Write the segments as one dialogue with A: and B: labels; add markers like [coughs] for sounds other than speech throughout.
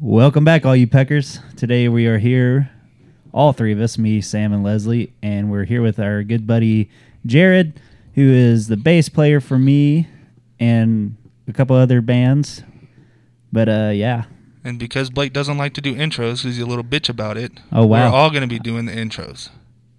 A: Welcome back, all you peckers. Today we are here, all three of us, me, Sam, and Leslie, and we're here with our good buddy Jared, who is the bass player for me and a couple other bands. But uh, yeah,
B: And because Blake doesn't like to do intros, he's a little bitch about it.
A: Oh, wow.
B: We're all going to be doing the intros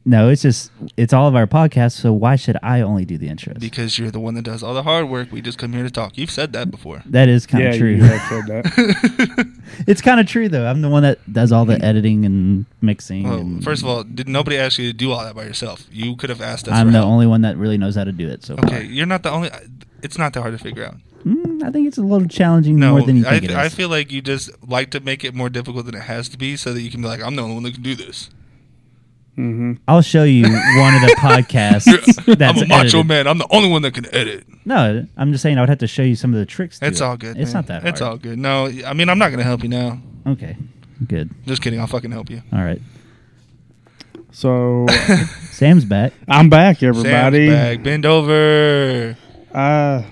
A: no, it's just it's all of our podcasts. So why should I only do the intros?
B: because you're the one that does all the hard work. We just come here to talk. You've said that before.
A: that is kind of
C: yeah,
A: true.
C: you have
B: [laughs]
C: said that.
A: [laughs] it's kind of true though. I'm the one that does all the editing and mixing.
B: Well,
A: and
B: first of all, did nobody ask you to do all that by yourself? You could have asked us.
A: I'm
B: for
A: the
B: help.
A: only one that really knows how to do it. So far.
B: Okay, you're not the only. It's not that hard to figure out.
A: Mm, I think it's a little challenging
B: No,
A: more than you
B: I,
A: think it is.
B: I feel like you just like to make it more difficult than it has to be, so that you can be like, "I'm the only one that can do this."
C: hmm
A: I'll show you one
B: [laughs]
A: of the podcasts [laughs] that's
B: I'm a macho
A: edited.
B: man. I'm the only one that can edit.
A: No, I'm just saying I would have to show you some of the tricks. to
B: It's
A: it.
B: all good.
A: It's
B: man.
A: not that.
B: It's all
A: hard.
B: good. No, I mean I'm not gonna help you now.
A: Okay, good.
B: Just kidding. I'll fucking help you.
A: All right,
B: [laughs]
C: So
A: Sam's back.
C: I'm back,
B: Sam's
C: everybody.
B: bag, bend over.
C: Uh,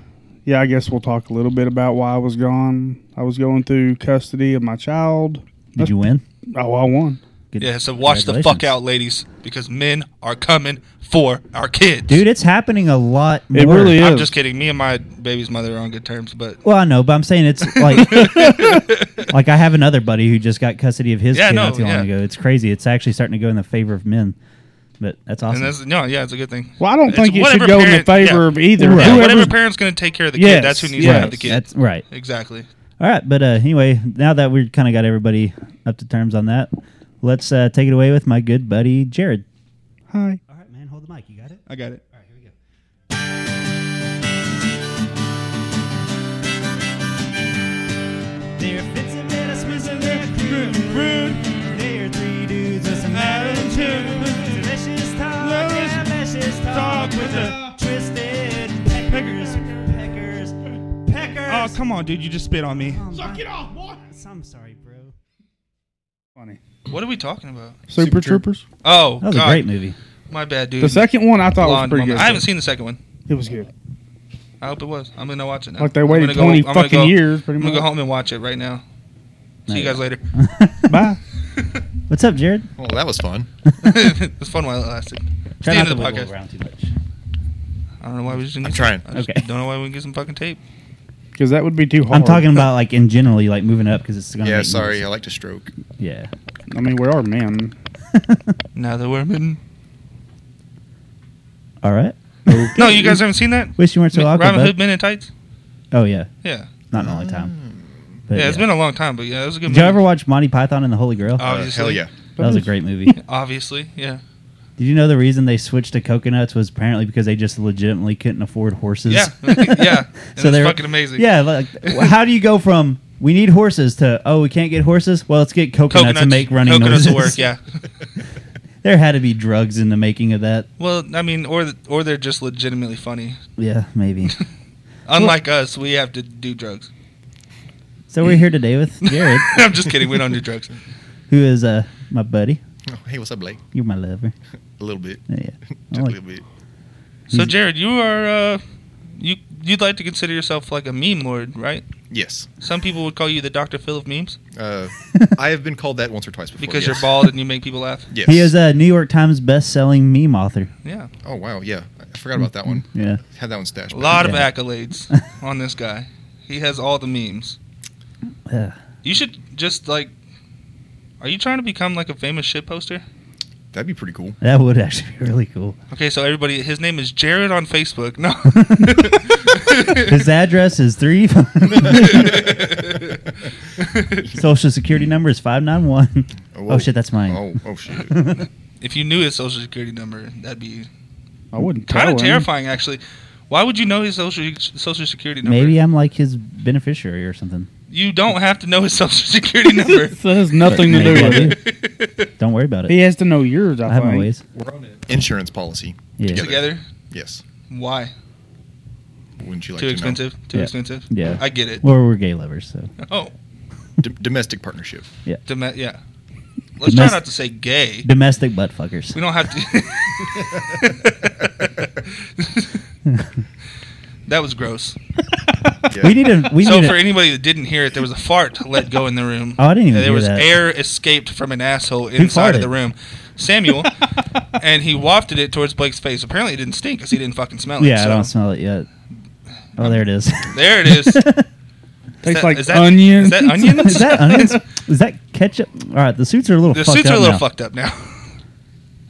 C: yeah, I guess we'll talk a little bit about why I was gone. I was going through custody of my child.
A: Did you win?
C: Oh, I won.
A: Good.
B: Yeah, so watch the fuck
A: Congratulations.
B: out, ladies, because men are coming for our kids.
A: dude. It's happening a lot. More.
C: It really is.
B: I'm just kidding. Me and my baby's mother are on good terms, but
A: Well, I know, but I'm saying
B: [laughs]
A: it's like, like I have another buddy who just got custody of his
B: Yeah,
A: kid
B: no,
A: not too long
B: yeah.
A: ago. It's crazy. It's actually starting to go in the favor of men, but that's awesome.
B: and that's no, yeah, it's a good thing.
C: Well, I don't
B: It's
C: think it should
B: whatever
C: go in the
B: parent-
C: favor
B: yeah.
C: of either.
A: Right.
B: Yeah,
C: Whoever's-
B: whatever parent's going to take care of the
C: Yes,
B: kid, that's who needs to
C: yes.
B: have the kid.
A: That's right.
B: exactly.
A: All right, but uh, anyway, now that we've kind of got everybody up to terms on that, let's uh, take it away with my good buddy Jared.
C: Hi.
A: All right, man, hold the mic. You got it.
B: I got it.
A: All right, here we go. They're Fitz and Matt Smith and they're Groot and Groot. They are three dudes with some attitude. So let's just talk, yeah, let's just talk with the twisted peckers, peckers, peckers.
B: Oh, come on, dude, you just spit on me.
A: Suck it off, boy. I'm sorry, bro.
C: Funny.
B: What are we talking about?
C: Super, Troopers.
B: Oh,
A: That was
B: God,
A: a great movie.
B: my bad, dude.
C: The second one I thought
B: Blonde
C: was pretty
B: woman.
C: good.
B: I haven't seen the second one.
C: It was good.
B: I hope it was. I'm gonna watch it now.
C: Like they
B: I'm gonna
C: waited
B: go-
C: 20
B: I'm gonna
C: fucking
B: go-
C: years, pretty
B: I'm gonna go
C: much.
B: home and watch it right now. See you
A: Nice.
B: guys later. [laughs]
C: Bye.
A: What's up, Jared?
D: Well, Oh, that was fun.
B: it was fun while it lasted. It's the
A: Try not
B: end
A: to
B: of the
A: wiggle
B: podcast.
A: around too much.
B: I don't know why we just didn't.
D: I'm
B: get
D: trying.
B: some- I just
A: Okay.
B: Don't know why we didn't get some fucking tape.
C: Because that would be too hard.
A: I'm talking about like in generally like moving up because it's gonna.
D: Yeah,
A: make
D: sorry. I
A: noise.
D: like to stroke.
A: Yeah.
C: I mean, we are men.
B: Now that we're in.
A: [laughs] All right.
B: No, you guys haven't seen that.
A: Wish you weren't so
B: Mi-
A: awkward.
B: Robin
A: bud.
B: Hood Men in Tights.
A: Oh yeah,
B: Yeah.
A: not in a long time. But,
D: Mm.
B: yeah, it's been a long time, but yeah, it was a good.
A: Did you
B: movie.
A: ever watch Monty Python and the Holy Grail?
B: Uh,
D: Uh,
B: Obviously.
D: hell yeah. [laughs]
A: that was a
B: [laughs]
A: great movie. Did
B: Obviously,
A: [laughs]
B: yeah.
A: you know the reason they switched to coconuts was apparently because they just legitimately couldn't afford horses. [laughs]
B: Yeah, [laughs] yeah. And it's
A: they were-
B: fucking amazing.
A: Yeah, like wh- how do you go from we need horses to oh we can't get horses? Well, let's get coconuts,
B: Coconuts
A: and make running
B: coconuts will
A: noises.
B: work. Yeah.
A: [laughs] there had to be drugs in the making of that.
B: Well, I mean, or th- or they're just legitimately funny.
A: Yeah, maybe.
B: Unlike us, we have to do drugs.
A: so we're here today
B: [laughs]
A: with Jared,
B: I'm just kidding. We don't
A: [laughs]
B: do drugs.
A: who is uh my buddy.
D: Oh, hey, what's up, Blake?
A: You're my lover.
D: A little bit. [laughs]
A: Yeah. I
D: Just
A: like-
D: a little bit.
B: So,
A: He's-
B: Jared, you are uh, you you'd like to consider yourself like a meme lord, right?
D: Yes.
B: Some people would call you the Doctor Phil of memes
D: Uh,
A: [laughs]
D: I have been called that once or twice before.
B: because
D: yes.
B: you're bald and you make people laugh.
D: Yes.
A: He is a New York Times best-selling meme author.
B: Yeah,
D: oh, wow. Yeah. I forgot about that one.
A: Yeah.
D: Had that one stashed.
B: a lot of
A: Yeah. [laughs]
B: accolades on this guy. He has all the memes.
A: Yeah.
B: You should just like. Are you trying to become like a famous shit poster?
D: That'd be
A: [laughs]
B: [laughs]
D: pretty cool.
A: That would actually be really cool.
B: Okay, so everybody, his name is Jared on Facebook. No,
A: His address [laughs] is three. [laughs] Social security number is five nine
B: [laughs]
A: one.
D: whoa.
A: Oh shit, that's mine.
D: Oh,
A: [laughs]
D: oh shit.
B: if you knew his social security number, that'd be
C: I wouldn't.
B: kind
C: tell
B: of
C: him.
B: terrifying, actually. Why would you know his social social security number?
A: Maybe I'm like his beneficiary or something.
B: you don't have to know his social [laughs] security number.
C: [laughs] That has nothing to
A: [laughs]
C: do
A: Maybe I
C: with it.
A: do. Don't worry about it.
C: He has to know yours. I,
A: I have my
C: think.
A: ways.
D: We're on it. Insurance policy.
A: Yeah.
B: [laughs] Together,
D: Yes.
B: why?
D: Wouldn't you like
B: Too
D: to
B: expensive. Too
A: Yeah.
B: expensive.
A: Yeah.
B: I get it.
A: Well, we're gay lovers, so
B: Oh,
D: know? D-
B: [laughs]
D: domestic partnership.
B: deme- yeah. Let's
A: Domest-
B: try not to say gay.
A: domestic butt fuckers. [laughs]
B: [laughs] We don't have to. that was gross.
D: Yeah.
A: We need to. We
B: so
A: need
B: for
A: to,
B: anybody that didn't hear it, there was a fart let go in the room.
A: Oh, I didn't even
B: And There
A: hear
B: was
A: that.
B: air escaped from an asshole inside
A: farted?
B: of the room,
A: [laughs]
B: Samuel, and he wafted it towards Blake's face. Apparently, it didn't stink because he didn't fucking smell it.
A: yeah, I
B: so.
A: don't smell it yet. Oh, there it is.
B: There it is.
A: [laughs]
B: Is
C: Tastes
B: that-
C: like
B: is that-
C: onion. [laughs]
B: Is that onions?
A: is that onions? Is that ketchup? All right, the suits are a little.
B: The
A: fucked
B: suits are
A: up
B: a little
A: now.
B: fucked oh, up now.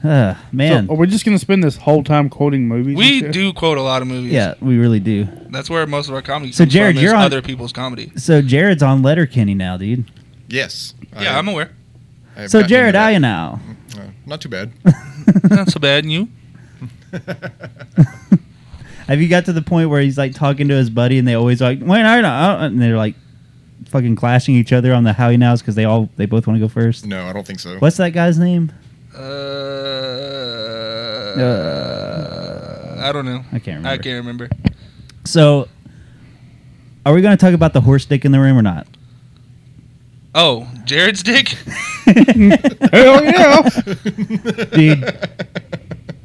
A: Uh, man.
C: So, are we just gonna spend this whole time quoting movies? and
B: We
C: shit?
B: do quote a lot of movies.
A: yeah, we really do.
B: that's where most of our comedy.
A: So,
B: comes
A: Jared,
B: from, is
A: you're on-
B: other people's comedy.
A: So Jared's on Letterkenny now, dude.
D: Yes.
B: Yeah, I'm aware.
D: I have
A: So
D: gotten
A: Jared,
D: into
A: how
D: that.
A: you now?
D: Uh, not too bad.
B: Not so bad. And you?
A: [laughs] Have you got to the point where he's like talking to his buddy, and they always like, "When are you now?" and they're like, fucking clashing each other on the how you nows because they all they both want to go first.
D: [laughs] No, I don't think so.
A: What's that guy's name?
B: Uh, Uh, I don't know.
A: I can't remember.
B: I can't remember.
A: So, are we going to talk about the horse dick in the room or not? [laughs]
B: Oh, Jared's dick. [laughs]
C: [laughs] Hell yeah!
A: Dude,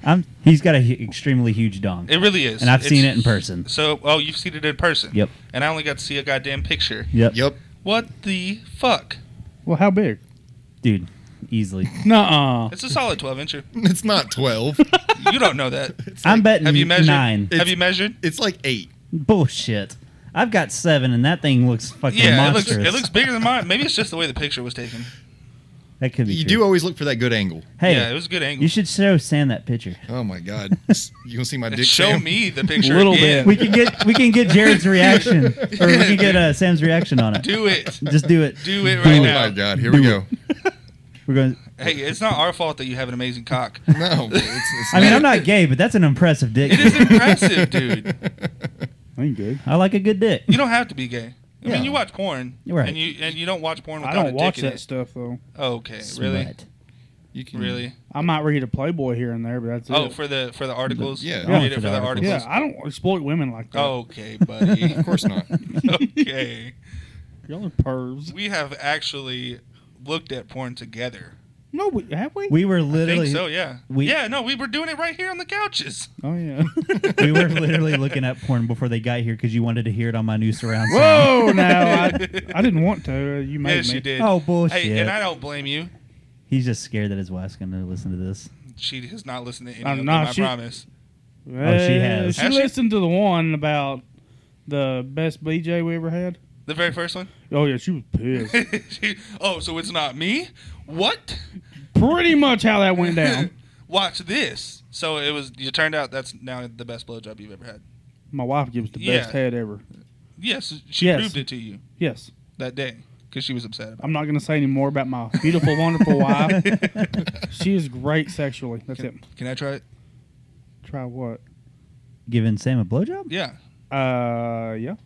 A: I'm, he's got an extremely huge dong,
B: It really is.
A: and I've
B: It's-
A: seen it in person.
B: So, oh, you've seen it in person.
A: Yep.
B: And I only got to see a goddamn picture.
A: Yep,
D: Yep.
B: What the fuck?
C: Well, how big?
A: dude, easily.
C: Nuh-uh.
B: It's a solid twelve incher.
D: It's not 12.
B: You don't
A: [laughs]
B: know that.
D: It's
A: I'm
D: like-
A: betting
B: Have you measured?
A: nine.
B: Have
D: It's-
B: you measured?
D: It's like 8.
A: Bullshit. I've got seven, and that thing looks fucking
B: Yeah, it looks
A: monstrous.
B: it looks bigger than mine. Maybe it's just the way the picture was taken.
A: that could be
D: You
A: true.
D: do always look for that good angle.
A: Hey,
B: yeah, it was a good angle.
A: you should show Sam that picture.
D: Oh my God. you gonna see my
B: And
D: dick?
B: show
D: Sam?
B: me the picture
C: Little
B: again.
A: We can get we can get
B: [laughs]
A: Jared's reaction, or we can get uh, Sam's reaction on it.
B: Do it.
A: [laughs] Just do it.
B: Do it
D: Oh
B: right
D: my
B: now.
D: God. Here we go.
A: [laughs] We're going.
B: Hey, it's not our fault that you have an amazing cock.
D: No. It's, it's
A: I mean, I'm not gay, but that's an impressive dick.
B: It is impressive, dude.
C: Ain't good.
A: [laughs] I like a good dick.
B: You don't have to be gay. I
A: Yeah.
B: mean, you watch porn,
A: You're right.
B: and you and you don't watch porn
C: I
B: without a
C: don't
B: dick
C: watch
B: in
C: that
B: it. Oh,
C: stuff though.
B: Okay, really,
A: Smut.
D: You can,
B: really.
C: I might read a Playboy here and there, but that's
B: Oh,
C: it.
B: for the for the articles.
D: Yeah.
B: You
D: Yeah,
B: read it for the articles.
C: yeah, I don't exploit women like that.
B: Okay, buddy.
D: [laughs] Of
A: [laughs]
D: course not.
B: [laughs] okay,
C: Y'all are pervs.
B: we have actually looked at porn together.
C: No, we, have we?
A: We were
B: I
A: literally
B: think so. Yeah.
A: we-
B: yeah. No, we were doing it right here on the couches.
A: [laughs]
C: Oh yeah.
A: we were literally looking at porn before they got here because you wanted to hear it on my new surround sound.
C: Whoa! No,
B: [laughs]
C: I, I didn't want to. You made
B: yes,
C: me.
B: you did.
A: Oh bullshit!
B: Hey, and I don't blame you.
A: He's just scared that his wife's going to listen to this.
B: She has not listened to any
C: I'm
B: of
C: not-
B: them.
C: she-
B: I promise.
A: Oh, she has.
C: She
B: Has she?
C: listened to the one about the best BJ we ever had.
B: The very first one.
C: Oh yeah, she was
B: [laughs]
C: pissed.
B: She- oh, so it's not me? What?
C: Pretty much how that went down.
B: [laughs] Watch this. So it was. You turned out that's now the best blowjob you've ever had.
C: My wife gives the
B: Yeah.
C: best head ever.
B: Yes, she
C: Yes.
B: proved it to you
C: Yes,
B: that day because she was upset about.
C: I'm not going to say any more about my beautiful,
A: [laughs]
C: wonderful wife. She is great sexually. That's it.
B: it. Can I try it?
C: Try what?
A: Giving Sam a
B: [laughs]
A: blowjob? [laughs]
B: Yeah.
C: Uh, yeah.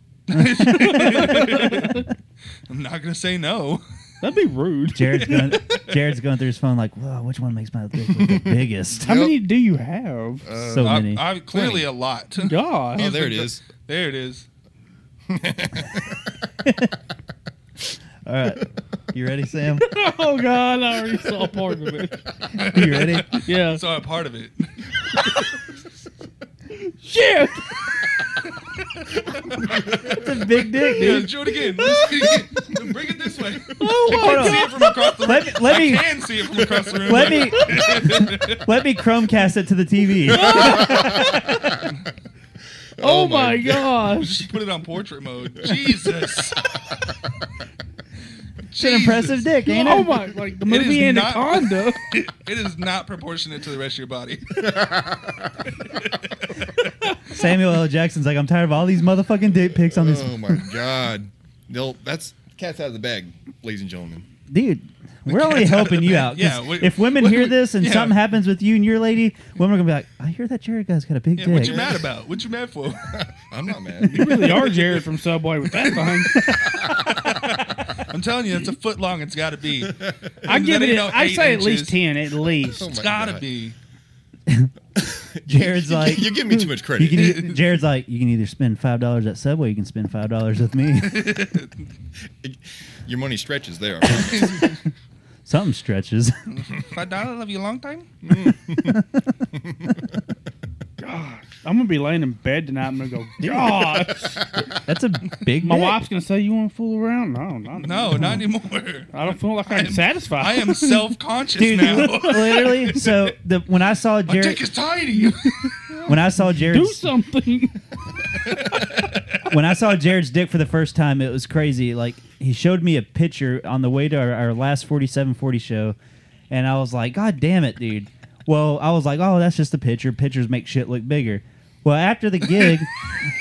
B: I'm not gonna say no.
C: That'd be rude. [laughs]
A: Jared's going. Jared's going through his phone like, "Whoa, which one makes my dick look the biggest?"
B: Uh,
C: How
D: Yep.
C: many do you have?
D: Uh,
A: So
B: I'm,
A: many.
B: I'm clearly
A: [laughs]
B: a lot.
C: God.
D: oh, there it is.
B: [laughs] There it is.
A: All right, you ready, Sam?
C: Oh God, I already saw part of it.
A: [laughs] You ready?
C: Yeah.
B: So I'm part
A: [laughs]
B: of it.
C: [laughs] Shit.
A: It's a big dick,
B: Yeah,
A: dude.
B: do it again. Let's do it
A: [laughs]
B: again. Bring it this way.
A: Oh my
B: [laughs] I can see it from across the room.
A: Let me- let
B: I
A: me-
B: can see it from across the room.
A: Let
B: [laughs]
A: me let me Chromecast it to the TV.
D: [laughs]
C: Oh, my [laughs] gosh.
B: Just put it on
A: [laughs]
B: portrait mode. Jesus.
A: It's an impressive dick, ain't it?
C: Oh my! Like the
B: It is
C: movie
B: not-
C: Anaconda.
B: [laughs] it is not proportionate to the rest of your body.
A: Samuel L. Jackson's like, I'm tired of all these motherfucking dick pics on this
D: Oh my God. No, that's cat's out of the bag, ladies and gentlemen. [laughs]
A: dude. We're only helping you out. 'cause
B: Yeah, we-
A: if women
B: we-
A: hear this and
B: yeah.
A: something happens with you and your lady, women are gonna be like, "I hear that Jared guy's got a big
B: Yeah,
A: dick."
B: [laughs] what you mad about? What you mad for?
D: I'm not mad.
C: You really are Jared from Subway with that
B: [laughs]
C: thing.
B: I'm telling you, it's a foot long. It's got to be. It's
C: I give
B: That ain't
C: it.
B: no
C: I
B: eight
C: say at
B: inches.
C: least ten, at
B: [laughs]
C: least.
D: Oh my
B: got to
D: God.
B: be.
A: Jared's like,
D: you give me too much credit.
A: You can
B: [laughs]
A: e- Jared's like, you can either spend five dollars at Subway, you can spend five dollars with
B: [laughs]
A: me.
D: Your money stretches there.
A: Something
B: [laughs]
A: stretches.
B: Five dollar love you a long time.
C: God, I'm gonna be laying in bed tonight. I'm gonna go.
B: [laughs]
C: God,
A: That's a big.
C: my
A: dick.
C: wife's gonna say you want to fool around. No, not,
B: No, not anymore.
C: I don't feel like
B: I
C: I'm
B: am-
C: satisfied.
B: I am self conscious
A: Dude, [laughs]
B: now. [laughs]
A: literally. So the when I saw
B: My
A: Jared,
B: dick is [laughs] tiny.
A: when I saw Jared,
B: [laughs]
C: do something.
A: when I saw Jared's dick for the first time, it was crazy. Like he showed me a picture on the way to our, our last forty-seven forty show, and I was like, "God damn it, dude!" Well, I was like, "Oh, that's just a picture. Pictures make shit look bigger." Well, after the gig,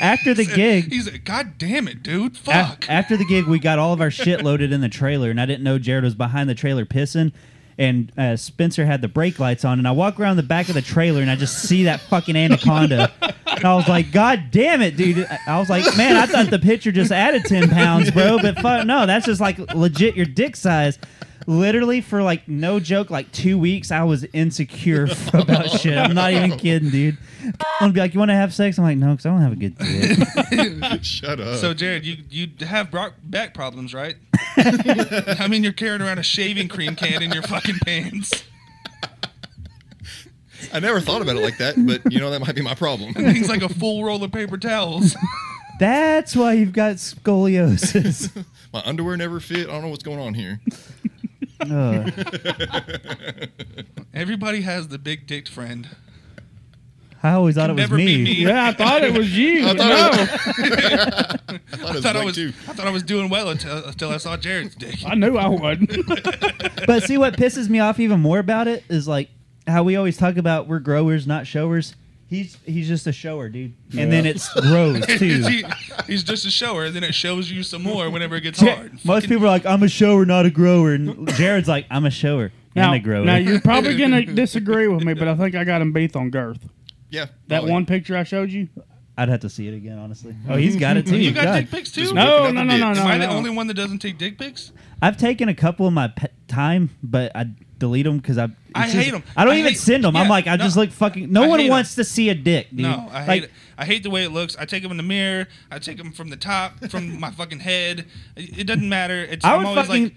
A: after the gig,
B: He's like, God damn it, dude.
A: a-
B: Fuck.
A: after the gig, we got all of our shit loaded in the trailer, and I didn't know Jared was behind the trailer pissing. And uh, Spencer had the brake lights on, and I walk around the back of the trailer, and I just see that fucking anaconda. And I was like, "God damn it, dude!" I- I was like, "Man, I thought the picture just added ten pounds, bro." But fuck, no, that's just like legit your dick size. Literally for like no joke, like two weeks, I was insecure [laughs] about shit. I'm not even kidding, dude. I'm gonna be like, "You want to have sex?" I'm like, "No, because I don't have a good dick."
D: Shut up.
B: so Jared, you you have bro- back problems, right? I mean, you're carrying around a shaving cream can in your fucking pants. [laughs]
D: I never thought about it like that, but you know that might be
B: [laughs]
D: my problem.
B: Things like a full roll of paper towels. [laughs]
A: That's why you've got scoliosis.
B: [laughs]
D: my underwear never fit. I don't know what's going on here.
A: Ugh.
B: Everybody has the big dick friend.
A: I always thought it was
B: Never be
A: me.
B: me.
C: yeah, I thought it was you.
D: [laughs] I
C: but
D: thought
B: [laughs]
C: no,
D: I thought it
B: I
D: was
B: thought I
D: Blake,
B: was
D: too.
B: I thought I was doing well until, until I saw Jared's dick.
C: I knew
B: [laughs]
C: I would.
A: [laughs] But see, what pisses me off even more about it is like how we always talk about we're growers, not showers. He's he's just a shower, dude. And then it's
B: [laughs]
A: grows too.
B: He- he's just a shower, and then it shows you some more whenever it gets
A: Ja-
B: hard.
A: most people are like, "I'm a shower, not a grower," and Jared's like, "I'm a shower
C: now,
A: and a grower."
C: now you're probably
B: [laughs]
C: gonna disagree with me, but I think I got him beat on girth.
D: Yeah.
B: Oh,
C: That
D: probably.
C: one picture I showed you.
A: [laughs] I'd have to see it again, honestly. Oh,
B: [laughs]
A: he's got it too.
B: You got
A: God.
B: dick pics too?
D: Just
C: No,
D: Looking
C: no,
D: at
C: no,
D: the
C: no, no.
D: dick.
B: Am I
C: no.
B: the only one that doesn't take dick pics?
A: I've taken a couple of my pe- time, but I delete them because I. it's
B: I
A: just-
B: hate 'em.
A: I don't
B: I
A: even
B: hate-
A: send them. I'm
B: yeah,
A: like, I
B: no.
A: just look fucking. No
B: I hate
A: one
B: 'em.
A: wants to see a dick, dude.
B: No, I
A: like,
B: hate it. I hate the way it looks. I take them in the mirror. I take them from the top, from my fucking head. It it doesn't matter. It's,
A: I
B: I'm
A: would
B: always
A: fucking
B: like,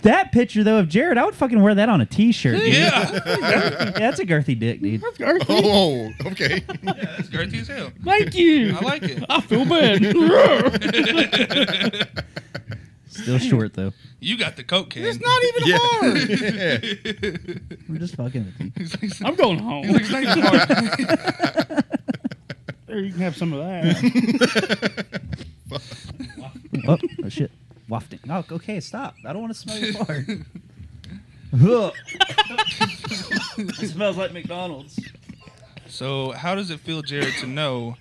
A: that picture though of Jared. I would fucking wear that on a t-shirt. Dude.
B: [laughs] yeah,
A: [laughs] Yeah, that's a girthy dick, dude.
B: [laughs]
C: Girthy.
D: Oh, okay.
B: it's girthy as hell.
C: Thank you.
B: I like [laughs] it.
C: [laughs] I feel bad.
B: [laughs]
A: Still short though.
B: You got the coke can. It's [laughs]
C: Not even
D: [laughs] yeah.
C: hard.
D: Yeah.
A: We're just fucking. with you.
C: I'm going home.
B: It's not even hard.
C: There, you can have some of that.
A: Oh, oh, shit, wafting. Oh, okay, stop. I don't want to smell your
B: [laughs]
A: fart. [laughs] Ugh. it smells like McDonald's.
B: [laughs]
A: [laughs]
B: So, how does it feel, Jared, to know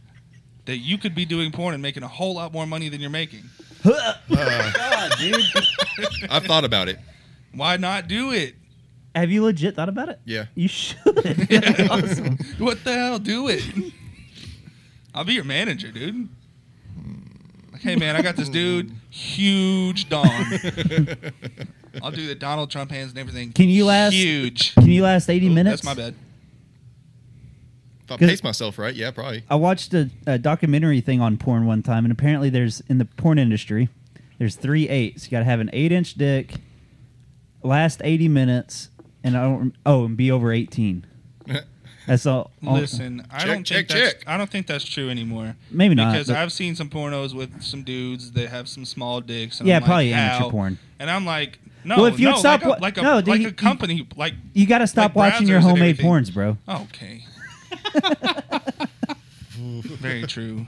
B: that you could be doing porn and making a whole lot more money than you're making? Uh.
A: Ugh. God, dude.
D: I've thought about it.
B: Why not do it?
A: Have you legit thought about it?
D: Yeah.
A: You should. [laughs] That'd be
B: [laughs]
A: awesome.
B: What the hell? Do it. I'll be your manager, dude. Like, hey, man, I got this dude, huge dong. I'll do the Donald Trump hands and everything.
A: Can you last-
B: Huge.
A: Can you last 80
B: Ooh,
A: minutes?
B: That's my bad.
D: If I
A: Good.
D: pace myself right, yeah, probably. [laughs]
A: I watched a, a documentary thing on porn one time, and apparently there's in the porn industry, there's three eights. You got to have an eight inch dick, last eighty minutes, and I don't. Oh, and be over eighteen. That's all. all-
B: Listen, I don't think
D: check,
B: that's
D: check.
B: I don't think that's true anymore.
A: Maybe not,
B: because
A: but-
B: I've seen some pornos with some dudes that have some small dicks. And
A: Yeah,
B: I'm like,
A: probably amateur
B: "How?"
A: porn.
B: And I'm like, no,
A: Well, if you
B: no,
A: would stop
B: like
A: wa-
B: a, like a,
A: no, dude,
B: like
A: you-
B: a company, like
A: you got to stop
B: Like
A: watching your
B: browsers and
A: homemade
B: everything.
A: porns, bro.
B: okay. [laughs] Very true.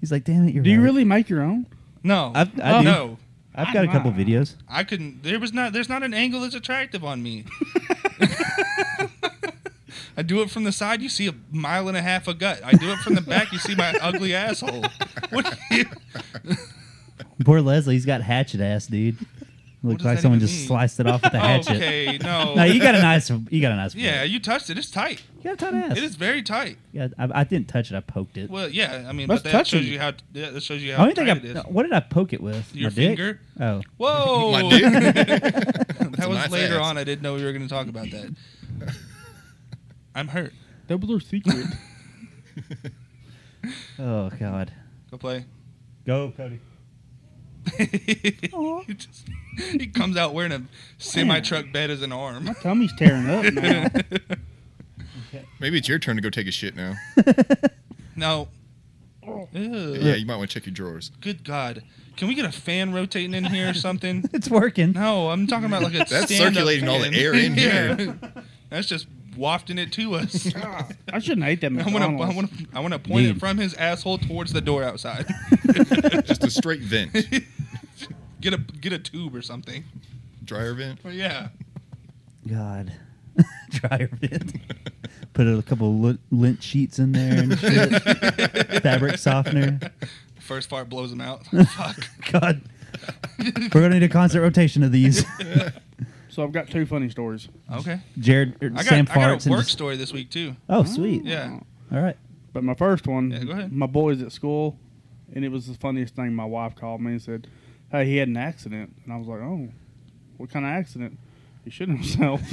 A: He's like, damn it, you're.
C: Do you
A: right."
C: really make your own?
B: No,
A: I've- I do.
B: no,
A: I've got a couple videos.
B: I couldn't. There was not. There's not an angle that's attractive on me. [laughs] I do it from the side. You see a mile and a half of gut. I do it from the back. You see my ugly asshole. What? do you-
A: Poor Leslie, he's got hatchet ass, dude. Looks
B: does
A: like
B: that
A: someone
B: even
A: just
B: mean? Oh,
A: sliced it
B: [laughs]
A: off with a hatchet.
B: Okay,
A: [laughs]
B: no.
A: No, you got a nice. You got a nice.
B: yeah, you touched it. It's tight.
A: you got a tight ass.
B: It is very tight.
A: Yeah, I, I didn't touch it. I poked it.
B: Well, yeah. I mean,
C: That's
B: but that shows
C: touching.
B: you how. yeah, That shows you
A: I
B: how
A: don't
B: tight
A: think
B: it is.
A: I. What did I poke it with?
B: Your
A: My dick?
B: finger?
A: Oh.
B: Whoa! [laughs]
D: My dick.
B: that was
D: nice
B: later
D: ass.
B: on. I didn't know we were going to talk about
D: [laughs]
B: that. I'm hurt.
C: Double or secret?
A: Oh God.
B: Go
D: [laughs]
B: play.
A: Go, Cody.
B: [laughs] he, just- he comes out wearing a semi truck bed as an arm. [laughs]
C: Tummy's tearing up now.
D: Maybe it's your turn to go take a shit now.
B: No.
D: Oh.
B: Ew.
D: yeah, you might want to check your drawers.
B: Good God. Can we get a fan rotating in here or something?
A: [laughs]
B: [laughs]
A: It's working.
B: No, I'm talking about like a
D: That's
B: stand-up
D: circulating all the
B: fan.
D: air
B: [laughs]
D: in
B: Yeah.
D: here.
B: That's just wafting it to us.
D: [laughs]
C: I shouldn't hate that
B: I want to.
C: McDonald's.
B: I want to. I want to point
A: Dude.
B: it from his asshole towards the door outside. [laughs]
D: Just a straight vent,
B: [laughs] get a get a tube or something.
D: dryer vent.
B: But yeah,
A: [laughs] God. [laughs] Dryer vent. Put a couple lin- lint sheets in there and
B: [laughs]
A: shit. Fabric softener.
B: first fart blows him out. Fuck.
A: God. We're going to need a constant rotation of
B: [laughs]
A: these.
C: So I've got two funny stories.
B: Okay.
A: Jared, or
B: I got,
A: Sam
B: I
A: farts.
B: got a
A: and
B: work
A: just-
B: story this week too.
A: oh, sweet.
B: Yeah.
A: All right.
C: But my first one,
B: Yeah, go ahead.
C: my boy's at school, and it was the funniest thing. My wife called me and said, "Hey, he had an accident," and I was like, "Oh, what kind of accident?" He shit himself. [laughs]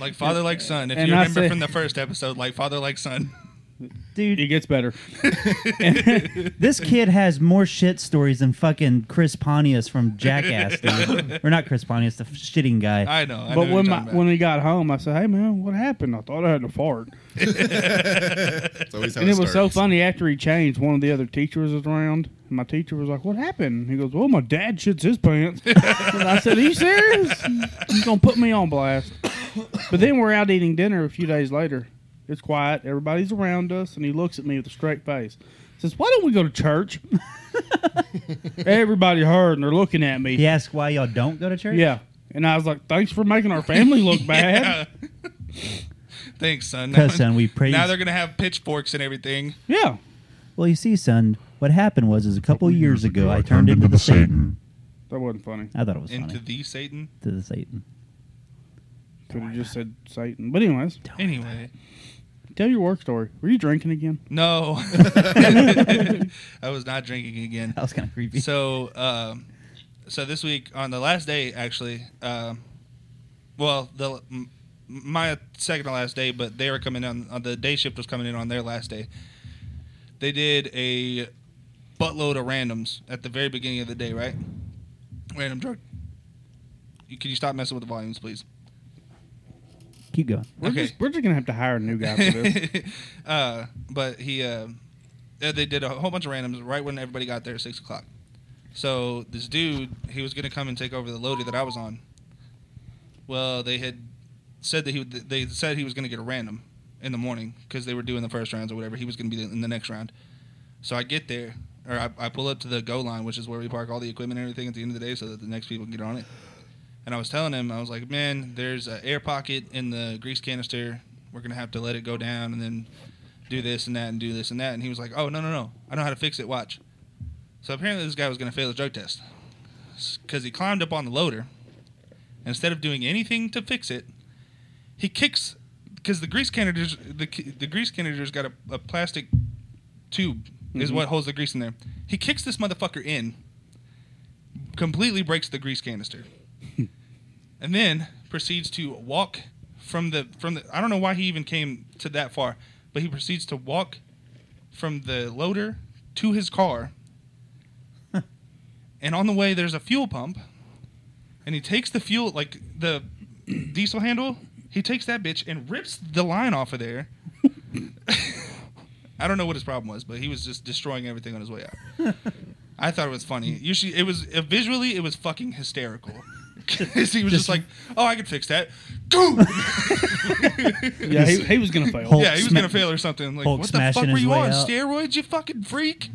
B: Like father, like son. If
C: And
B: you
C: I
B: remember
C: say-
B: from the first episode, like father, like son. [laughs]
C: it
A: Dude,
C: gets better.
B: [laughs]
A: this kid has more shit stories than fucking Chris Pontius from
B: [laughs]
A: Jackass, dude. or not Chris Pontius, the f- shitting guy.
B: I know. I know
C: but
B: who you're
C: when my,
B: talking about.
C: when we got home, I said, "Hey man, what happened?" I thought I had a fart,
D: It's always how
C: and it was so
D: starts.
C: funny. After he changed, one of the other teachers was around, and my teacher was like, "What happened?" He goes, "Well, my dad shits his pants." and I said, "Are you serious? He's gonna put me on blast." But then we're out eating dinner a few days later. It's quiet. Everybody's around us, and he looks at me with a straight face. Says, "Why don't we go to church?" Everybody heard, and they're looking at me.
A: He asked why y'all don't go to church?
C: Yeah. And I was like, "Thanks for making our family look bad."
B: Yeah. [laughs] Thanks, son.
A: Because, son, we praise.
B: [laughs] Now they're gonna have pitchforks and everything.
C: Yeah.
A: well, you see, son, what happened was is a couple years ago, I turned into the Satan.
C: That wasn't funny.
A: I thought it was funny.
B: Into the Satan.
A: to the
B: [laughs]
A: Satan.
C: Could have just said Satan. But anyways,
B: Anyway,
C: tell your work story. Were you drinking again?
B: no, [laughs] I was not drinking again.
A: That was kind of creepy.
B: So, um, so this week on the last day, actually, um, well, the m- my second to last day, but they were coming on, on the day shift was coming in on their last day. They did a buttload of randoms at the very beginning of the day, right? Random drug. You, can you stop messing with the volumes, please?
A: Keep going.
C: We're
B: Okay.
C: just we're just gonna have to hire a new guy for
B: [laughs]
C: this.
B: uh, but he, uh, uh, they did a whole bunch of randoms right when everybody got there at six o'clock. So this dude, he was gonna come and take over the loader that I was on. Well, they had said that he, would, they said he was gonna get a random in the morning because they were doing the first rounds or whatever. He was gonna be in the next round. So I get there, or I, I pull up to the go line, which is where we park all the equipment and everything at the end of the day, so that the next people can get on it. And I was telling him, I was like, man, there's an air pocket in the grease canister we're gonna have to let it go down and then do this and that and do this and that and he was like oh no no no i know how to fix it watch so apparently this guy was gonna fail his drug test because he climbed up on the loader and instead of doing anything to fix it he kicks because the grease canister's the, ki- the grease canister's got a, a plastic tube is what holds the grease in there he kicks this motherfucker in completely breaks the grease canister and then proceeds to walk from the from the I don't know why he even came to that far, but he proceeds to walk from the loader to his car. and on the way there's a fuel pump and he takes the fuel like the diesel handle, he takes that bitch and rips the line off of there. [laughs] I don't know what his problem was, but he was just destroying everything on his way out. I thought it was funny.
A: Hmm.
B: You should, it was uh, visually it was
A: [laughs]
B: fucking hysterical. 'Cause he was just,
A: Just-
B: like, "Oh, I can fix that."
A: [laughs]
B: Go! [laughs]
C: Yeah, he, he was gonna fail.
A: Hulk
B: yeah, he was
A: sma-
B: gonna fail or something. Like,
A: Hulk
B: what the fuck
A: smashing
B: were
A: his
B: you
A: way
B: on?
A: out.
B: Steroids, you
A: [laughs]
B: fucking freak.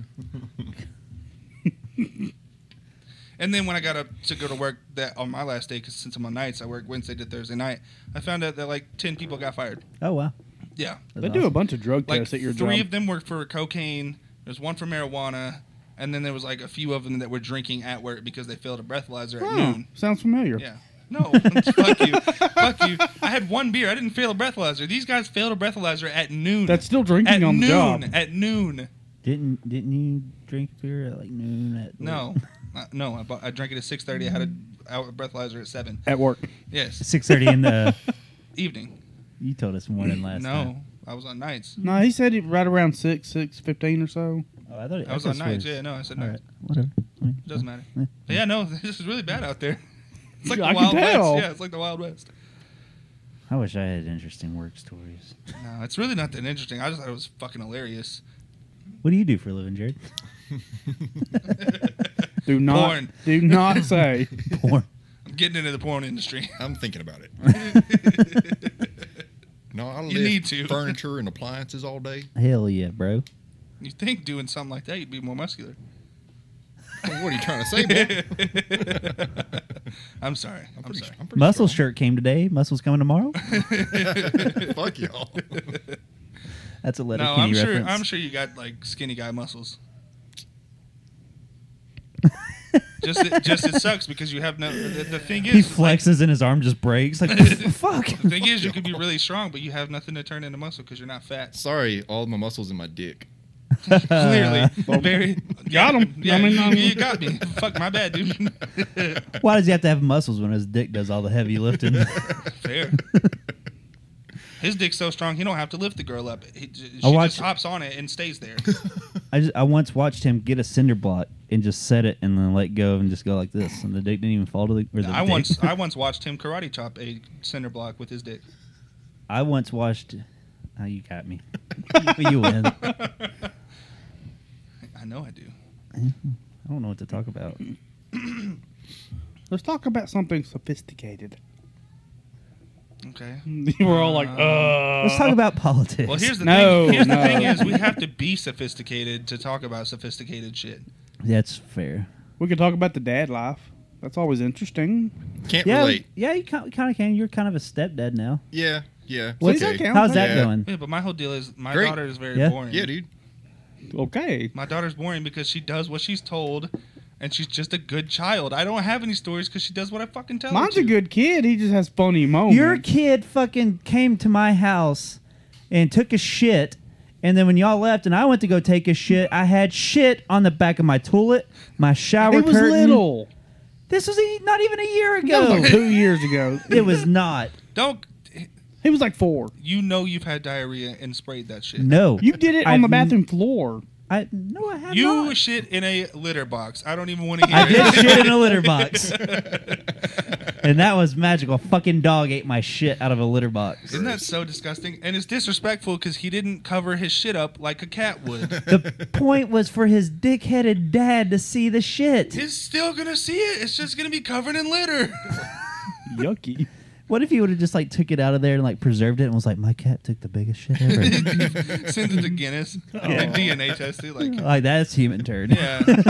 B: and then when I got up to go to work that on my last day, because since I'm on nights, I work Wednesday to Thursday night. I found out that like ten people got fired.
A: Oh wow.
B: Yeah,
A: That's
C: They do a
A: awesome.
C: bunch of drug
B: like
C: tests at your
B: three
C: job.
B: of them were for cocaine. There's one for marijuana, and then there was like a few of them that were drinking at work because they failed a breathalyzer at
C: Huh,
B: noon.
C: sounds familiar.
B: Yeah. No, [laughs] fuck you, fuck you. I had one beer. I didn't fail a breathalyzer. These guys failed a breathalyzer at noon.
C: That's still drinking
B: at
C: on the
B: noon.
C: job.
B: At noon.
A: Didn't didn't you drink beer at like noon? At
B: No, Uh, no. I, bought, I drank it at six thirty. I had a, out a breathalyzer at seven.
C: At
A: [laughs]
C: work.
B: Yes,
A: [laughs] six thirty in
B: [laughs]
C: [laughs]
A: the.
B: evening.
A: You told us morning last
B: no,
A: time.
B: I was on nights.
C: No, he said it right around six, six fifteen or so.
A: Oh, I thought it,
B: I was
A: could
B: on nights.
A: swear.
B: Yeah, no, I said
A: All
B: nights.
A: right. Whatever. I mean,
B: Doesn't matter. But [laughs]
C: [laughs]
B: yeah, no, this is really bad out there. It's like
C: Yeah,
B: the
C: I can
B: Wild West.
C: tell.
B: Yeah, it's like the Wild West.
A: I wish I had interesting work stories.
B: No, it's really not that interesting. I just thought it was fucking hilarious.
A: What do you do for a living,
B: [laughs]
A: Jared?
C: [laughs] Do not
B: Porn.
C: do
B: [laughs]
C: not say.
A: Porn.
B: I'm getting into the porn
C: [laughs]
B: industry. [laughs]
D: I'm thinking about it. No, I lift
B: You need to.
D: furniture and appliances all day.
A: Hell yeah, bro.
B: you think doing something like that, you'd be more muscular.
D: What are you trying to
B: [laughs]
D: say, boy?
B: I'm sorry. I'm,
D: pretty,
B: sorry.
D: [laughs] I'm pretty
A: Muscle shirt came today. Muscle's coming tomorrow.
D: strong. [laughs] Fuck y'all.
A: That's a letter
B: No,
A: Kenny
B: I'm sure.
A: reference.
B: I'm sure you got like skinny guy muscles. just, it, just it sucks because you have no. The, the thing
A: [laughs]
B: is,
A: He
B: is like,
A: flexes and his arm just breaks. Like
B: [laughs]
A: fuck.
B: the thing is, you could be really strong, but you have nothing to turn into muscle because you're not fat.
D: Sorry, all my muscles in my dick.
B: Clearly, very
C: Uh, Got 'em.
B: Yeah,
C: I mean,
B: you,
C: I'm-
B: you got me. Fuck my bad, [laughs] dude.
A: [laughs]
C: [laughs]
A: [laughs] Why does he have to have muscles when his dick does all the heavy lifting? [laughs]
B: Fair. His dick's so strong, he don't have to lift the girl up. He, j- she
A: watch-
B: just hops on it and stays
C: [laughs]
B: there.
A: I just, I once watched him get a cinder block and just set it and then let go and just go like this, and the dick didn't even fall to the. Or the
B: I
A: dick.
B: once,
C: [laughs]
B: I once watched him karate chop a cinder block with his dick.
A: I once watched. Oh, you got
B: [laughs]
A: me. you win. I
B: I know I do.
A: don't know what to talk about.
C: Let's talk about something sophisticated. [laughs]
B: Okay.
C: We're all like, uh.
A: Let's talk about politics.
B: Well, here's the
C: No,
B: thing. Here's
C: no.
B: the thing is we have to be sophisticated to talk about sophisticated shit.
A: That's fair.
C: We could talk about the dad life. That's always interesting.
D: Can't
A: Yeah,
D: relate.
A: yeah, you kind of can. You're kind of a stepdad now.
D: Yeah, yeah.
C: What
D: okay.
C: does that count?
A: How's that
D: Yeah.
A: going?
B: Yeah, but my whole deal is my
D: Great.
B: daughter is very
A: Yeah.
B: boring.
D: Yeah, dude.
C: Okay.
B: My daughter's boring because she does what she's told, and she's just a good child. I don't have any stories because she does what I fucking tell
C: Mine's
B: her.
C: a
B: to.
C: good kid. He just has funny moments.
A: Your kid fucking came to my house and took a shit. And then when y'all left and I went to go take a shit, I had shit on the back of my toilet, my shower
C: He was
A: curtain.
C: little.
A: This was e- not even a year
C: That was
A: ago.
C: like two years ago.
A: [laughs] it was not.
B: Don't
C: He was like four.
B: you know you've had diarrhea and sprayed that shit?
A: No.
C: [laughs] You
A: [laughs]
C: did it on
A: I've
C: the
A: n-
C: bathroom floor.
A: I no, I have
B: You
A: not.
B: shit in a litter box. I don't even want to hear
A: I did
D: [laughs]
B: it.
A: shit in a litter box. and that was magical. A fucking dog ate my shit out of a litter box.
B: [laughs] Isn't that so disgusting? And it's disrespectful because he didn't cover his shit up like a cat
A: [laughs]
B: would.
A: The point was for his dick-headed dad to see the shit.
B: He's still gonna see it. It's just gonna be covered in
A: [laughs]
B: litter. [laughs]
C: Yucky.
A: What if he would have just like took it out of there and like preserved it and was like, my cat took the biggest shit
B: [laughs]
A: ever.
B: Sends it
A: [laughs]
B: to Guinness. Like DNA tested. Like
A: like that's human turd.
B: yeah.
A: [laughs]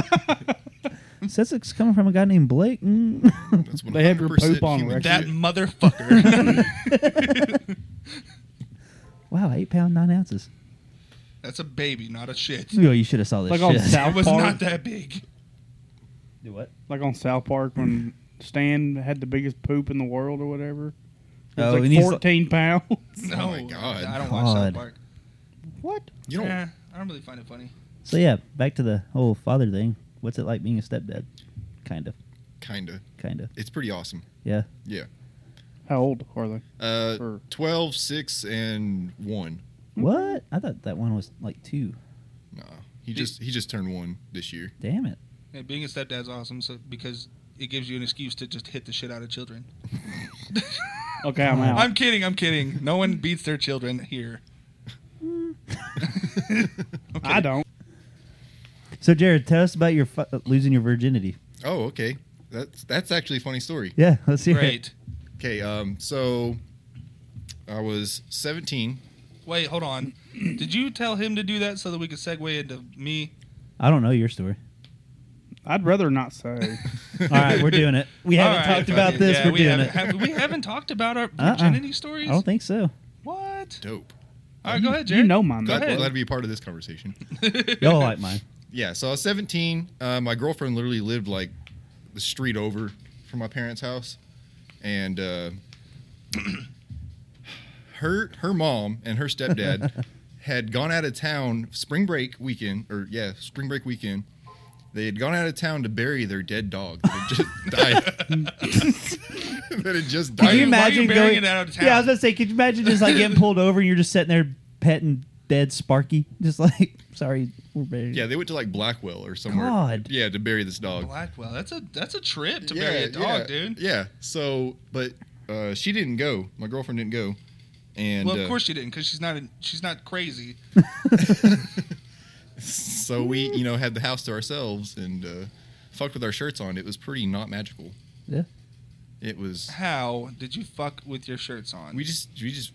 A: Says it's coming from a guy named Blake. Mm. [laughs]
D: That's
C: They have your
D: 100%
C: poop on
D: human
C: record.
B: That motherfucker.
A: [laughs] wow, eight pound nine ounces.
B: [laughs] That's a baby, not a shit.
A: Oh, you should have saw this
C: Like on
A: shit.
C: South
B: It was
C: Park.
B: not that
D: [laughs]
B: big.
A: [laughs] Do what?
C: like on South Park when Stan had the biggest poop in the world or whatever. It
A: Oh,
C: was
A: and
C: like
A: he's-
B: [laughs]
C: 14 pounds.
B: No,
D: Oh, my God.
B: I don't watch
A: God.
B: South Park.
C: what?
D: You don't.
B: [laughs] Eh, I don't really find it funny.
A: So yeah, back to the whole father thing. What's it like being a stepdad? Kind of,
D: Kinda.
A: kind of.
D: It's pretty awesome.
A: Yeah.
D: Yeah.
C: How old are they?
D: Uh,
C: Sure.
D: 12, 6, and 1.
A: What? I thought that one was like two.
D: Nah. He just he just turned 1
B: [laughs]
D: this year. [laughs]
A: Damn it.
B: Yeah, being a stepdad's awesome so, because it gives you an excuse to just hit the shit out of children.
C: Okay, I'm out.
B: I'm kidding. I'm kidding. No one beats their children here. okay.
C: I don't.
A: So Jared, tell us about your fu- losing your virginity.
D: Oh, okay. That's that's actually a funny story.
A: Yeah, let's hear it.
B: Great.
D: Okay, um so I was 17.
B: Wait, hold on. Did you tell him to do that so that we could segue into me?
A: I don't know your story.
C: I'd rather not say.
A: All right, we're
D: [laughs]
A: doing it. We haven't
B: All right,
A: talked
B: fuck
A: about
B: it.
A: this.
B: Yeah,
A: we're
B: we
A: doing
B: haven't,
A: it.
B: have- we haven't talked about our
A: Uh-uh.
B: virginity stories.
A: I don't think so.
B: what?
D: Dope.
B: All right, go ahead, [laughs] Jared. [laughs]
C: you know my
D: Glad,
B: ahead.
D: glad to be a part of this conversation.
A: Y'all like mine.
D: Yeah, so I was 17. Uh, my girlfriend literally lived like the street over from my parents' house, and uh, [clears throat] her her mom and
A: [laughs]
D: her stepdad had gone out of town spring break weekend, or yeah, spring break weekend. They had gone out of town to bury their dead dog that
A: [laughs]
D: had just died. [laughs] that had just
A: Could you
B: Why are ma-
D: died.
B: why are you
A: imagine
B: burying
A: going?
B: it out of town?
A: Yeah, I was gonna say, could you imagine just like getting pulled over and you're just sitting there petting dead Sparky, just like, [laughs] sorry, we're buried.
D: Yeah, they went to like Blackwell or somewhere.
A: God.
D: Yeah, to bury this dog.
B: Blackwell. That's a that's a trip to bury a dog,
D: yeah,
B: dude.
D: Yeah. So, but uh, she didn't go. My girlfriend didn't go. And
B: well, of
D: uh,
B: course she didn't, because she's not. in- she's not crazy.
D: so we,
B: Mm-hmm.
D: you know, had the house to ourselves and uh, fucked with our shirts on. It was pretty not magical.
A: Yeah.
D: It was.
B: How did you fuck with your shirts on?
D: We just we just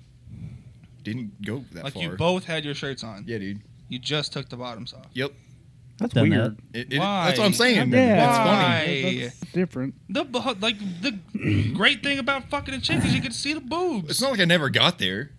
D: didn't go that
B: like
D: far.
B: you both had your shirts on.
D: yeah, dude.
B: You just took the bottoms off.
D: Yep.
C: That's
A: Done
C: weird.
D: It, it,
B: Why?
D: that's what I'm saying.
C: Yeah,
D: It's funny.
B: Why?
C: that- That's different.
B: The bo- like the great thing about fucking a chick is you can see the boobs.
D: It's not like I never got there.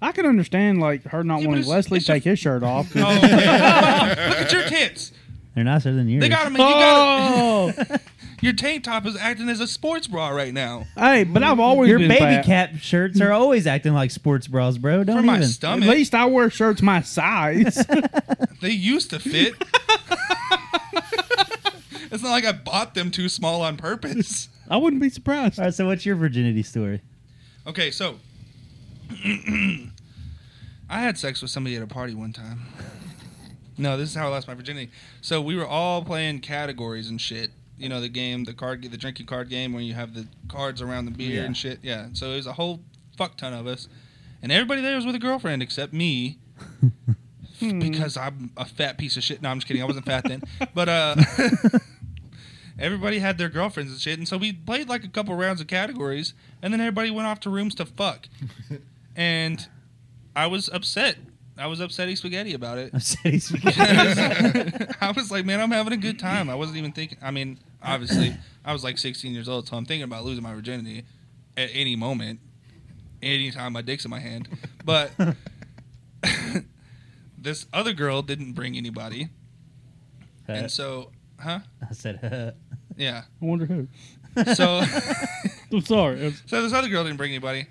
C: I can understand like her not
B: Yeah, but
C: wanting
B: it's-
C: Leslie
B: it's
C: take his shirt off. 'cause-
B: [laughs]
D: [laughs]
B: Oh, yeah. Look at your tits.
A: They're nicer than yours.
B: They got them. You got 'em.
C: Oh,
B: Your tank top is acting as a sports bra right now
C: [laughs] hey, but I've always
A: Your
C: been
A: baby
C: fat.
A: cap shirts are always acting like sports bras, bro. Don't
B: for my
A: even.
C: At
B: stomach.
C: least I wear shirts my size.
B: They used to fit. [laughs] it's not like I bought them too small on purpose.
C: [laughs] I wouldn't be surprised.
A: All right, so what's your virginity story? [laughs]
B: Okay, so [clears throat] I had sex with somebody at a party one time. No, this is how I lost my virginity. So we were all playing categories and shit. You know the game, the card, the drinking card game, where you have the cards around the beer
A: Yeah.
B: and shit. Yeah. So it was a whole fuck ton of us, and everybody there was with a girlfriend except me, because I'm a fat piece of shit. No, I'm just kidding. I wasn't fat then, but uh, everybody had their girlfriends and shit, and so we played like a couple rounds of categories, and then everybody went off to rooms to fuck, and I was upset. I was upsetty spaghetti about it.
A: I'm steady
B: [laughs] I was like, man, I'm having a good time. I wasn't even thinking. I mean, obviously, I was like 16 years old, so I'm thinking about losing my virginity at any moment, anytime my dick's in my hand. But [laughs] this other girl didn't bring anybody, and so, huh?
A: [laughs] I said, uh,
B: Yeah.
C: I wonder who.
B: So, [laughs]
C: I'm sorry. It's-
B: so this other girl didn't bring anybody,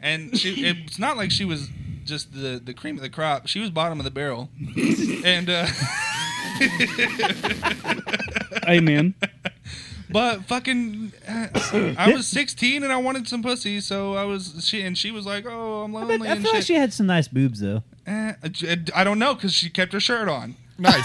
B: and she. It's not like she was just the the cream of the crop. She was bottom of the barrel, and. uh [laughs]
C: Amen.
B: But fucking, uh, I was 16 and I wanted some pussy, so I was she and she was like, "Oh, I'm
A: I, bet-
B: lonely."
A: I
B: and
A: feel like
B: shit.
A: she had some nice boobs
B: [laughs]
A: though.
B: Eh, I don't know because she kept her shirt on.
D: Nice.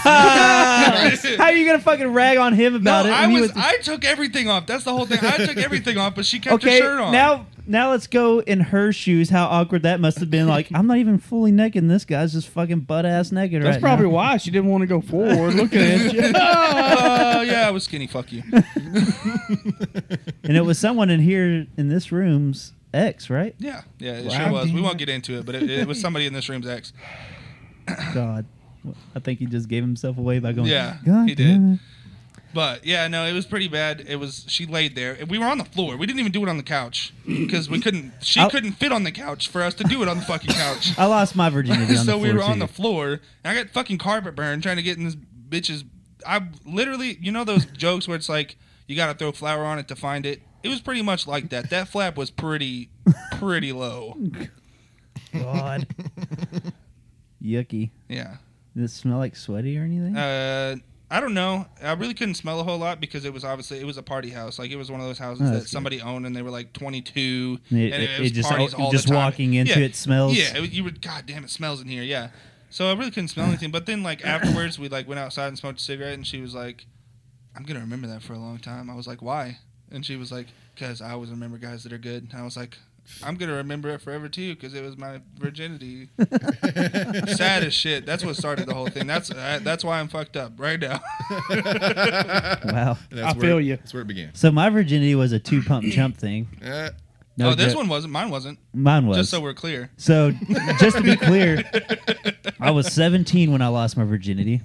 D: [laughs]
A: How are you gonna fucking rag on him
B: No,
A: about it?
B: I
A: when he
B: was, I took everything off. That's the whole thing. I took everything off, but she kept
A: okay,
B: her shirt on.
A: now now let's go in her shoes. How awkward that must have been. Like I'm not even fully naked. and This guy's just fucking butt ass naked
C: That's
A: right
C: probably
A: now.
C: why she didn't want to go forward. Look at you. [laughs]
B: oh yeah, I was skinny.
A: [laughs]
B: Fuck you.
A: And it was someone in here in this room's ex, right?
B: Yeah, yeah, it
A: Wow.
B: sure was. We won't get into it, but it, it was somebody in this room's ex.
A: God, I think he just gave himself away by going.
B: Yeah,
A: God
B: he did.
A: damn it."
B: But yeah, no, it was pretty bad. It was she laid there. and We were on the floor. We didn't even do it on the couch because we couldn't. She
A: I'll-
B: couldn't fit on the couch for us to do it on the fucking couch.
A: I lost my virginity.
B: [laughs]
A: on
B: so
A: the
B: we
A: floor,
B: were on
A: too.
B: the floor, and I got fucking carpet burn trying to get in this bitch's. I literally, you know, those jokes where it's like you got to throw flour on it to find it. It was pretty much like that. That flap was pretty, pretty low.
A: God. Yucky.
B: Yeah.
A: Did it smell like sweaty or anything?
B: Uh, I don't know. I really couldn't smell a whole lot because it was obviously it was a party house. Like it was one of those houses
A: Oh,
B: that
A: that's good.
B: somebody owned and they were like 22.
A: And
B: and
A: it- it
B: was
A: just-
B: parties all
A: just
B: the time.
A: walking into
B: Yeah.
A: it smells?
B: Yeah, it- you would. God damn, it smells in here. Yeah. So I really couldn't smell anything. But
A: [coughs]
B: then like afterwards, we like went outside and smoked a cigarette, and she was like, "I'm gonna remember that for a long time." I was like, "Why?" And she was like, "Cause I always remember guys that are good." And I was like. I'm gonna remember it forever too, because it was my virginity. [laughs] Sad as shit. That's what started the whole thing. That's uh, that's why I'm fucked up
A: [laughs]
B: right now.
A: [laughs] Wow.
D: That's
C: I
D: where
C: feel
D: it-
C: you.
D: That's where it began.
A: So my virginity was a two pump chump thing.
D: Uh,
A: No,
B: oh, this
A: joke.
B: one wasn't. Mine wasn't.
A: Mine was.
B: Just so we're clear.
A: So, just to be
B: [laughs]
A: clear, I was 17 when I lost my virginity,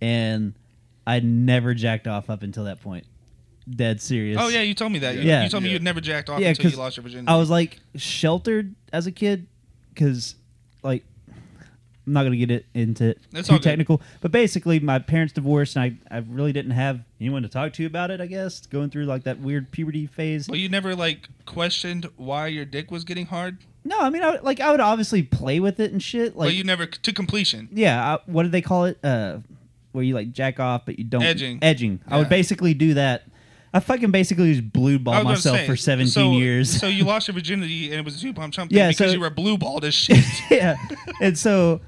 A: and I never jacked off up until that point. Dead serious.
B: Oh yeah, you told me that. You-
A: Yeah.
B: You told me
D: Yeah.
B: you'd never jacked off
A: Yeah,
B: until you
A: 'cause
B: lost your virginity.
A: I was like sheltered as a kid because, like, I'm not gonna get it into
B: That's
A: too
B: all good.
A: technical, but basically, my parents divorced, and I, I really didn't have anyone to talk to about it. I guess going through like that weird puberty phase.
B: But you never like questioned why your dick was getting hard.
A: no, I mean, I, would- like I would obviously play with it and shit. Like,
B: but you never to completion.
A: yeah, I, what do they call it? Uh, where you like jack off, but you don't
B: Edging.
A: Edging. I would
B: Yeah.
A: basically do that. I fucking basically just blue
B: I
A: ball
B: was gonna
A: myself
B: say,
A: for 17
B: so-
A: years.
B: So you lost your virginity and it was a two pump chump thing
A: Yeah,
B: because
A: so-
B: you were blue
A: [laughs]
B: balled as shit.
A: [laughs] yeah. And so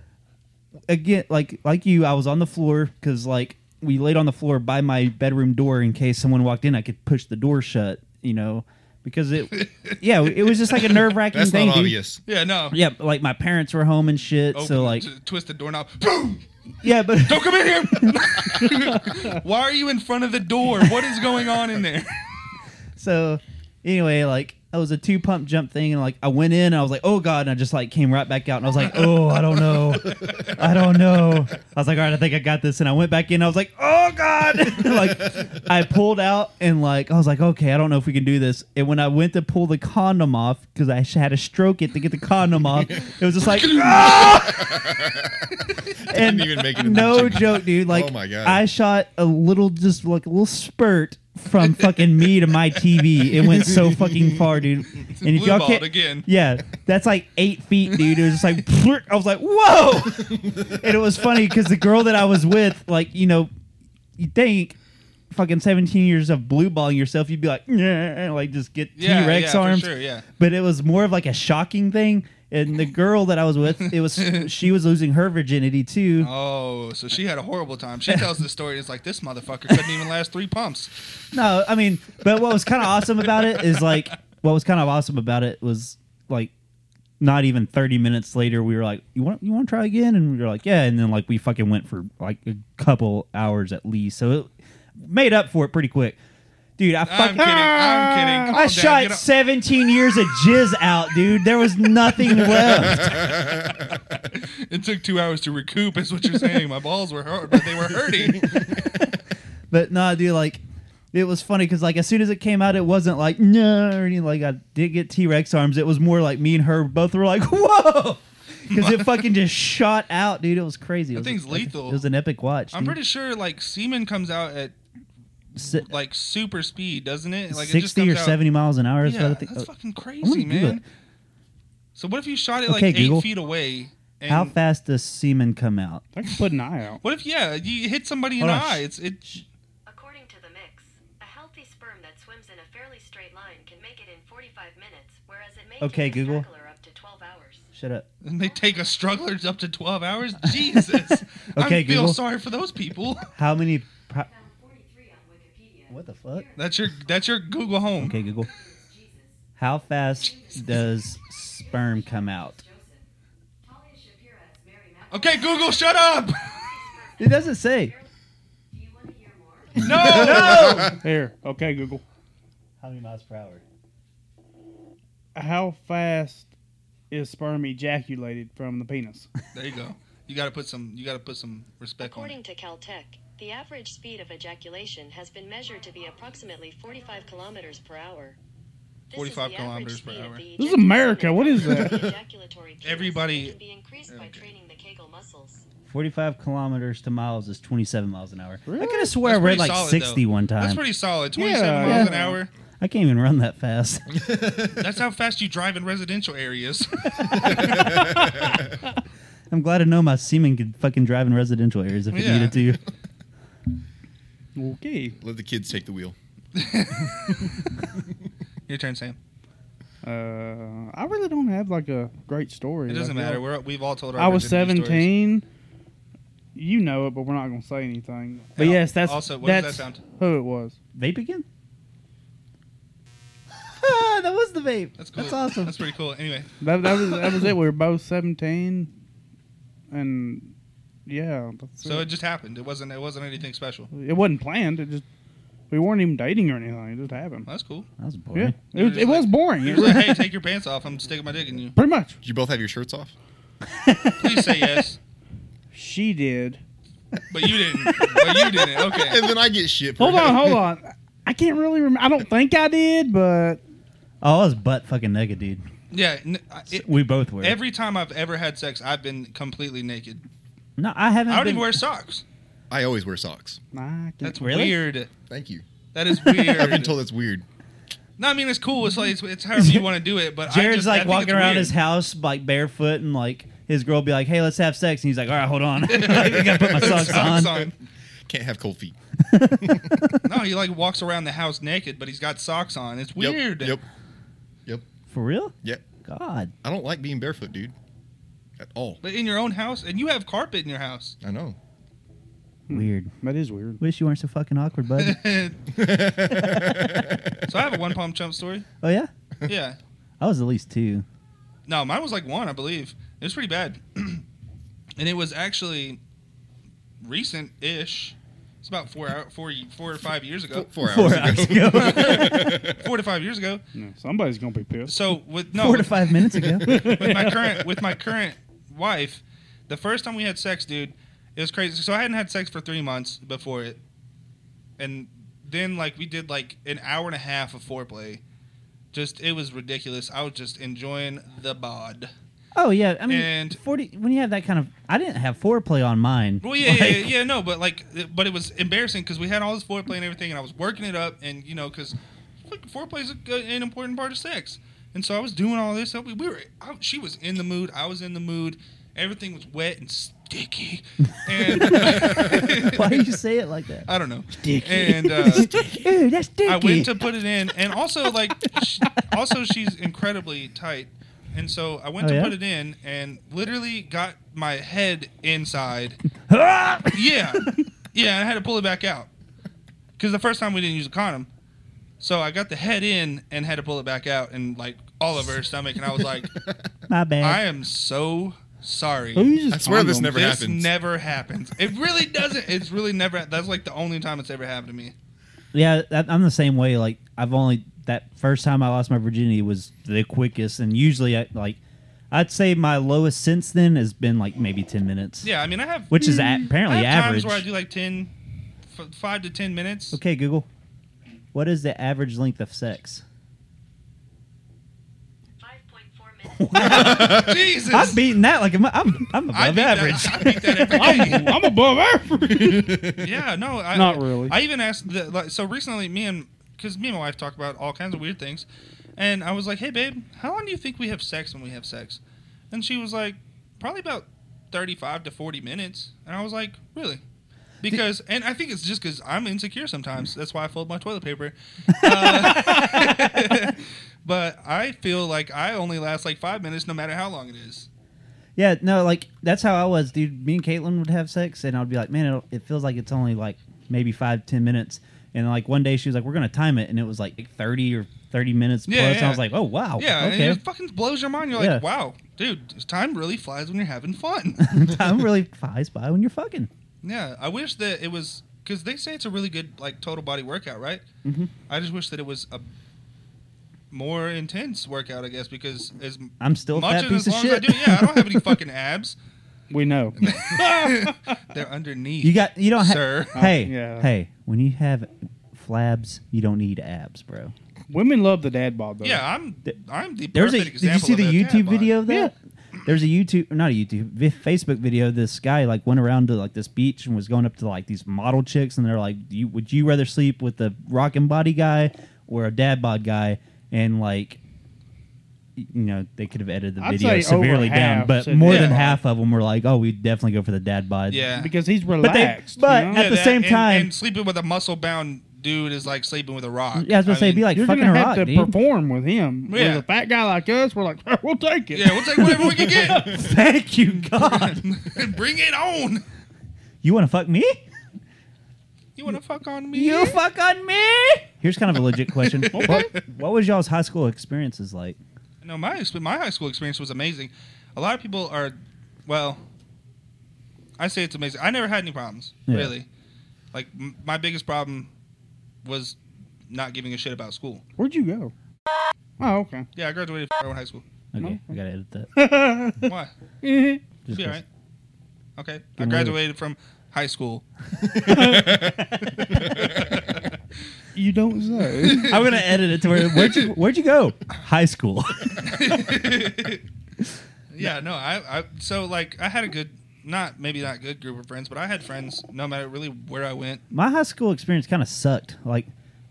A: again, like like you, I was on the floor because like we laid on the floor by my bedroom door in case someone walked in, I could push the door shut, you know. because
B: [laughs]
A: it, yeah, it was just like a nerve wracking
D: That's
A: thing.
D: not
A: dude.
D: obvious.
B: Yeah, no.
A: Yeah, but, like my parents were home and shit,
B: Open
A: so
B: it,
A: like,
B: t- twist the doorknob. Boom!
A: yeah,
B: [laughs]
A: but
B: Don't come in
A: [laughs]
B: here. [laughs] Why are you in front of the door? What is going on in there?
A: so anyway, like I was a two pump jump thing, and like I went in, and I was like, oh god, and I just like came right back out, and I was like, oh, I don't
D: [laughs]
A: know, I don't know. I was like, all right, I think I got this, and I went back in, I was like, oh god, [laughs] like I pulled out, and like I was like, okay, I don't know if we can do this, and when I went to pull the condom off because I had to stroke it to get the condom off, it was just
D: [laughs]
A: like. and
D: Didn't even make it. in the
A: no
D: chicken.
A: joke,
B: [laughs]
A: dude.
B: Oh
A: Like,
D: my God.
A: I shot a little, just like a little spurt from fucking me to my TV. It went so fucking far,
B: [laughs]
A: dude. And if
B: Blue
A: y'all
B: balled
A: can't,
B: again.
A: yeah, that's like eight feet, dude. It was just like, [laughs] plurt. I was like, whoa. And it was funny because the girl that I was with, like, you know, you think. Fucking seventeen years of blue balling yourself, you'd be like, yeah, like just get T
B: Yeah,
A: Rex
B: yeah, for
A: arms,
B: sure, yeah.
A: but it was more of like a shocking thing. And the girl that I was with, it
B: [laughs]
A: was she was losing her virginity too.
B: Oh, so she had a horrible
A: [laughs]
B: time. She tells the story. It's like this motherfucker couldn't even last three pumps.
A: No, I mean, but what was kind of awesome about it is like what was kind of awesome about it was like not even 30 minutes later we were like you want you want to try again and we were like yeah and then like we fucking went for like a couple hours at least so it made up for it pretty quick dude i
B: I'm
A: fucking
B: kidding. I'm kidding. Calm
A: ah, I
B: down,
A: shot
B: get up.
A: 17 years of jizz out dude there was
B: [laughs]
A: nothing left
B: It took two hours to recoup, is what you're saying. My balls were hurt, but they
A: [laughs]
B: were hurting.
A: but no dude like it was funny because like as soon as it came out it wasn't like no or anything like i did get t-rex arms it was more like me and her both were like [laughs] whoa because it fucking just shot out dude it was crazy that
B: thing's lethal.
A: it was an epic watch
B: I'm pretty sure like semen comes out at
A: sure
B: like super speed, doesn't it? Like it just
A: 60
B: comes
A: or
B: out-
A: 70 miles an hour is
B: Yeah,
A: what I think.
B: that's
A: Oh,
B: fucking
A: I'm gonna
B: crazy,
A: Google
B: man. So what if you shot it like
A: Okay,
B: eight
A: Google.
B: feet away? And
A: how fast does semen come out
C: I can put an eye out.
B: What if yeah, you hit somebody in
A: Hold
B: the
A: on.
B: eye? It's it.
E: According to the mix, a healthy sperm that swims in a fairly straight line can make it in 45 minutes, whereas it may
A: Okay,
E: take a
A: Google.
E: straggler up to 12 hours.
A: shut up
B: And they take a struggler up to twelve hours.
C: [laughs]
B: Jesus, I
A: Okay,
B: feel
A: Google.
B: sorry for those people.
A: how many pro-
E: Found 43 on Wikipedia.
A: what the fuck
B: That's your that's your Google Home.
A: okay google how fast does sperm come out
E: Joseph. Talia Shapira as Mary
B: Okay,
E: Magdalene.
B: Google, shut up.
C: [laughs]
A: it doesn't say
E: Do you want to hear more?
B: No,
C: Here. Okay, Google.
A: how many miles per hour
C: How fast is sperm ejaculated from the penis?
B: There you go. You got to put some. You got to put some respect on
E: According
B: it.
E: to Caltech, the average speed of ejaculation has been measured to be approximately 45 kilometers per hour. This
B: 45
E: is the average
B: kilometers per
E: speed of
B: hour.
E: the
C: This is America. What is
E: ejaculatory-
C: that?
E: the
B: [laughs]
E: ejaculatory penis
B: Everybody-
E: can be increased by training the Kegel muscles.
A: 45 kilometers to miles is 27 miles an hour. I
C: Really?
A: could have swear
B: That's
A: I read
B: pretty
A: like
B: solid,
A: 60
B: though.
A: one time.
B: That's pretty solid. Twenty-seven
C: Yeah,
B: miles
C: yeah.
B: an hour.
A: I can't even run that
B: [laughs]
A: fast.
B: That's how fast you drive in residential areas. [laughs]
A: I'm glad to know my semen could fucking drive in residential areas if it
B: Yeah.
A: needed to.
C: Okay.
D: Let the kids take the wheel.
B: Your turn, Sam.
C: Uh, I really don't have like a great story.
B: It doesn't
C: Like,
B: matter. We're, we've all told our.
C: I was
B: virginity stories.
C: 17. You know it, but we're not going to say anything. But
B: Yeah.
C: yes, that's
B: Also, what does
C: that's
B: that sound?
C: who it was.
A: Vape again? [laughs] that was the vape.
B: That's cool.
A: That's awesome.
B: That's pretty cool. Anyway,
C: That, that was that was it. We were both 17, and yeah, that's
B: so it
C: it.
B: just happened. It wasn't. It wasn't anything special. Well,
C: It wasn't planned. It just we weren't even dating or anything. It just happened.
B: that's cool.
A: that was
C: Yeah,
A: boring.
C: it, was- it was boring.
B: He
C: It
B: was like,
C: was-
B: "Hey, take your pants off. I'm sticking my dick in you.
C: [laughs] pretty much.
D: Did you both have your shirts off?
B: Please say yes."
C: She did.
B: But you didn't. But you didn't.
D: And
B: Okay.
D: then I get shit. For
C: Hold on,
D: that.
C: hold on. I can't really remember. I don't think I did, but
A: Oh, I was butt fucking naked, dude.
B: Yeah. n- I- it-
A: we both were.
B: every time I've ever had sex, I've been completely naked.
A: no, I haven't.
B: I don't
A: been-
B: even wear socks.
D: I always wear socks.
C: I can't.
B: That's
A: Really?
B: weird.
D: Thank you.
A: [laughs]
B: That is weird.
D: I've been told that's weird.
B: no, I mean it's cool. It's like it's, it's however you want to do it. But I
A: Jared's
B: just, I
A: like
B: think
A: walking
B: it's
A: around
B: weird.
A: his house like barefoot and like his girl be like, hey, let's have sex. And he's like, all right, hold
B: [laughs]
A: on. [laughs] I gotta put my socks,
B: Socks
A: on.
B: on.
D: Can't have cold feet.
B: No, he like walks around the house naked, but he's got socks on. It's
D: Yep,
B: weird.
D: Yep. Yep.
A: For real?
D: Yep.
A: God.
D: I don't like being barefoot, dude. At all.
B: [laughs] But in your own house, and you have carpet in your house.
D: I know.
B: Hmm.
A: Weird.
C: That is weird.
A: Wish you weren't so fucking awkward,
B: [laughs]
A: bud.
B: So I have a one palm chump story.
A: oh yeah,
B: Yeah.
A: I was at least two.
B: No, mine was like one, I believe. It was pretty bad. [clears throat] and it was actually recent ish. It's about four, hour, four, four or five years ago.
D: Four hours
A: Four
D: ago.
A: hours ago.
B: [laughs] Four to five years ago.
C: Yeah, somebody's gonna be [laughs] pissed.
B: So with no
A: Four to
B: with-
A: five minutes ago.
B: [laughs] with my current with my current wife, the first time we had sex, dude, it was crazy. So I hadn't had sex for three months before it, and then like we did like an hour and a half of foreplay. Just it was ridiculous. I was just enjoying the bod.
A: Oh yeah, I mean,
B: And-
A: forty. When you have that kind of, I didn't have foreplay on mine.
B: Well, yeah,
A: Like,
B: yeah, yeah, yeah, no, but like, it- but it was embarrassing because we had all this foreplay and everything, and I was working it up, and you know, because foreplay is a good- an important part of sex, and so I was doing all this. We we were, I, she was in the mood, I was in the mood, everything was wet and sticky, and
A: [laughs] Why do you say it like that?
B: [laughs] I don't know, Uh, and uh,
A: Ooh, that's [laughs] sticky.
B: I went to put it in, and also like, sh also she's incredibly tight, and so I went
A: Oh,
B: to
A: yeah?
B: put it in, and literally got my head inside.
A: Ah!
B: Yeah, yeah, I had to pull it back out because the first time we didn't use a condom, so I got the head in and had to pull it back out, and like all over her stomach, and I was
A: [laughs]
B: like,
A: [laughs] My bad. Oh,
B: I am so sorry.
C: Who uses
D: I swear this
C: condoms?
D: never
B: this [laughs]
D: happens. [laughs]
B: never happens. It really doesn't. It's really never. That's like the only time it's ever happened to me.
A: Yeah, that, I'm the same way. Like I've only that first time I lost my virginity was the quickest, and usually I like I'd say my lowest since then has been like maybe ten minutes.
B: Yeah, I mean, I have
A: which is a- apparently
B: I have
A: average.
B: times where I do like 10, f- five to ten minutes.
A: okay, Google, what is the average length of sex?
E: 5.4 minutes.
B: Jesus,
A: I'm beating that like I'm I'm, I'm above
B: I beat that-
A: average. Oh,
B: [laughs] I beat
A: [laughs]
B: that every day.
C: I'm, I'm above
B: [laughs]
C: average.
B: yeah, no, I,
C: Not really.
B: I even asked the, like, so recently, me and because me and my wife talk about all kinds of weird things, and I was like, "Hey, babe, how long do you think we have sex when we have sex?" And she was like, "Probably about thirty-five to forty minutes," and I was like, "Really?" Because and I think it's just because I'm insecure sometimes. That's why I fold my
A: [laughs]
B: toilet paper. Uh, [laughs] but I feel like I only last like five minutes, no matter how long it is.
A: Yeah, no, like that's how I was, dude. Me and Caitlin would have sex, and I'd be like, man, it'll, it feels like it's only like maybe five, ten minutes. And like one day she was like, we're gonna time it, and it was like thirty or thirty minutes
B: Yeah,
A: plus. And
B: yeah.
A: I was like, oh wow,
B: Yeah,
A: okay,
B: and it fucking blows your mind. You're
A: Yeah.
B: like, "Wow, dude, time really flies when you're having fun."
A: [laughs] time really flies by when you're fucking.
B: Yeah, I wish that it was because they say it's a really good like total body workout, right? Mm-hmm. I just wish that it was a more intense workout, I guess, because as
A: I'm still a
B: much
A: fat
B: and
A: piece
B: as
A: of
B: long as I
A: shit.
B: do, yeah, I don't have any fucking abs.
C: We know.
B: They're
A: [laughs]
B: underneath.
A: You got you don't Oh, have.
B: Sir.
A: Hey,
C: Yeah.
A: hey, when you have flabs, you don't need abs, bro.
C: Women love the dad bod though.
B: [laughs] yeah, I'm. I'm the
A: There's a.
B: perfect
A: Did
B: example.
A: you see
B: of
A: the
B: a dad
A: YouTube
B: bod.
A: video of that? There's a YouTube, not a YouTube, vi- Facebook video. of This guy like went around to like this beach and was going up to like these model chicks, and they're like, Do you, "Would you rather sleep with the rockin' body guy or a dad bod guy?" And like, y- you know, they could have edited the
C: I'd
A: video
C: say over
A: severely down,
C: half
A: but
C: said
A: more
B: dad
A: than
B: bod.
A: half of them were like, "Oh, we definitely go for the dad bod."
B: Yeah.
C: Because he's
A: they-
C: relaxed.
A: but-
C: you know?
A: at the same
B: and-
A: time-
B: and sleeping with a muscle bound dude is like sleeping with a rock.
A: yeah. I was gonna
B: I
A: say, it'd be
B: mean,
A: like
C: you're
A: fucking
C: gonna
A: a
C: have
A: rock,
C: to
A: dude.
C: perform with him.
B: Yeah.
C: With a fat guy like us, we're like, [laughs] we'll take it.
B: yeah, we'll take whatever we can
A: [laughs] [laughs]
B: get.
A: Thank you,
C: [laughs]
A: God.
B: [laughs] Bring it on.
A: you want to fuck me?
B: You want to fuck on me?
A: You fuck on me? Here's kind of a legit
B: [laughs]
A: question. what, what was y'all's high school experiences like?
B: No, my exp- my high school experience was amazing. A lot of people are, well, I say it's amazing. I never had any problems
A: Yeah.
B: really. Like m- my biggest problem was not giving a shit about school.
C: Where'd you go? Oh, okay. [laughs]
B: Yeah, I graduated from high school.
A: Okay,
C: No.
A: I gotta edit that.
C: [laughs]
B: Why?
A: Just
B: Be all right.
A: 'cause-
B: Okay, I
A: Give me a-
B: graduated from
A: [laughs]
B: high school. [laughs]
C: you don't
B: [laughs]
C: say.
A: I'm gonna edit it to where where'd you where'd you go? High school. [laughs]
B: Yeah, no, I, I so like I had a good, not maybe not good group of friends, but I had friends no matter really where I went.
A: My high school experience kind of sucked. Like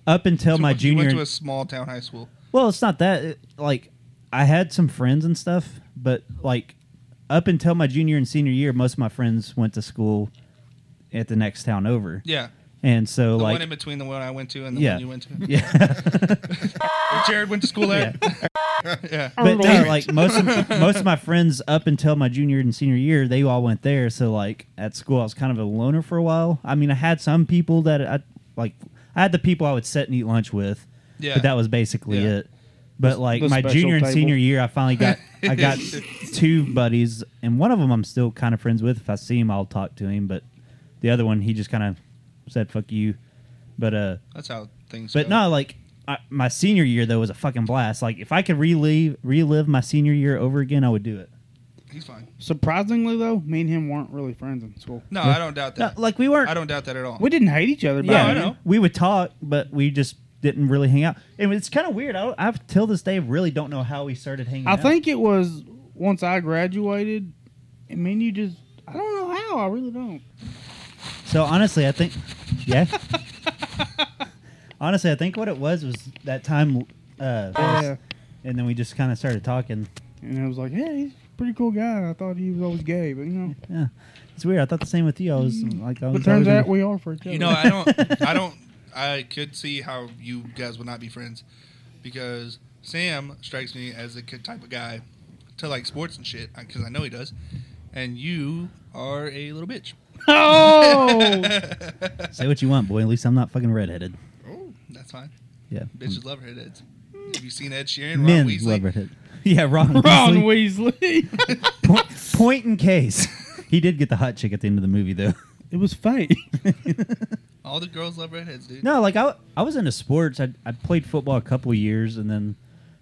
A: up until
B: So
A: my
B: you
A: junior.
B: went to a small town high school.
A: Well, it's not that. It, like, I had some friends and stuff, but like, up until my junior and senior year, most of my friends went to school at the next town over.
B: Yeah,
A: And so
B: The
A: like
B: one in between the one I went to and the
A: Yeah.
B: one you went to.
A: [laughs] yeah,
B: Jared went to school
A: yeah.
B: there. Yeah.
A: But no,
C: Damn it.
A: like most of, most of my friends up until my junior and senior year, they all went there. So like at school, I was kind of a loner for a while. I mean, I had some people that I like. I had the people I would sit and eat lunch with,
B: Yeah.
A: but that was basically
B: Yeah.
A: it. But like
C: the
A: my
C: special
A: junior and
C: table.
A: senior year, I finally got I
B: [laughs]
A: got two buddies, and one of them I'm still kind of friends with. If I see him, I'll talk to him. But the other one, he just kind of said "fuck you." But uh,
B: That's how things
A: but
B: go.
A: no, like I, my senior year though was a fucking blast. Like if I could relive relive my senior year over again, I would do it.
B: He's fine.
C: Surprisingly, though, me and him weren't really friends in school.
B: No, I don't doubt
A: No,
B: that.
A: like we weren't.
B: I don't doubt that at all.
C: We didn't hate each other, but
A: yeah,
B: I know.
A: we would talk, but we just didn't really hang out. And it's kind of weird. I, don't- I till this day really don't know how we started hanging.
C: I
A: out.
C: think it was once I graduated. I mean, you just. I don't know how. I really don't.
A: so. Honestly, I think
C: [laughs]
A: yeah. honestly, I think what it was was that time, uh,
C: Oh, Yeah.
A: and then we just kind of started talking.
C: And I was like, yeah, he's a pretty cool guy. and I thought he was always gay, but you know.
A: Yeah, it's weird. I thought the same with you. I was like, I was
C: But turns
A: always-
C: out we are for each other.
B: You know, I don't, I don't, I could see how you guys would not be friends because Sam strikes me as the kid type of guy to like sports and shit because I know he does, and you are a little bitch. [laughs]
C: oh,
A: say what you want, boy. At least I'm not fucking redheaded.
B: Oh, that's fine.
A: Yeah,
B: Bitches love redheads. Have you seen Ed Sheeran? Ron
A: Hmm. Men
B: Weasley?
A: love redhead. [laughs] Yeah, Ron.
C: Ron
A: Weasley.
C: Weasley.
A: Point, point in case, [laughs] he did get the hot chick at the end of the movie, though. [laughs]
C: it was fake.
B: All the girls love redheads, dude.
A: No, like I, I was into sports. I, I played football a couple years, and then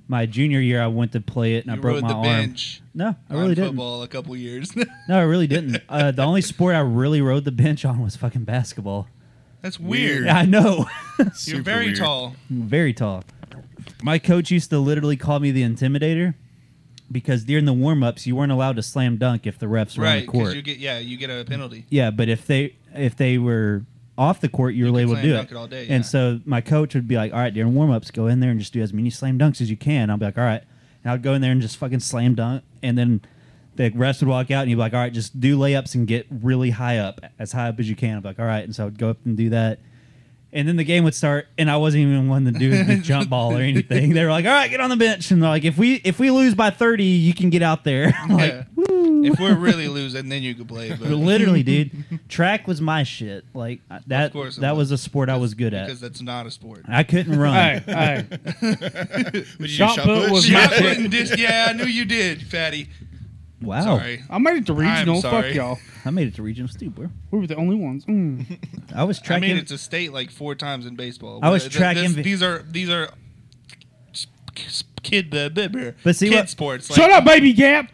A: my junior year, I went to play it, and I
B: you
A: broke
B: rode
A: my
B: the
A: arm.
B: bench.
A: No, I
B: on
A: really didn't.
B: football a couple years. [laughs]
A: No, I really didn't. Uh, the only sport I really rode the bench on was fucking basketball.
B: That's weird.
A: Yeah, I know. [laughs]
B: You're
D: Super
B: very
D: weird.
B: tall.
A: Very tall. My coach used to literally call me the intimidator because during the warm ups, you weren't allowed to slam dunk if the refs were on
B: Right,
A: the court.
B: because you get yeah, you get a penalty.
A: Yeah, but if they if they were off the court, you were
B: could
A: able to
B: slam
A: do
B: dunk
A: it.
B: it all day, yeah.
A: And so my coach would be like, "All right, during warm ups, go in there and just do as many slam dunks as you can." I'll be like, "All right," and I'd go in there and just fucking slam dunk, and then the rest would walk out, and you'd be like, "All right, just do layups and get really high up, as high up as you can." I'd be like, "All right," and so I'd go up and do that. And then the game would start, and I wasn't even one to do
B: [laughs]
A: the jump ball or anything. They were like, "All right, get on the bench," and they're like, "If we if we lose by thirty, you can get out there." [laughs] I'm like,
B: yeah. If we're really losing, then you could
A: [laughs]
B: play. But
C: [laughs]
A: Literally, dude. Track was my shit. Like I- that.
B: Of course it
A: that was.
B: was.
A: a sport I was good at.
B: because that's not a sport.
A: I couldn't run.
C: [laughs] Hey, hey.
D: Would you
C: Shot
D: do
C: put was
B: Yeah,
C: my-
B: I couldn't dis- yeah, I knew you did, fatty.
A: Wow,
B: Sorry.
C: I made it to regional. Fuck
B: sorry.
C: y'all.
A: I made it to regional too, bro.
C: We were the only ones. Mm.
A: I was
B: I
A: track.
B: made
A: M-
B: it to state like four times in baseball.
A: I was
B: Th-
A: track
B: this-
A: MV
B: These are these are s- s- kid the bibber.
A: But see
B: kid
A: what-
B: sports. Like,
C: Shut up, baby Gap.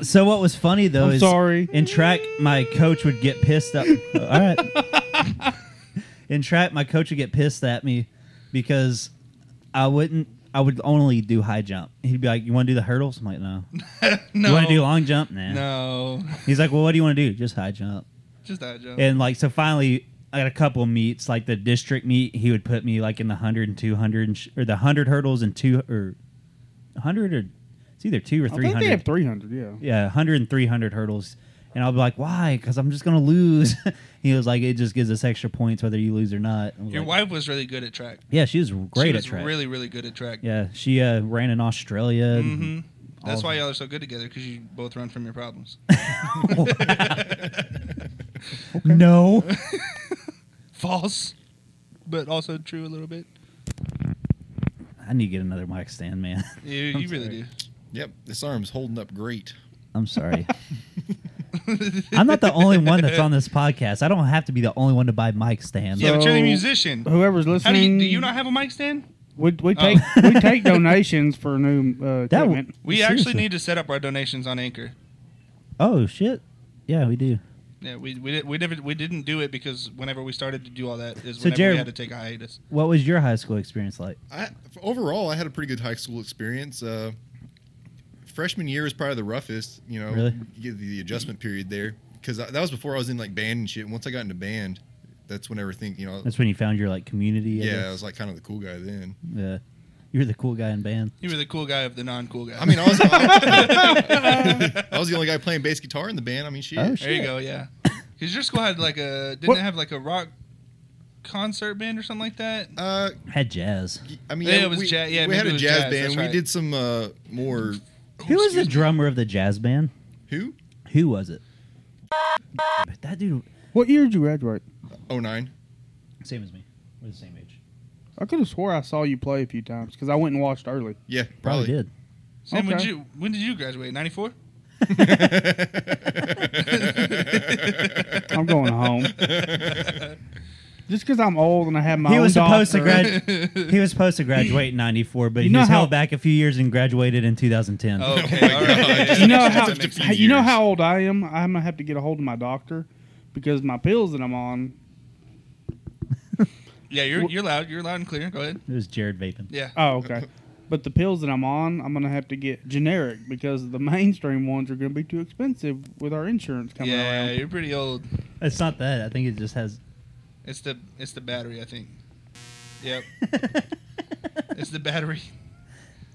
A: so what was funny though
C: I'm
A: is
C: sorry.
A: in track my coach would get pissed
C: [laughs]
A: up. All right. In track, my coach would get pissed at me because I wouldn't. I would only do high jump. He'd be like, "You want to do the hurdles?" I'm like, "No."
B: No,
A: You want to do long jump? Nah.
B: no, [laughs]
A: He's like, "Well, what do you want to do?" Just high jump.
B: just that joke.
A: And like, so finally, at a couple meets, like the district meet, he would put me like in the 100 and 200 and sh- or the 100 hurdles and two or 100 or it's either two or
C: I think they
A: 300.
C: have 300, yeah.
A: yeah, 100 and 300 hurdles. And I'll be like, why? Because I'm just going to lose. [laughs] he was like, it just gives us extra points whether you lose or not. I was
B: Your
A: like,
B: wife was really good at track.
A: Yeah, she was great
B: she
A: at
B: was
A: track.
B: Really, really good at track.
A: yeah, she uh, ran in Australia. and-
B: hmm That's
A: All-
B: why y'all are so good together because you both run from your problems. Mm-hmm.
A: [laughs]
B: [laughs]
A: No.
B: False, but also true a little bit.
A: I need to get another mic stand, man. [laughs]
B: You, you really do.
D: Yep, this arm's holding up great.
A: I'm
C: [laughs]
A: sorry. I'm not the only one that's on this podcast. I don't have to be the only one to buy mic stands.
B: [laughs] yeah, but you're the
C: So-
B: musician.
C: Whoever's
B: How do you,
C: listening,
B: do you not have a mic stand?
C: we, we
B: Oh.
C: take we take donations for new uh,
A: That w-
C: equipment.
B: We
A: Seriously.
B: actually need to set up our donations on Anchor.
A: Oh shit. Yeah, we do.
B: Yeah, we we, did, we never we didn't do it because whenever we started to do all that is
A: So,
B: whenever
A: Jared-
B: we had to take a hiatus.
A: What was your high school experience like?
D: I, overall, I had a pretty good high school experience. Uh, freshman year was probably the roughest, you know,
A: Really?
D: you get the adjustment period there because that was before I was in like band and shit. And once I got into band, that's when everything, you know,
A: That's when you found your like community. I
D: yeah,
A: guess?
D: I was like kind of the cool guy then.
B: [laughs]
A: yeah. You were the cool guy in band.
B: You were the cool guy of the non-cool guy.
D: I mean, I was, I, was the only guy playing bass guitar in the band. I mean, shit.
A: Oh,
B: [laughs] there
A: shit.
B: you go. Yeah, because your school had like a didn't
C: What-
B: it have like a rock concert band or something like that?
D: Uh,
A: Had jazz.
D: I mean,
B: Yeah,
D: yeah,
B: it was
D: we,
B: ja- yeah,
D: we had
B: maybe it
D: a
B: was
D: jazz
B: jazz,
D: band.
B: that's
D: We
B: right.
D: did some uh, more.
A: Who was the
B: Oh, excuse me.
A: drummer of the jazz band?
D: Who?
A: Who was
B: [laughs]
A: it? That dude,
C: What year did you graduate?
D: Oh nine.
A: same as me. We're the same age.
C: I could have swore I saw you play a few times because I went and watched early.
D: Yeah,
A: Probably,
D: [laughs]
B: [laughs]
D: probably.
A: did.
B: Sam, when,
C: Okay.
B: did you, when did you
A: [laughs]
B: graduate? [laughs] 94?
C: I'm going
D: [laughs]
C: home. Just because I'm old and I have my
A: He
C: own
A: was supposed to
C: doctor,
A: grad. [laughs] he was supposed to graduate in '94, but
C: You
A: he
C: know
A: was
C: how-
A: held back a few years and graduated in 2010.
D: [laughs]
B: Okay, all right.
C: You know
B: [laughs]
D: That's
C: how
D: up to few
C: how- you know
D: years. [laughs]
C: how old I am. I'm gonna have to get a hold of my doctor because my pills that I'm on.
B: Yeah, you're, you're loud. You're loud and clear. Go ahead.
A: It was Jared Vapin.
B: Yeah. [laughs]
C: Oh, okay. But the pills that I'm on, I'm gonna have to get generic because the mainstream ones are gonna be too expensive with our insurance coming
B: yeah,
C: around. [laughs]
B: you're pretty old.
A: It's not that. I think it just has.
B: It's the it's the battery, I think. Yep. it's the battery.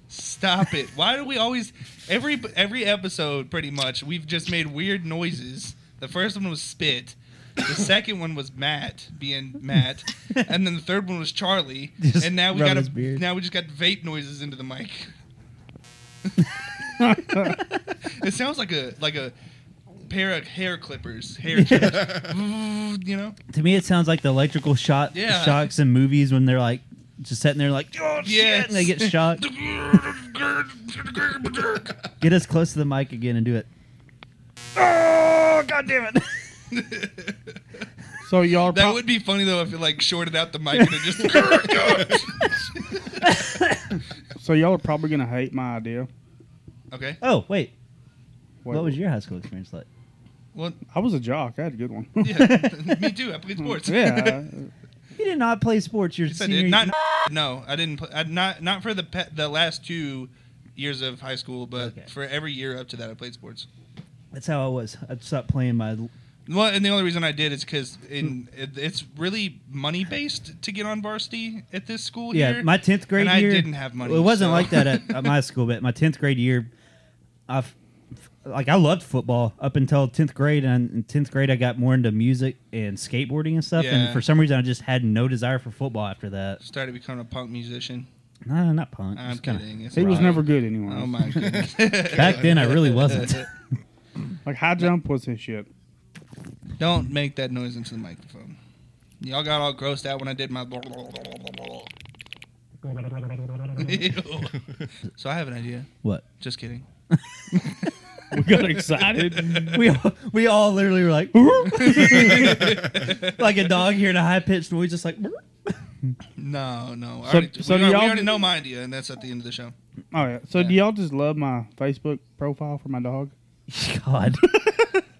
B: Stop it. Why do we always every every episode pretty much we've just made weird noises. The first one was spit.
A: [coughs]
B: The second one was Matt being Matt, and then the third one was Charlie.
A: [laughs] Just
B: and now we
A: rubbing
B: got
A: his
B: a,
A: beard.
B: now we just got vape noises into the mic. [laughs] it sounds like a like a pair of hair
A: [laughs]
B: clippers, [laughs] hair clippers. you know.
A: To me, it sounds like the electrical shot
B: Yeah.
A: shocks in movies when they're like just sitting there like, oh
B: Yes.
A: shit, and they get
B: [laughs]
A: shocked. Get as close to the mic again and do it. Oh god damn it!
B: [laughs]
C: So y'all are
B: That
C: prob-
B: would be funny though if it like shorted out the mic and it
A: [laughs]
B: just. [laughs]
C: so y'all are probably gonna hate my idea.
B: okay.
A: Oh wait,
C: Wait,
A: what was your high school experience like?
B: Well,
C: I was a jock. I had a
B: [laughs]
C: good one.
B: yeah, me too. I played sports. [laughs]
C: yeah.
A: You did not play sports your
B: Yes, I
A: senior
B: did.
A: year.
B: Not, no, I didn't. Play, I, not not for the pe- the last two years of high school, but
A: Okay.
B: for every year up to that, I played sports.
A: That's how I was. I stopped playing my.
B: Well, and the only reason I did is because in it, it's really money based to get on varsity at this school
A: Yeah,
B: here.
A: my tenth grade
B: and I
A: year.
B: didn't have money.
A: It wasn't
B: so-
A: like that
B: [laughs]
A: at, at my school, but my tenth grade year, I f- like I loved football up until tenth grade, and in tenth grade I got more into music and skateboarding and stuff.
B: Yeah.
A: And for some reason, I just had no desire for football after that.
B: started becoming a punk musician.
A: No, not punk.
B: I'm
A: Just kinda-
B: kidding. It's
C: He was
B: rock.
C: never good anyway.
B: Oh my
A: [laughs]
B: goodness.
A: Back then, I really
B: [laughs]
A: wasn't.
C: Like high jump was his shit.
B: Don't make that noise into the microphone. Y'all got all grossed out when I did my. blah, blah, blah, blah, blah, blah.
A: [laughs]
B: Ew. [laughs] so I have an idea.
A: what?
B: Just kidding.
C: We
B: [laughs]
C: got excited.
A: We all, we all literally were like, [laughs] like a dog hearing a high pitched noise, just like. [laughs]
B: No, no. I
C: So-
B: already,
C: so
B: we, already,
C: do y'all
B: we already
C: do-
B: know my idea, and that's at the end of the show.
C: All right. Oh, So do y'all just love my Facebook profile for my dog?
A: God,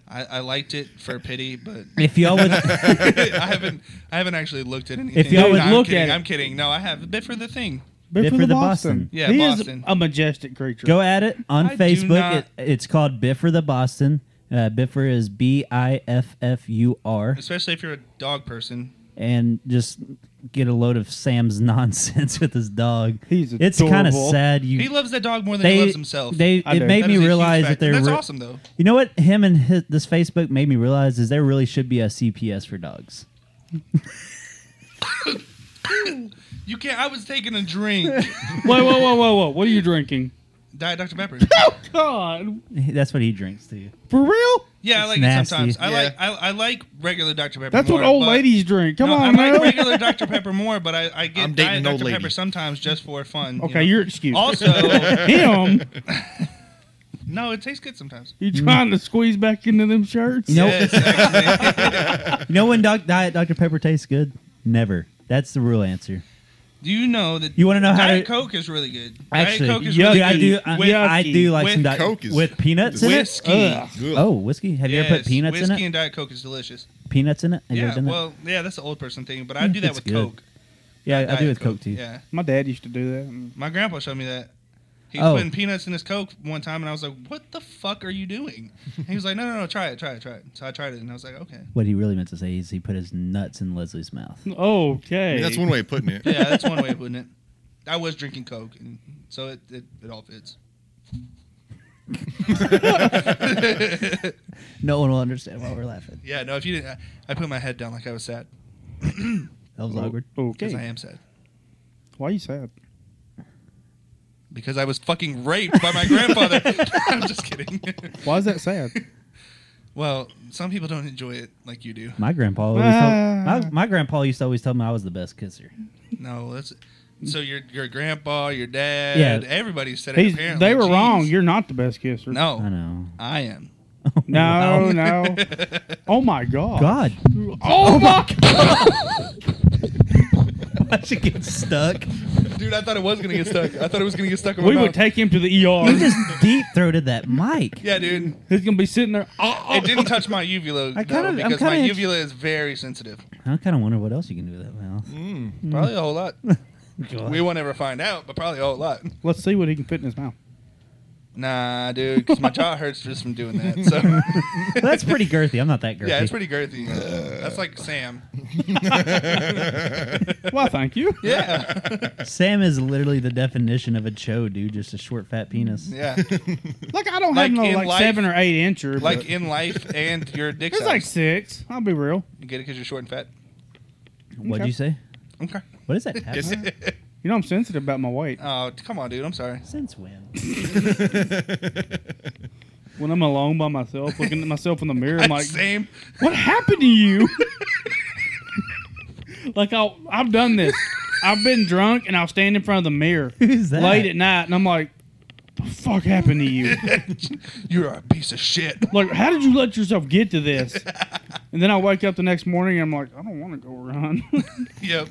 B: I, I liked it
A: [laughs]
B: for pity, but
A: if y'all would,
B: I haven't. I haven't actually looked at anything.
A: y'all would
B: No, I'm
C: look
B: kidding,
C: at it-
B: I'm kidding. No, I have. But for the thing,
C: Bit
A: Bit
C: for
A: for the Boston.
B: Yeah,
C: he
B: Boston.
C: is a majestic creature.
A: go at it on
B: I do not-
A: Facebook. It, it's called Biffer the Boston. Uh, Biffer is B I F F U R,
B: especially if you're a dog person,
A: and just get a load of Sam's [laughs] nonsense with his dog.
C: He's
A: it's kind of
C: adorable.
A: sad. You
B: he loves that dog more than
A: Mm. they
B: he loves himself.
A: they
C: I do.
A: it made
B: That
A: me
B: is a huge
A: realize that
B: factor.
A: they're
B: That's
A: re-
B: awesome though.
A: You know what? Him and his, this Facebook made me realize is there really should be a CPS for dogs.
B: You can't. I was taking
A: [laughs]
B: a drink.
C: whoa, whoa, whoa, whoa, whoa! What are you
B: [laughs]
C: drinking?
B: Diet Dr Pepper.
A: [laughs]
C: God,
A: That's what he drinks too.
C: for real?
B: Yeah, I
A: It's
B: like it
A: nasty.
B: sometimes. I
D: Yeah.
B: like I, I like regular Dr Pepper.
C: That's what
B: more,
C: old
B: but-
C: ladies drink. Come
B: No,
C: on,
B: I
C: man.
B: like
C: [laughs]
B: regular Dr Pepper more, but I, I get
D: I'm dating
B: Diet
D: an
B: Dr
D: old lady.
B: Pepper sometimes just for fun. you know?
C: okay, you're excused. [laughs]
B: also
D: [laughs]
C: Him,
B: no. It tastes good sometimes.
C: you trying to squeeze back into them shirts?
A: You know,
B: Yes, actually.
A: you know when doc, diet Dr Pepper tastes good? Never. That's the real answer.
B: [laughs] Do you know that
A: You wanna know how
B: Diet
A: to-
B: Coke is really good?
A: Actually,
B: Diet Coke is
A: yeah,
B: really
A: dude, I
B: good
A: do. I,
B: with
A: I do like
B: with
A: some diet
D: Coke is-
A: with peanuts in it.
B: whiskey.
C: Ugh.
D: Ugh.
A: Oh, whiskey. Have you ever
B: Yes,
A: put peanuts
B: whiskey
A: in it?
B: and Diet Coke is delicious.
A: Peanuts in it? Have you
B: yeah,
A: ever done that?
B: well, yeah, that's the old person thing, but I do that
A: It's
B: with
A: good.
B: Coke.
A: yeah, I do
B: Diet
A: with Coke, too.
B: Yeah,
C: My dad used to do that.
B: my grandpa showed me that. He was
A: Oh.
B: putting peanuts in his Coke one time, and I was like, "What the fuck are you doing?" And he was like, "No, no, no, try it, try it, try it." So I tried it, and I was like, "Okay,
A: What he really meant to say is he put his nuts in Leslie's mouth.
C: [laughs]
A: [laughs]
D: I
C: Okay,
D: mean, that's one way of
C: [laughs]
D: putting it. [laughs]
B: yeah, that's one way of putting it." I was drinking Coke, and so it it, it all fits. [laughs]
A: No one will understand why we're laughing.
B: Yeah, no, if you didn't, I, I put my head down like I was sad.
A: That was awkward.
B: Because I
C: Okay.
B: am sad.
C: Why you sad?
B: Because I was fucking raped by my
C: [laughs]
B: grandfather. [laughs] I'm just kidding.
C: Why is that sad?
B: well, some people don't enjoy it like you do.
A: My grandpa always told,
C: Ah.
A: my, my grandpa used to always tell me I was the best kisser.
B: No, that's so your your grandpa, your dad,
A: Yeah.
B: everybody said it.
C: He's,
B: Apparently,
C: they were
B: Jeez.
C: wrong. You're not the best kisser.
A: I
B: no,
A: know.
B: I am.
A: [laughs]
C: No, no. Oh my
B: [laughs]
C: god.
A: God,
C: Oh my
A: I should get stuck.
B: [laughs] Dude, I thought it was gonna get stuck. I thought it was gonna get stuck. In my
C: We would
B: mouth.
C: take him to the
A: You
C: ER.
A: just deep throated that mic.
B: Yeah, dude.
C: He's gonna be sitting there. Oh, oh.
B: It didn't touch my uvula
A: I
B: though,
A: kinda- I'm
B: because
A: kinda
B: my
A: int-
B: uvula is very sensitive.
A: I kind of wonder what else you can do with that mouth.
B: Probably a
A: [laughs]
B: whole lot.
A: God.
B: Mm-hmm. We won't ever find out, but probably a whole lot.
C: Let's see what he can fit in his mouth.
B: Nah, dude, because my jaw hurts just from doing that.
A: [laughs]
B: So
A: That's pretty girthy. I'm not that girthy.
B: [laughs] yeah, it's pretty girthy. That's
A: [laughs]
B: like Sam.
C: Why? Thank you.
B: Yeah, [laughs]
A: Sam is literally the definition of a cho, dude. Just a short, fat penis.
B: yeah.
C: Like I don't
B: Like
C: have no
B: in
C: like
B: life-
C: seven or eight incher. but
B: Like in life and your dick
C: it's
B: size.
C: like six. I'll be real.
B: you get it because you're short and fat.
A: What'd
C: Okay.
A: you say?
B: Okay.
A: What is that? tap
B: [laughs]
D: Yes.
A: mouth?
C: You know I'm sensitive about my weight.
B: Oh, come on, dude. I'm sorry.
A: Since when?
C: When I'm alone by myself, looking at myself in the mirror,
B: [laughs]
C: I'm like,
B: Same.
C: "What happened to you?" [laughs] like I, I've done this. I've been drunk and I'll stand in front of the mirror
A: [laughs] Who's that?
C: late at night, and I'm like, "The fuck happened to
A: [laughs]
C: you?"
B: You're a piece of shit.
C: like, how did you let yourself get to this? And then I wake up the next morning and I'm like, I don't want to go run. [laughs]
B: Yep.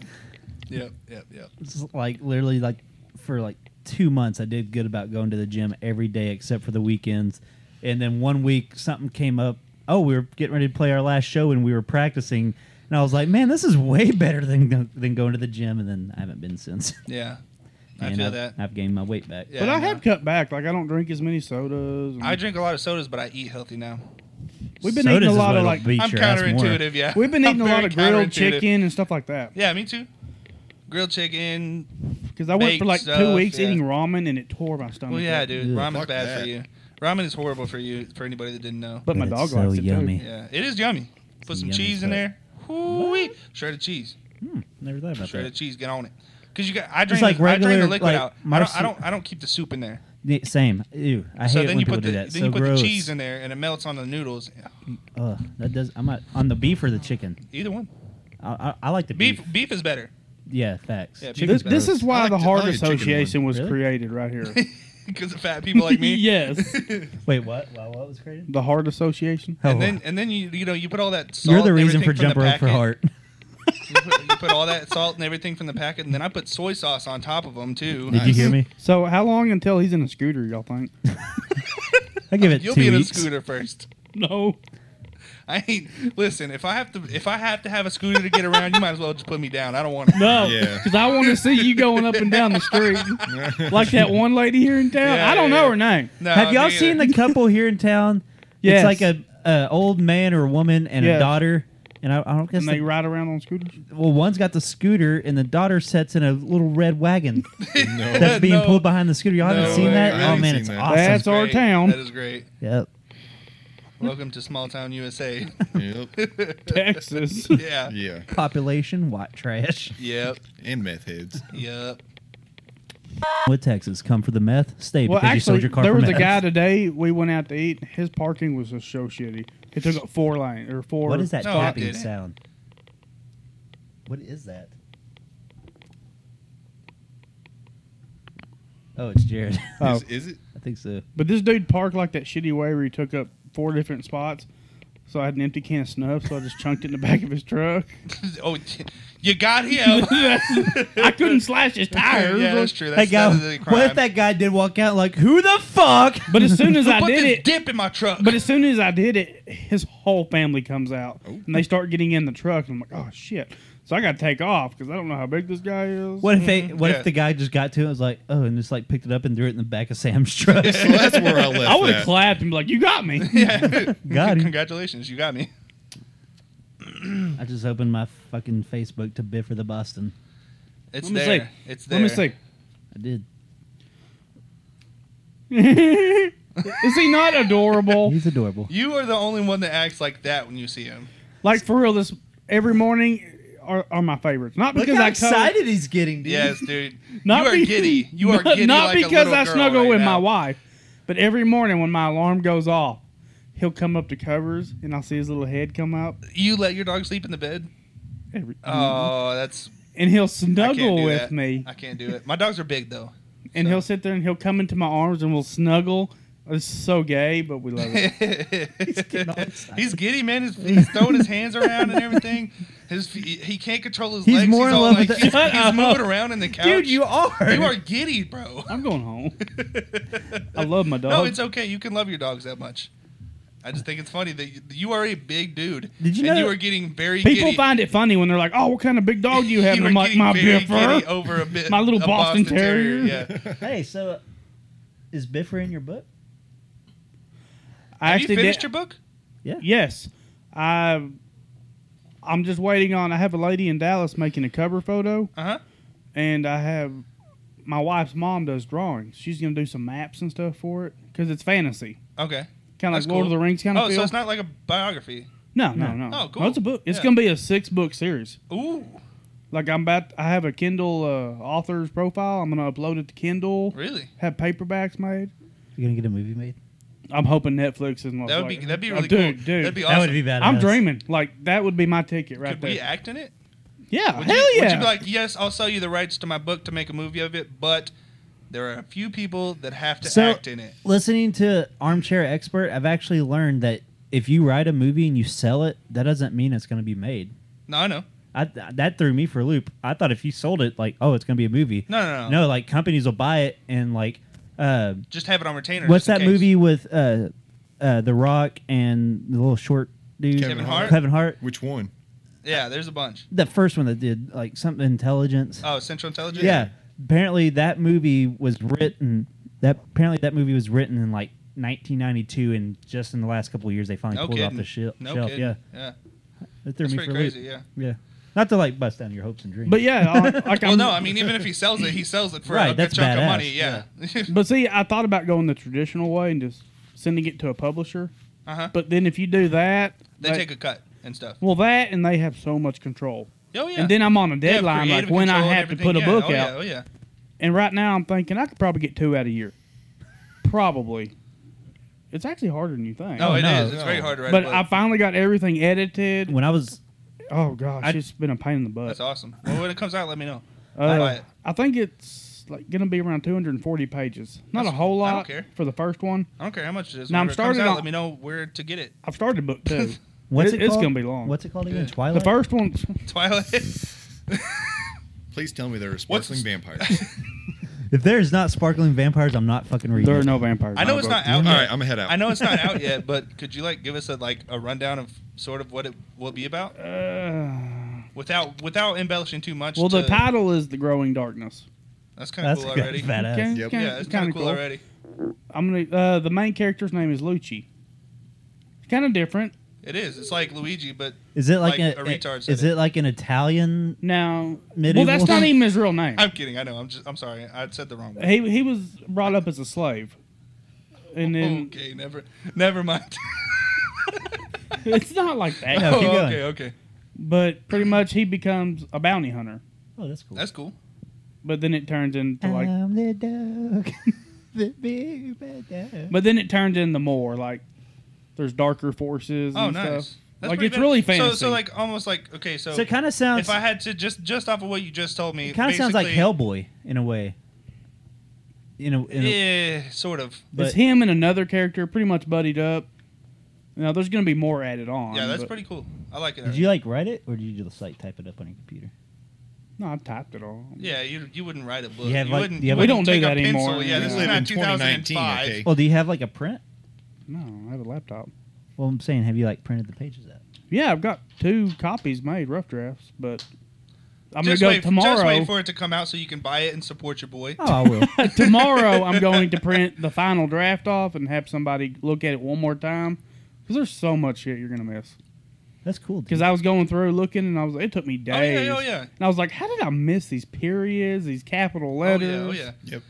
B: Yep. Yep. Yep.
A: It's like literally like for like two months I did good about going to the gym every day except for the weekends. And then one week something came up. Oh, we were getting ready to play our last show and we were practicing and I was like, Man, this is way [laughs] better than than going to the gym and then I haven't been since.
B: Yeah. [laughs] I
A: and
B: feel
A: I've,
B: that.
A: I've gained my weight back.
B: Yeah,
C: but I
B: no.
C: have cut back. Like I don't drink as many sodas. and-
A: Mm-hmm.
B: I drink a lot of sodas, but I eat healthy now.
C: we've been
A: Sodas
C: eating a
A: is
C: lot
A: what'll
C: of like
A: beat
B: I'm
A: your ass more.
B: counterintuitive, yeah.
C: we've been
B: I'm
C: eating a lot
B: very
C: of grilled
B: counterintuitive.
C: chicken and stuff like that.
B: Yeah, me too. Grilled chicken.
C: Because I went
B: Baked
C: for like two
B: stuff,
C: weeks
B: yeah.
C: eating ramen and it tore my stomach.
B: Well, yeah,
C: up.
B: dude.
A: Ugh.
B: Ramen's
D: Fuck
B: bad for
D: that.
B: you. Ramen is horrible for you. For anybody that didn't know.
C: But my
A: But
C: dog
A: it's so
C: likes it
A: yummy.
C: too.
B: Yeah, it is yummy. Put some
A: Yummy
B: cheese in
A: stuff.
B: there. Whoo-wee. Shredded cheese.
A: Never thought about
B: Shredded
A: that.
B: cheese. Get on it. Cause you got, I drink,
A: like
B: the, I drain the
A: regular,
B: liquid
A: like,
B: out. I don't,
A: Marci-
B: I don't, I don't keep the soup in there.
A: Yeah, Same. Ew. I
B: so
A: hate
B: then
A: when
B: you
A: people
B: put
A: do
B: the,
A: that.
B: then
A: so
B: you put
A: gross.
B: the cheese in there and it melts on the noodles.
A: Ugh, that does. I'm not on the beef or the chicken.
B: Either one.
A: I, I, I like the beef.
B: Beef, beef is better. [laughs]
A: Yeah, facts.
B: Yeah,
A: Chicken's
B: Chicken's
C: This, this
B: better.
C: is why
D: I like
C: the
D: to- I
C: Heart
D: like the chicken one.
C: Association was
A: Really?
C: created right [laughs] here.
B: Because of fat people like me. [laughs]
C: [laughs] yes,
A: Wait, what? Why what was created?
C: the Heart Association.
A: Oh,
B: And then, and then you, you know, you put all that. Salt,
A: you're the
B: and
A: reason
B: everything
A: for
B: from the
A: jump rope for
B: packet. [laughs]
A: heart.
B: You put, you put all that salt and everything from the packet, and then I put soy sauce on top of them too.
A: Did you hear me?
C: So how long until he's in a scooter? Y'all think?
A: I give it
B: [laughs] You'll
A: two
B: be in
A: weeks.
B: a scooter first.
C: [laughs] no.
B: I ain't listen. If I have to, if I have to have a scooter to get around, you might as well just put me down. I don't want to. [laughs]
C: No,
D: Yeah.
C: because I want to see you going up and down the
D: [laughs]
C: street like that one lady here in town.
B: Yeah,
C: I don't
B: yeah,
C: know
B: yeah.
C: her name.
B: No,
A: Have y'all
B: me
A: seen
B: [laughs] either.
A: the couple here in [laughs] town?
C: Yes.
A: It's like a, a old man or woman and
C: Yes.
A: a daughter. And I, I don't guess
C: And they
A: the,
C: ride around on
D: [laughs]
C: scooters.
A: well, one's got the scooter and the daughter sits in a little red
B: [laughs]
A: wagon
D: No.
A: that's being
B: No.
A: pulled behind the scooter. Y'all
B: No
A: haven't seen
B: way.
A: that?
B: I
A: oh
D: haven't
A: man,
D: seen
A: it's
D: that.
A: awesome.
C: That's our
B: Great.
C: town.
B: That is great.
A: Yep.
B: Welcome to small town USA.
D: Yep.
C: Texas.
B: [laughs] Yeah.
D: Yeah.
A: Population white trash. [laughs]
B: Yep.
D: And meth heads.
B: Yep. [laughs]
A: With Texas, come for the meth. Stay
C: [laughs] well,
A: because you
C: actually,
A: sold your car
C: there
A: for
C: was a
A: meth.
C: guy today. We went out to eat. His parking was just so shitty. It took up four lanes or four.
A: What is that
B: No, I
A: tapping
B: didn't.
A: sound? What is that? Oh, it's Jared. [laughs]
C: Oh.
D: Is, is it?
A: I think so.
C: But this dude parked like that shitty way where he took up four different spots. So I had an empty can of snuff, so I just chunked it in the back of
B: [laughs]
C: his truck.
B: Oh, you got him.
C: [laughs] I couldn't slash his tires.
B: yeah, that's true. That's,
A: Hey, guy,
B: that is a crime.
A: what if that guy did walk out like, who the fuck?
C: But as
B: [laughs]
C: soon as I
B: Put
C: did
B: this
C: it,
B: dip in my truck.
C: But as soon as I did it, his whole family comes out
B: Oh.
C: and they start getting in the truck. And I'm like, oh shit! So I got to take off because I don't know how big this guy
A: [laughs]
C: is.
A: What if they,
B: [laughs]
A: what
B: yeah.
A: if the guy just got to it and was like, oh, and just like picked it up and threw it in the back of
B: [laughs]
A: Sam's truck?
D: Well, that's where I left
C: I would have
D: that.
C: clapped and be like, "You got me!"
B: [laughs]
C: [laughs]
B: yeah.
A: Got him.
B: Congratulations, you got me.
A: I just opened my fucking Facebook to Biff for the Boston.
B: It's
C: Let me
B: there.
C: see.
B: It's there.
C: Let me see. [laughs]
A: I did.
C: Is he not
B: [laughs]
C: adorable?
A: Oh. He's adorable.
B: You are the only one that acts like that when you see him.
C: like for real, this every morning are, are my favorites. Not
F: Look
C: because
F: how
C: I cuddle-
F: excited he's getting, dude.
B: Yes,
C: [laughs]
B: dude.
C: Not
B: you are
C: be- [laughs]
B: giddy. You are
C: not,
B: giddy.
C: not
B: like a
C: because
B: little
C: I
B: girl
C: snuggle
B: right
C: with
B: now.
C: my wife, but every morning when my alarm goes off, he'll come up to covers and I'll see his little head come out.
B: You let your dog sleep in the bed?
C: Every,
B: Oh, that's
C: and he'll
B: I can't
C: Mm-hmm. snuggle
B: do
C: with
B: that.
C: me,
B: I can't do it. My dogs are big
C: [laughs]
B: though.
C: and he'll sit there and he'll come into my arms and we'll snuggle. It's so gay, but we love
B: [laughs]
C: it.
F: getting all excited.
B: he's giddy, man. He's, he's throwing his hands around
C: [laughs]
B: and everything. His fe- he can't control his
A: He's
B: legs.
A: more
B: he's
A: in
B: all
A: love
B: like,
A: with the-
B: he's,
A: Shut
B: he's
C: [laughs]
A: up.
B: moving around in the couch.
A: Dude, you are.
B: You are giddy, bro. [laughs]
C: I'm going home. I love my dog.
B: No, it's okay. You can love your dogs that much. I just think it's funny that you, you are a big dude.
A: Did you
B: and
A: know
B: you are getting very
C: People
B: giddy.
C: find it funny when they're like, "Oh, what kind of big dog do you have?"
B: [laughs] you
C: And
B: are
C: I'm like,
B: getting
C: "My
B: very
C: Biffer."
B: giddy over a bit.
C: [laughs] My little
B: a
C: Boston Terrier.
B: Yeah.
A: Hey, so is Biffer in your book?
C: I
B: Have you
C: actually
B: finished
C: did.
B: your book?
C: yes, I. I'm just waiting on. I have a lady in Dallas making a cover photo,
B: Uh huh.
C: and I have my wife's mom does drawings. She's gonna do some maps and stuff for it because it's fantasy,
B: Okay.
C: kind of
B: That's
C: like Lord of
B: cool.
C: the Rings kind of
B: Oh,
C: feel.
B: so it's not like a biography.
C: no, no, no.
B: Oh, cool.
C: No, it's a book. It's
B: Yeah.
C: gonna be a six book series.
B: Ooh,
C: Like I'm about. I have a Kindle uh, author's profile. I'm gonna upload it to Kindle.
B: really?
C: Have paperbacks made.
A: You're gonna get a movie made.
C: I'm hoping Netflix isn't.
B: That would be that'd be really
C: Oh, dude,
B: cool.
C: Dude,
B: That'd be
A: That
B: awesome.
A: would be bad.
C: I'm dreaming. Like that would be my ticket right
B: Could
C: there.
B: we act in it?
C: yeah,
B: Would
C: hell
B: you,
C: yeah.
B: Would you be like, yes, I'll sell you the rights to my book to make a movie of it, but there are a few people that have to
A: So-
B: act in it.
A: Listening to Armchair Expert, I've actually learned that if you write a movie and you sell it, that doesn't mean it's gonna be made.
B: No, I know.
A: I, that threw me for a loop. I thought if you sold it, like, oh, it's gonna be a movie.
B: No, no, no.
A: No, like companies will buy it and like, uh,
B: Just have it on retainer.
A: what's
B: just
A: that
B: in case.
A: movie with uh, uh, The Rock and the little short dude,
D: Kevin Kevin Hart? Hart?
A: Kevin Hart.
D: Which one?
B: Yeah, there's a bunch.
A: The first one that did like something intelligence.
B: Oh, Central Intelligence.
A: yeah. Apparently that movie was written. That apparently that movie was written in like 1992, and just in the last couple of years they finally
B: No
A: pulled
B: kidding.
A: off the shel-
B: no
A: shelf.
B: kidding.
A: Yeah,
B: Yeah.
A: that threw
B: That's
A: me
B: pretty
A: for a loop.
B: crazy. Yeah.
A: Yeah, not to like bust down your hopes and dreams.
C: but yeah, I,
B: [laughs]
C: like
B: Well,
C: I'm,
B: no, I
C: [laughs]
B: mean, even if he sells it, he sells it for
A: Right,
B: a good
A: that's
B: chunk
A: badass,
B: of money. Yeah. [laughs]
C: But see, I thought about going the traditional way and just sending it to a publisher.
B: uh huh.
C: But then if you do that,
B: They
C: like-
B: take a cut and stuff.
C: well that, and they have so much control.
B: Oh yeah.
C: And then I'm on a
B: They have
C: deadline, like
B: creative
C: when I
B: control and
C: have to
B: everything.
C: put a
B: Yeah,
C: book
B: oh,
C: out.
B: Yeah, oh yeah.
C: And right now, I'm thinking I could probably get two out a year. Probably. It's actually harder than you think.
B: No, it is.
A: no,
B: It's
D: no.
B: very hard to write.
C: but
B: a
C: I
B: book.
C: finally got everything edited.
A: when I was
C: Oh gosh,
A: I-
C: it's been a pain in the butt.
B: That's awesome. Well, when it comes out, let me know.
C: Uh,
B: buy it.
C: I think it's like gonna be around 240 pages. Not
B: That's-
C: a whole
B: I
C: lot
B: don't care.
C: for the first one.
B: I don't care how much it is.
C: Now, I'm
B: Whenever it comes
C: starting
B: out,
C: on-
B: Let me know where to get it. [laughs]
C: I've started book two.
A: what's
C: It-
A: it,
C: it's
A: called?
C: gonna be long.
A: What's it called
B: Yeah.
A: again?
B: The
A: Twilight.
C: the first one, [laughs]
B: Twilight. [laughs]
D: Please tell me there are
B: What's- [laughs]
D: sparkling vampires.
A: If there's not sparkling vampires, I'm not fucking reading.
C: there are
A: it.
C: no vampires.
B: I know
C: in
B: it's
C: book
B: not
C: two.
B: out.
D: All
B: yet.
D: right, I'm gonna head out.
B: I know it's not
D: [laughs]
B: out yet, but could you like give us a like a rundown of sort of what it will be about
C: Uh,
B: without without embellishing too much?
C: well, the
B: to-
C: title is the growing darkness.
B: that's kind of
A: That's
B: cool
A: kinda
B: already.
A: badass.
C: Okay,
D: Yep.
B: [laughs] Yeah, it's kind
C: kinda
B: of cool, already.
C: I'm gonna. Uh, the main character's name is Lucci. Kind of different.
B: It is. It's like Luigi, but
A: Is it like,
B: Like
A: a,
B: a retard said
A: Is
B: it.
A: it like an Italian?
C: Now,
A: Medieval.
C: well, that's not even his real name.
B: I'm kidding. I know. I'm just. I'm sorry. I said the wrong word.
C: He he was brought up as a slave, and then
B: okay. Never. Never mind.
C: [laughs] it's not like that.
A: No, keep
B: [laughs] Oh,
A: going.
B: okay. Okay.
C: But pretty much, he becomes a bounty hunter.
A: Oh, that's cool.
B: That's cool.
C: But then it turns into like
A: I'm the dog, [laughs] the big bad dog.
C: But then it turns into more like there's darker forces.
B: Oh,
C: and
B: nice.
C: Stuff.
B: That's
C: like
B: pretty
C: it's
B: bad.
C: really
B: So,
C: fantasy.
B: so like almost like okay. So,
A: So it kind of sounds.
B: if I had to just just off of what you just told me,
A: It kind of sounds like
B: basically-
A: Hellboy in a way. In a, in a
B: Yeah, sort of.
A: but
C: it's him and another character pretty much buddied up. Now there's gonna be more added on.
B: Yeah, that's
C: but-
B: pretty cool. I like it.
A: did you like write it or did you just like type it up on your computer?
C: No, I typed it all.
B: Yeah, you, you wouldn't write a book.
A: You
B: You,
A: have, like-
B: wouldn't.
A: you have,
B: you
A: like-
B: wouldn't
C: We don't
B: take
C: do
B: a
C: that
B: pencil.
C: anymore.
B: Yeah, this is
D: We
C: Yeah.
D: live in
B: not
D: 2019,
B: 2005.
D: okay?
A: Well, Oh, do you have like a print?
C: No, I have a laptop.
A: Well, I'm saying, have you like printed the pages
B: [laughs]
A: out?
C: Yeah, I've got two copies made, rough drafts, but I'm
B: just
C: gonna
B: wait,
C: go
B: Just
C: tomorrow.
B: wait for [laughs] it to come out so you can buy it and support your boy.
A: Oh, I will.
C: [laughs] tomorrow I'm going to print the final draft off and have somebody look at it one more time because there's so much shit you're gonna miss.
A: that's cool.
C: Because
A: Dude.
C: I was going through looking and I was it took me
B: Oh yeah,
C: days.
B: oh yeah,
C: And I was like, how did I miss these periods, these capital
B: oh
C: letters?
B: yeah, oh yeah.
D: Yep.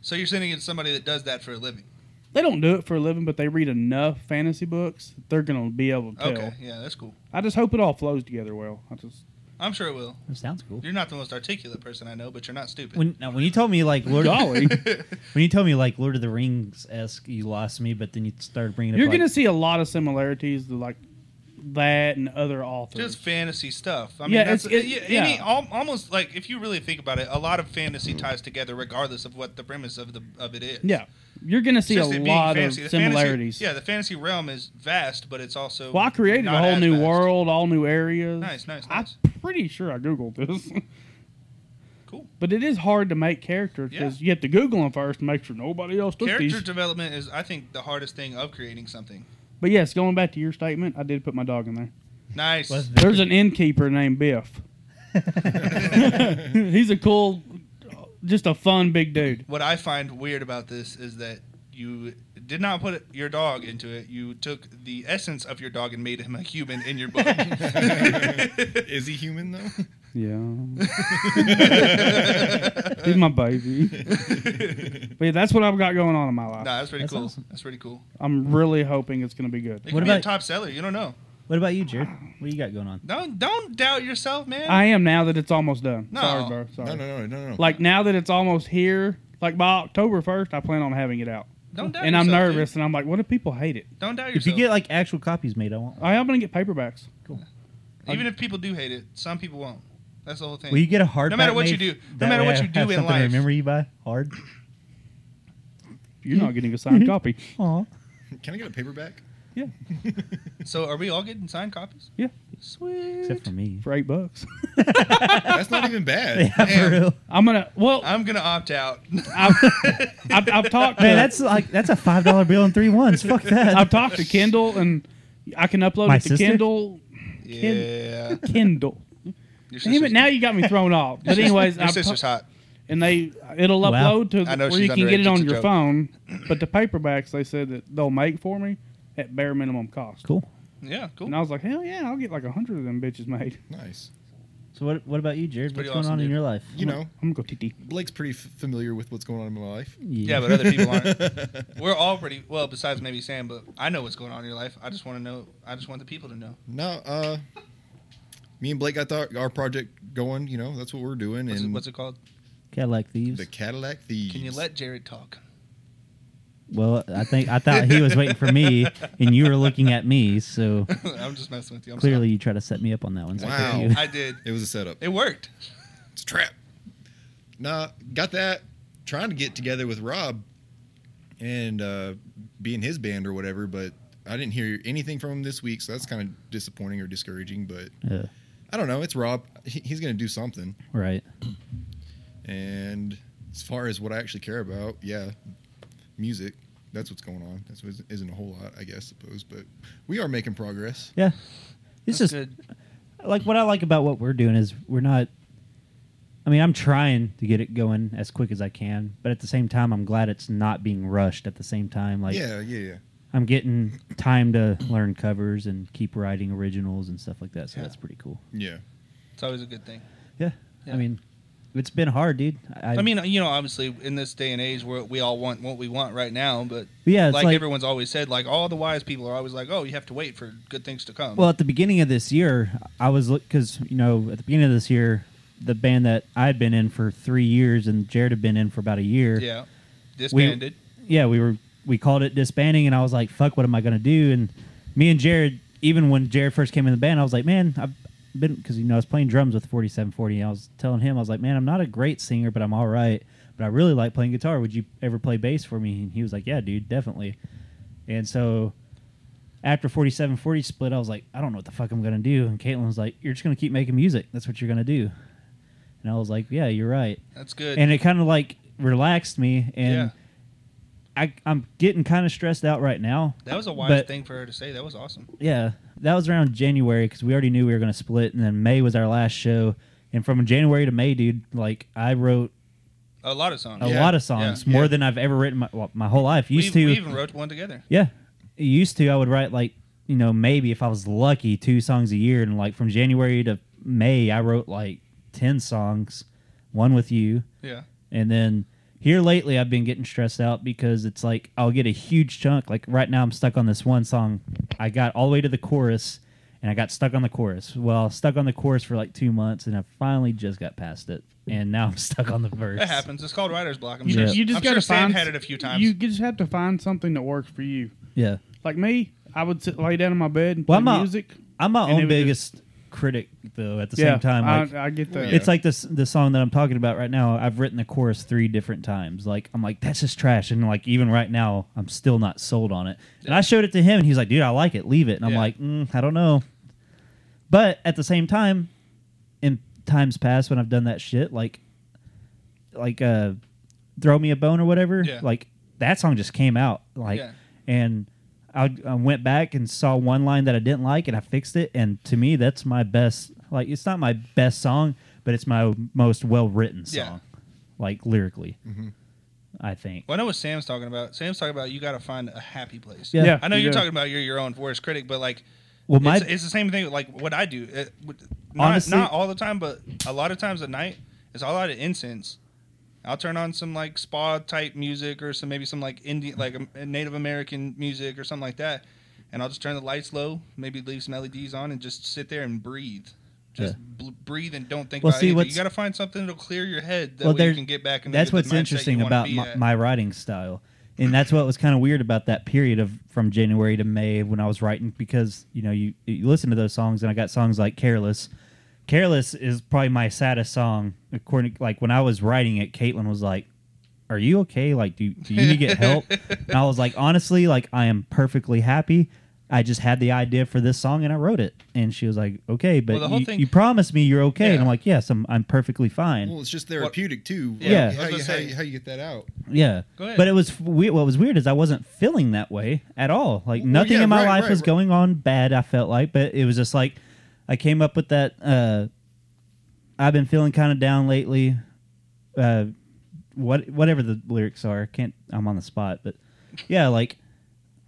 B: So you're sending it to somebody that does that for a living.
C: They don't do it for a living, but they read enough fantasy books that they're going to be able to tell.
B: Okay, yeah, that's cool.
C: I just hope it all flows together well. I just
B: I'm sure it will.
A: That sounds cool.
B: You're not the most articulate person I know, but you're not stupid.
A: When now, when you told me
B: [laughs]
A: like Lord,
C: Golly.
A: when you told me like Lord of the Rings esque, you lost me. But then you started bringing up
C: You're
A: like,
C: gonna see a lot of similarities to like that and other authors.
B: just fantasy stuff. I mean,
C: Yeah,
B: that's,
C: it's- it-
B: yeah, any
C: yeah.
B: al- almost like if you really think about it, a lot of fantasy ties together regardless of what the premise of the of it is.
C: yeah, you're gonna
B: It's
C: see a
B: just it being
C: lot of
B: fantasy. The fantasy-
C: similarities.
B: yeah, the fantasy realm is vast, but it's also
C: Well, I created a
B: not
C: whole
B: as
C: new
B: vast.
C: world, all new areas.
B: Nice, nice,
C: I'm
B: nice.
C: pretty sure I googled this, [laughs]
B: Cool.
C: but it is hard to make characters because you have to Google them first to make sure nobody else took
B: Character
C: these.
B: development is, I think, the hardest thing of creating something.
A: Hmm.
C: But yes, going back to your statement, I did put my dog in there.
B: Nice.
A: Was the-
C: There's an innkeeper named Biff. He's a cool, just a fun big dude.
B: What I find weird about this is that you did not put your dog into it. You took the essence of your dog and made him a human
A: [laughs]
B: in your book. [laughs]
D: Is he human though?
C: Yeah, he's
B: [laughs]
C: my baby. But yeah, that's what I've got going on in my life.
B: Nah, that's pretty
A: That's
B: cool.
A: awesome.
B: That's pretty cool.
C: I'm really hoping it's going to be
B: It
C: good.
A: What
B: could be a
A: about-
B: top seller. You don't know.
A: what about you, Jared? What you got going on?
B: Don't don't doubt yourself, man.
C: I am now that it's almost done.
B: No.
C: Sorry, bro. Sorry.
D: No, no, no, no, no.
C: Like now that it's almost here, like by October 1st, I plan on having it out.
B: don't doubt
C: and I'm
B: yourself,
C: nervous, and I'm like, what if people hate it?
B: dude. Don't doubt
A: If
B: yourself.
A: you get like actual copies made, I want.
C: I am going to get paperbacks.
B: Even if people do hate it, some people won't. That's the whole thing.
A: Will you get a hard?
B: No matter
A: back
B: what you
A: made?
B: do- no
A: That
B: matter
A: way
B: what
A: I
B: you do
A: have
B: in
A: something to
B: life.
A: remember you by hard.
C: You're not getting a signed copy.
A: Aw.
D: Can I get a paperback?
B: so are we all getting signed copies?
C: Yeah.
B: Sweet.
A: except for me.
C: For eight bucks.
D: That's not even bad.
A: Yeah, [laughs] for
B: Damn.
A: real.
C: I'm going to,
B: [laughs]
C: well,
B: I'm gonna opt out.
C: I've, I've, I've talked to,
A: Man, that's like that's a five dollar bill and three ones. Fuck that.
C: I've talked to Kindle, and I can upload
A: My
C: it to
A: sister?
C: Kindle.
B: yeah.
C: Kindle.
B: Your
C: Damn
B: sister's-
C: it, now you got me thrown off. But anyways,
B: your
C: I've
B: sister's
C: ta-
B: hot.
C: and they it'll
A: Wow.
C: upload to
B: I know
C: the, where
B: she's
C: you can get
B: underage,
C: it on
B: it's a
C: your
B: joke.
C: phone. But the paperbacks they said that they'll make for me at bare minimum cost.
A: cool.
B: Yeah, cool.
C: And I was like, hell yeah, I'll get like a hundred of them bitches made. [laughs]
D: Nice.
A: So what what about you, Jared? What's
B: pretty
A: going
B: awesome,
A: on in
B: dude.
A: your life?
D: You know,
C: I'm gonna go TT.
D: Blake's pretty f- familiar with what's going on in my life.
B: Yeah, but other people aren't.
A: [laughs]
B: We're all pretty well, besides maybe Sam. But I know what's going on in your life. I just want to know. I just want the people to know.
D: No, uh, me and Blake got the, our project going. You know, that's what we're doing.
B: What's it,
D: and
B: what's it called?
A: Cadillac thieves.
D: the Cadillac Thieves.
B: Can you let Jared talk? [laughs]
A: Well, I think I thought he was waiting for
B: [laughs]
A: me, and you were looking at me. So
B: I'm just messing with you. I'm sorry.
A: clearly, you try to set me up on that one. So
D: Wow.
A: thank you.
B: I did.
D: It was a setup.
B: It worked.
D: It's a trap. Nah, got that. Trying to get together with Rob and uh, be in his band or whatever, but I didn't hear anything from him this week, so that's kind of disappointing or discouraging. But
A: Uh,
D: I don't know. It's Rob. He, he's going to do something.
A: right.
D: And as far as what I actually care about, yeah, music. That's what's going on. That's what isn't a whole lot, I guess, suppose. But we are making progress.
A: Yeah. It's
B: That's
A: just like what I like about what we're doing is we're not. I mean, I'm trying to get it going as quick as I can, but at the same time, I'm glad it's not being rushed. At the same time, like
D: yeah, yeah, yeah.
A: I'm getting time to learn covers and keep writing originals and stuff like that. So that's pretty cool.
D: Yeah.
B: It's always a good thing.
A: Yeah.
B: Yeah.
A: I mean, it's been hard, dude.
B: I mean, you know, obviously in this day and age, where we all want what we want right now, but
A: yeah, it's
B: like, everyone's always said, like all the wise people are always like, "Oh, you have to wait for good things to come."
A: Well, at the beginning of this year, I was because you know at the beginning of this year, the band that I'd been in for three years and Jared had been in for about a year.
B: yeah, disbanded.
A: yeah, we were we called it disbanding, and I was like, "Fuck, what am I gonna do?" And me and Jared, even when Jared first came in the band, I was like, "Man, I've been because you know I was playing drums with 4740." And I was telling him, I was like, "Man, I'm not a great singer, but I'm all right. But I really like playing guitar. Would you ever play bass for me?" And he was like, "Yeah, dude, definitely." And so after 4740 split, I was like, "I don't know what the fuck I'm gonna do." And Caitlin was like, "You're just gonna keep making music. That's what you're gonna do." And I was like, "Yeah, you're right."
B: That's good.
A: and it kind of like relaxed me and
B: Yeah.
A: I, i'm getting kind of stressed out right now
B: that was a wise
A: but-
B: thing for her to say. That was awesome.
A: yeah that was around january because we already knew we were going to split and then may was our last show and from january to may dude like i wrote
B: A lot of songs.
A: a
D: Yeah.
A: lot of songs
D: Yeah.
A: more
D: Yeah.
A: than i've ever written my, well, my whole life
B: We,
A: used
B: we
A: to
B: even wrote one together.
A: yeah used to i would write like you know maybe if i was lucky two songs a year and like from january to may i wrote like 10 songs one with you
B: Yeah.
A: And then here lately, I've been getting stressed out because it's like I'll get a huge chunk. Like right now, I'm stuck on this one song. I got all the way to the chorus, and I got stuck on the chorus. Well, stuck on the chorus for like two months, and I finally just got past it, and now I'm [laughs] stuck on the verse.
B: That happens. It's called writer's block. I'm
C: You,
B: sure.
C: you just
B: I'm
C: got
B: sure
C: to
B: Sam
C: find
B: had it a few times.
C: You just have to find something that works for you.
A: Yeah.
C: Like me, I would sit, lay down in my bed and
A: Well,
C: play
A: I'm a-
C: music.
A: I'm my
C: And it
A: own
C: was just-
A: biggest critic, though. At the
C: yeah,
A: same time, like,
C: I, I get that.
A: It's like this the song that I'm talking about right now. I've written the chorus three different times. Like I'm like that's just trash, and like even right now I'm still not sold on it. And I showed it to him, and he's like, "Dude, I like it. Leave it." And I'm
B: Yeah.
A: like, mm, "I don't know." But at the same time, in times past when I've done that shit, like, like uh, throw me a bone or whatever,
B: Yeah.
A: like that song just came out, like,
B: Yeah.
A: and. I, I went back and saw one line that I didn't like, and I fixed it. And to me, that's my best. Like, it's not my best song, but it's my most well written song,
B: Yeah. Mm-hmm.
A: like lyrically. I think.
B: well, I know what Sam's talking about. Sam's talking about you got to find a happy place.
A: Yeah.
C: Yeah.
B: I know
C: You
B: you're
C: do.
B: talking about you're your own worst critic, but like,
A: Well, my
B: it's, it's the same thing. Like what I do, it, with- not
A: Honestly-
B: not all the time, but a lot of times at night, it's all out of incense. I'll turn on some like spa type music or some maybe some like Indian like um, Native American music or something like that, and I'll just turn the lights low, maybe leave some LEDs on, and just sit there and breathe. Just bl- breathe and don't think
A: Well,
B: about
A: see,
B: see, anything. You
A: what's-
B: got to find something that'll clear your head. That
A: Well,
B: way
A: there-
B: you can get back. And
A: that's what's interesting about my, my writing style and that's what was kind of weird about that period of from january to may when i was writing because you know you, you listen to those songs and i got songs like careless careless is probably my saddest song according like when i was writing it caitlin was like are you okay like do, do you need to get
B: [laughs]
A: help and i was like honestly like i am perfectly happy i just had the idea for this song and i wrote it and she was like okay but
B: Well, the whole
A: you,
B: thing-
A: you promised me you're okay and
B: Yeah.
A: i'm like yes i'm, I'm perfectly fine
D: Well, it's just therapeutic too. Like,
A: Yeah.
D: how,
B: I was
D: you,
B: gonna
D: how,
B: say-
D: you, how you get that out?
A: Yeah.
B: Go ahead.
A: But it was we What was weird is I wasn't feeling that way at all. Like
D: Well,
A: nothing
D: yeah,
A: in my
D: right,
A: life
D: right,
A: was
D: right.
A: going on bad. I felt like, but it was just like I came up with that. Uh, I've been feeling kind of down lately. Uh, what whatever the lyrics are, can't I'm on the spot, but yeah, like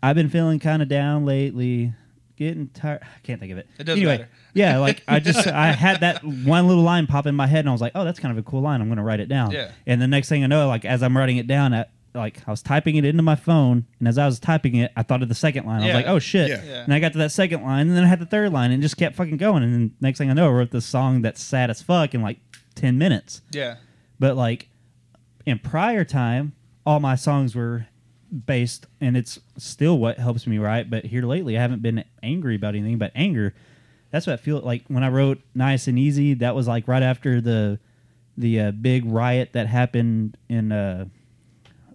A: I've been feeling kind of down lately. Getting tired. I can't think of it.
B: It doesn't
A: anyway,
B: matter.
A: yeah, like I just I had that one little line pop in my head, and I was like, "Oh, that's kind of a cool line. I'm going to write it down."
B: Yeah.
A: And the next thing I know, like as I'm writing it down, I, like I was typing it into my phone, and as I was typing it, I thought of the second line. I
B: Yeah.
A: was like, "Oh shit!"
D: Yeah.
B: Yeah.
A: And I got to that second line, and then I had the third line, and it just kept fucking going. And then next thing I know, I wrote this song that's sad as fuck in like ten minutes.
B: yeah.
A: But like in prior time, all my songs were based, and it's still what helps me write. But here lately, I haven't been angry about anything. But anger, that's what I feel like when I wrote "Nice and Easy." That was like right after the the uh, big riot that happened in uh,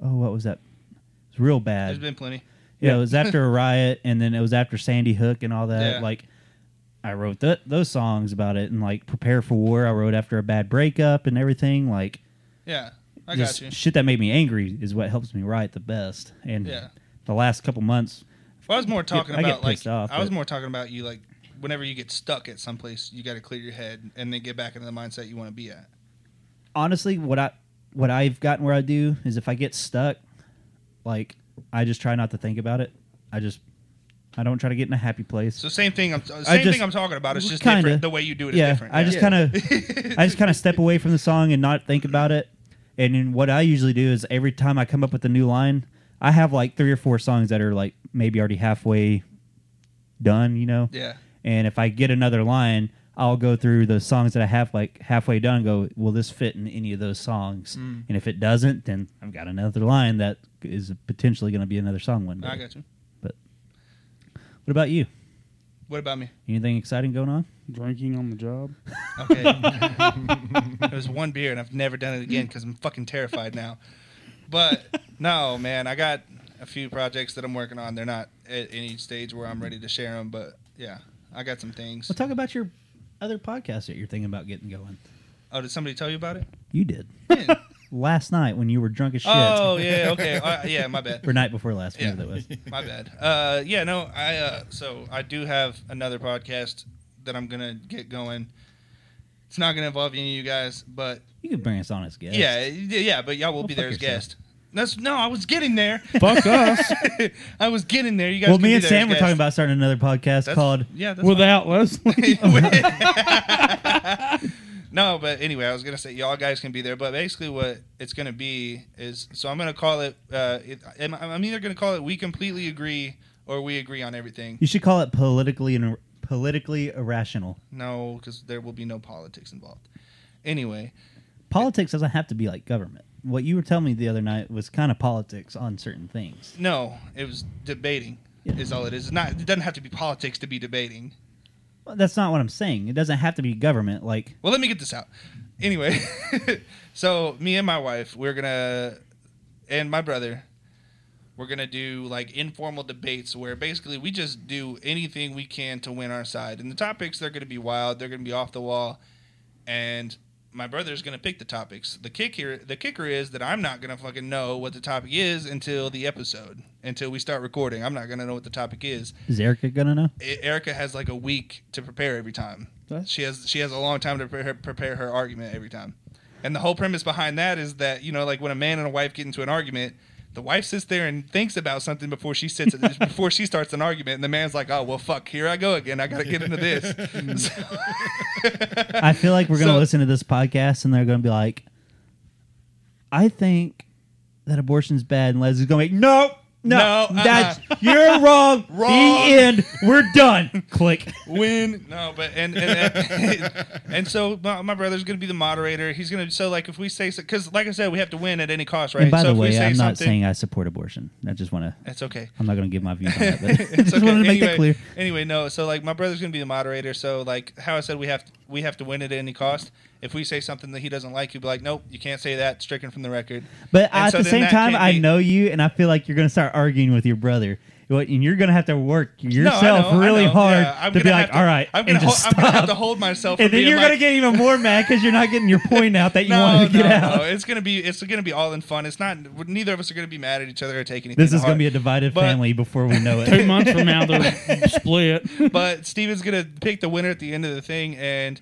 A: oh, what was that? It's real bad.
B: There's been plenty.
A: Yeah, it was after a riot, and then it was after Sandy Hook and all that.
B: Yeah.
A: Like, I wrote th- those songs about it, and like "Prepare for War." I wrote after a bad breakup and everything. Like,
B: Yeah, I
A: just
B: got you.
A: shit that made me angry is what helps me write the best. And
B: Yeah.
A: the last couple months,
B: Well, I was more talking
A: I get
B: about like
A: pissed off,
B: I was
A: but-
B: more talking about you like whenever you get stuck at some place, you got to clear your head and then get back into the mindset you want to be at.
A: honestly, what I what I've gotten where I do is if I get stuck, like I just try not to think about it. I just I don't try to get in a happy place.
B: So same thing. I'm same
A: just-
B: thing I'm talking about. It's just
A: Kinda.
B: different. The way you do it is
A: yeah,
B: different.
A: I just
D: Yeah.
A: kind of, I just kind of step away from the song and not think about it. And then what I usually do is every time I come up with a new line, I have like three or four songs that are like maybe already halfway done, you know.
B: [laughs] yeah.
A: And if I get another line, I'll go through the songs that I have like halfway done. And go, will this fit in any of those songs?
B: Mm.
A: And if it doesn't, then I've got another line that is potentially going to be another song one day.
B: I got you.
A: What about you?
B: What about me?
A: Anything exciting going on?
C: drinking on the job.
B: Okay. [laughs] it was one beer, and I've never done it again because I'm fucking terrified now. But no, man, I got a few projects that I'm working on. They're not at any stage where I'm ready to share them, but yeah, I got some things.
A: Well, talk about your other podcast that you're thinking about getting going.
B: Oh, did somebody tell you
A: [laughs]
B: about it?
A: You did
B: Yeah.
A: last night when you were drunk as shit.
B: Oh yeah,
A: [laughs]
B: okay, Uh, yeah, my bad.
A: or night before last,
B: Yeah.
A: whatever that was.
B: My bad. Uh, yeah, no, I uh, so I do have another podcast that I'm gonna get going. It's not gonna involve any of you guys, but
A: You could bring us on as guests.
B: yeah, yeah, yeah, but y'all will
A: Well,
B: be there
A: fuck
B: as
A: yourself.
B: guests. That's no, I was getting there.
C: Fuck us.
B: [laughs] I was getting there. You guys.
A: Well,
B: can
A: me
B: be
A: and
B: there as
A: Sam were talking about starting another podcast
B: guests. That's-
A: called.
B: yeah. That's
C: Without
B: [laughs]
C: Leslie.
B: No, but anyway, I was gonna say y'all guys can be there, but basically what it's gonna be is so I'm gonna call it. Uh, it I'm, I'm either gonna call it "We Completely Agree" or "We Agree on Everything."
A: You should call it politically and politically irrational.
B: No, because there will be no politics involved. Anyway,
A: Politics doesn't have to be like government. What you were telling me the other night was kind of politics on certain things.
B: no, it was debating.
A: Yeah.
B: Is all it is. It's not. It doesn't have to be politics to be debating.
A: Well, that's not what I'm saying. It doesn't have to be government. Like,
B: Well, let me get this out. Anyway, [laughs] so me and my wife, we're gonna, and my brother, we're gonna do like informal debates where basically we just do anything we can to win our side. And the topics they're gonna be wild, they're gonna be off the wall, and my brother's gonna pick the topics. The kick here, the kicker is that I'm not gonna fucking know what the topic is until the episode, until we start recording. I'm not gonna know what the topic is.
A: is Erica gonna know?
B: E- Erica has like a week to prepare every time.
C: That's-
B: She has she has a long time to prepare, prepare her argument every time. And the whole premise behind that is that you know like when a man and a wife get into an argument, the wife sits there and thinks about something before she sits [laughs] before she starts an argument, and the man's like, "Oh well, fuck, here I go again. I gotta get
A: [laughs]
B: into this." So-
A: I feel like we're gonna
B: [laughs] So-
A: listen to this podcast and they're gonna be like, "I think that abortion's bad," and Leslie's gonna be, like, "No, no,
B: No, uh-uh.
A: that's you're
B: [laughs]
A: wrong.
B: Wrong.
A: The end. We're done."
B: [laughs]
A: Click.
B: win. No, but and and and, [laughs] and so my, my brother's gonna be the moderator. He's gonna so like if we say because like I said, we have to win at any cost, right?
A: and by
B: so
A: the
B: if we
A: way,
B: say
A: I'm not
B: something-
A: saying I support abortion. I just want to.
B: that's okay.
A: I'm not going to give my views on
B: [laughs]
A: that, but I
B: It's
A: just
B: okay.
A: wanted to make
B: anyway,
A: that clear.
B: Anyway, no. So like, my brother's gonna be the moderator. So like, how I said, we have we have to win at any cost. If we say something that he doesn't like, he'd be like, "Nope, you can't say that. Stricken from the record."
A: But
B: And
A: at
B: so
A: the
B: then
A: same
B: that
A: time,
B: can't
A: I
B: be-
A: know you, and I feel like you're going to start arguing with your brother, What- and you're going to have to work
B: No, I
A: yourself
B: know, I
A: really
B: know.
A: hard
B: Yeah, I'm
A: to be
B: gonna
A: like,
B: have
A: "All right,"
B: I'm
A: and
B: gonna,
A: just
B: hol- I'm gonna have to
A: stop.
B: hold myself. from
A: And then
B: being
A: you're
B: like,
A: going to get even more mad because you're not getting your point out that you
B: [laughs] no,
A: wanted to
B: no,
A: get
B: no.
A: out.
B: It's gonna be it's gonna be all in fun. It's not. Neither of us are gonna be mad at each other or take anything.
A: This
B: to
A: is going to
B: heart.
A: be a divided
B: But-
A: family before we
B: [laughs]
A: know
C: Two
A: it.
C: months from now, [laughs] they're split.
B: but Steven's gonna pick the winner at the end of the thing and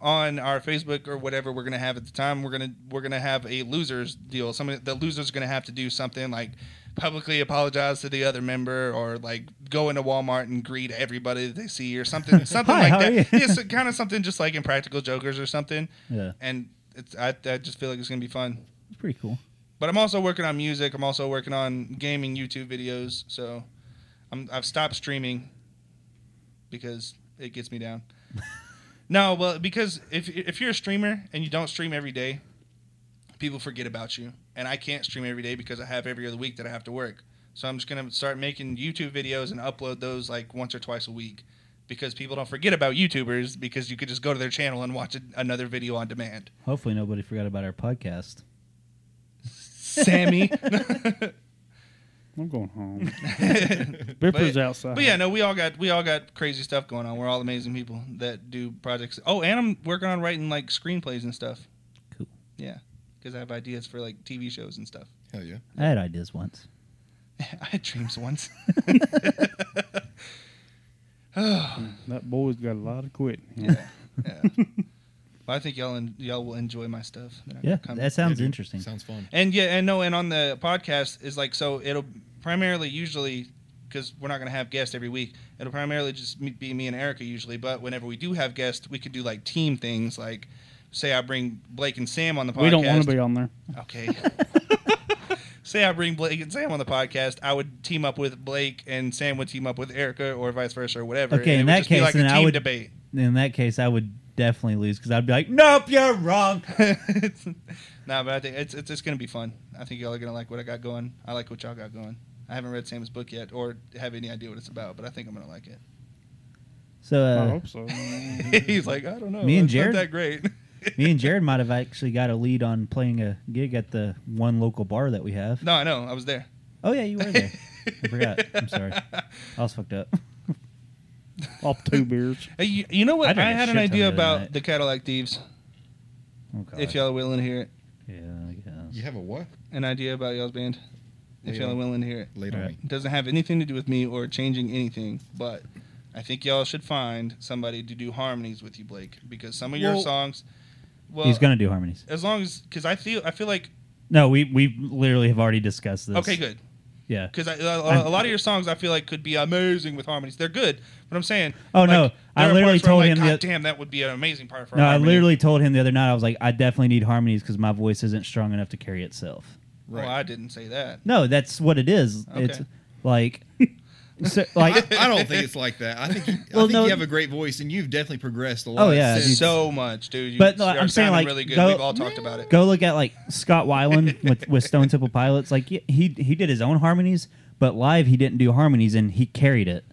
B: on our Facebook or whatever we're gonna have at the time, we're gonna we're gonna have a losers deal. Somebody the losers gonna have to do something like publicly apologize to the other member or like go into Walmart and greet everybody that they see
A: [laughs]
B: or something something
A: Hi,
B: like
A: how are
B: [laughs] that.
A: you?
B: Yeah, so kind of something just like in Practical Jokers or something.
A: Yeah.
B: And it's I, I just feel like it's gonna be fun.
A: It's pretty cool.
B: But I'm also working on music. I'm also working on gaming YouTube videos. So I'm, I've stopped streaming because it gets me down. no, well, because if if you're a streamer and you don't stream every day, people forget about you. And I can't stream every day because I have every other week that I have to work. So I'm just gonna start making YouTube videos and upload those like once or twice a week because people don't forget about YouTubers because you could just go to their channel and watch a, another video on demand.
A: Hopefully, nobody forgot about our podcast.
B: Sammy.
C: I'm going home. Bipper's outside.
B: But yeah, no, we all got we all got crazy stuff going on. We're all amazing people that do projects. Oh, and I'm working on writing like screenplays and stuff.
A: Cool.
B: Yeah, because I have ideas for like TV shows and stuff. [laughs]
D: Hell yeah.
A: I had ideas once.
B: I had dreams once.
C: that boy's got a lot of quit.
B: Yeah. But I think y'all en- y'all will enjoy my stuff. that I got
A: Yeah,
B: coming.
A: that sounds
D: Yeah, dude.
A: interesting.
D: Sounds fun.
B: And yeah, and no, and on the podcast is like so it'll primarily usually because we're not gonna have guests every week. It'll primarily just me- be me and Erica usually. But whenever we do have guests, we could do like team things. Like say I bring Blake and Sam on the podcast.
C: We don't want to be on there.
B: Okay. [laughs] Say I bring Blake and Sam on the podcast, I would team up with Blake and Sam would team up with Erica or vice versa or whatever.
A: Okay, in
B: and it would
A: that
B: just be
A: case,
B: like a
A: then
B: team
A: I would-
B: debate.
A: In that case, I would definitely lose because I'd be like, "Mm." "Nope, you're wrong."
B: [laughs] nah, but I think it's, it's it's gonna be fun. I think y'all are gonna like what I got going. I like what y'all got going. I haven't read Sam's book yet or have any idea what it's about, but I think I'm gonna like
A: So uh,
B: Oh.
C: I hope so.
B: it. [laughs] He's like, I don't know.
A: Me and
B: it's not
A: Jared-
B: that great. [laughs]
A: Me and Jared might have actually got a lead on playing a gig at the one local bar that we have.
B: no, I know. I was there.
A: Oh yeah, you were
B: [laughs]
A: there. I forgot. I'm sorry. I was fucked up.
C: Off two beers.
B: Hey, you, you know
A: I
B: what? I,
A: drank a
B: had
A: shit
B: an
A: ton the
B: idea
A: other
B: about
A: night.
B: the Cadillac Thieves.
A: Oh, God.
B: If y'all are willing to hear it,
A: yeah, I guess.
D: You have a what?
B: an idea about y'all's band. If
D: Yeah.
B: y'all are willing to hear it.
D: Late on
A: Alright.
D: me.
B: It doesn't have anything to do with me or changing anything, but I think y'all should find somebody to do harmonies with you, Blake, because some of your
D: Well-
B: songs. Well,
A: He's gonna do harmonies.
B: as long as because I feel I feel like
A: No, we we literally have already discussed this.
B: okay, good,
A: Yeah.
B: because a a lot of your songs I feel like could be amazing with harmonies. They're good, but I'm saying.
A: Oh,
B: like,
A: no.
B: there
A: I
B: are
A: literally
B: parts where I'm
A: told
B: like,
A: him
B: God
A: that-
B: damn, that would be an amazing part for.
A: No, I
B: harmony."
A: literally told him the other night. I was like, I definitely need harmonies because my voice isn't strong enough to carry itself.
B: Well, I Oh, didn't say that.
A: No, that's what it is.
B: [laughs] Okay.
A: It's like so, like
D: [laughs] I, I don't think it's like that. I think, I
A: Well,
D: think
A: no.
D: you have a great voice, and you've definitely progressed a lot.
A: Oh, yeah,
D: since- [laughs]
A: dude.
B: so much, dude. You
A: But, no,
B: are
A: I'm saying,
B: sounding
A: like,
B: really good.
A: go-
B: We've all talked about it.
A: go look at like Scott
B: [laughs]
A: Weiland with, with Stone Temple Pilots. Like he he did his own harmonies, but live he didn't do harmonies and he carried it.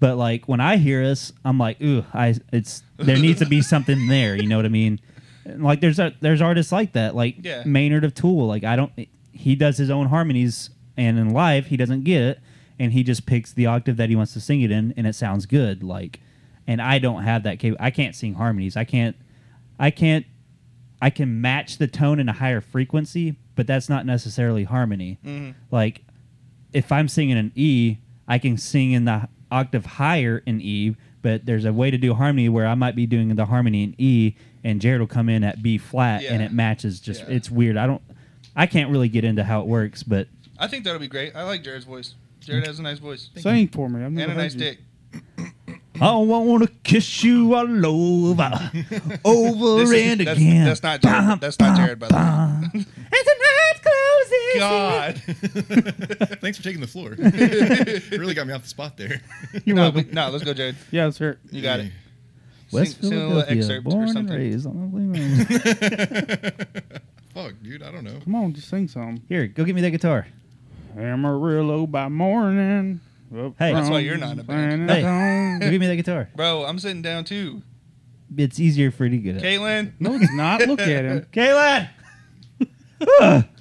A: But like when I hear us, I'm like, ooh, I it's there needs to be something there. You know what I mean? And, like there's a, there's artists like that, like
B: Yeah.
A: Maynard of Tool. Like I don't he does his own harmonies and in live he doesn't get it and he just picks the octave that he wants to sing it in and it sounds good. Like and I don't have that cap I can't sing harmonies. I can't I can't I can match the tone in a higher frequency, but that's not necessarily harmony.
B: Mm-hmm.
A: Like if I'm singing an E, I can sing in the octave higher in E, but there's a way to do harmony where I might be doing the harmony in E and Jared will come in at B flat and
B: Yeah.
A: it matches just
B: Yeah.
A: it's weird. I don't I can't really get into how it works, but
B: I think that'll be great. I like Jared's voice. Jared has a nice voice
C: [laughs] Sing for me. I've never
B: and a
C: heard
B: nice
C: you.
B: dick.
A: I want to kiss you all over,
B: [laughs]
A: over
B: This is-
A: and
B: that's-
A: again.
B: that's not Jared. That's not Jared, by the way.
A: the way. As the night closes.
C: [laughs]
B: God,
D: Thanks for taking
B: [laughs]
D: the floor. really got me off the spot there.
C: You're
B: no,
C: welcome.
B: but, no, let's go, Jared.
C: Yeah, let's hear it.
B: You got it.
A: West
B: Sing- sing a little
A: Philadelphia,
B: excerpt or
A: born and
B: something.
A: raised on the
B: [laughs]
A: Blue Mountains.
D: [laughs] Fuck, dude, I don't know.
C: Come on, just sing some.
A: Here, go get me that guitar.
C: Amarillo by morning. up
A: Hey. That's
B: why
C: from
B: you're not in a band.
A: Hey.
C: San
A: Go [laughs]
C: Antonio.
A: get me that guitar.
B: Bro, I'm sitting down too.
A: It's easier for you to get it.
B: Caitlin.
C: no, it's not. Look at him.
A: Kaylin!
B: [laughs]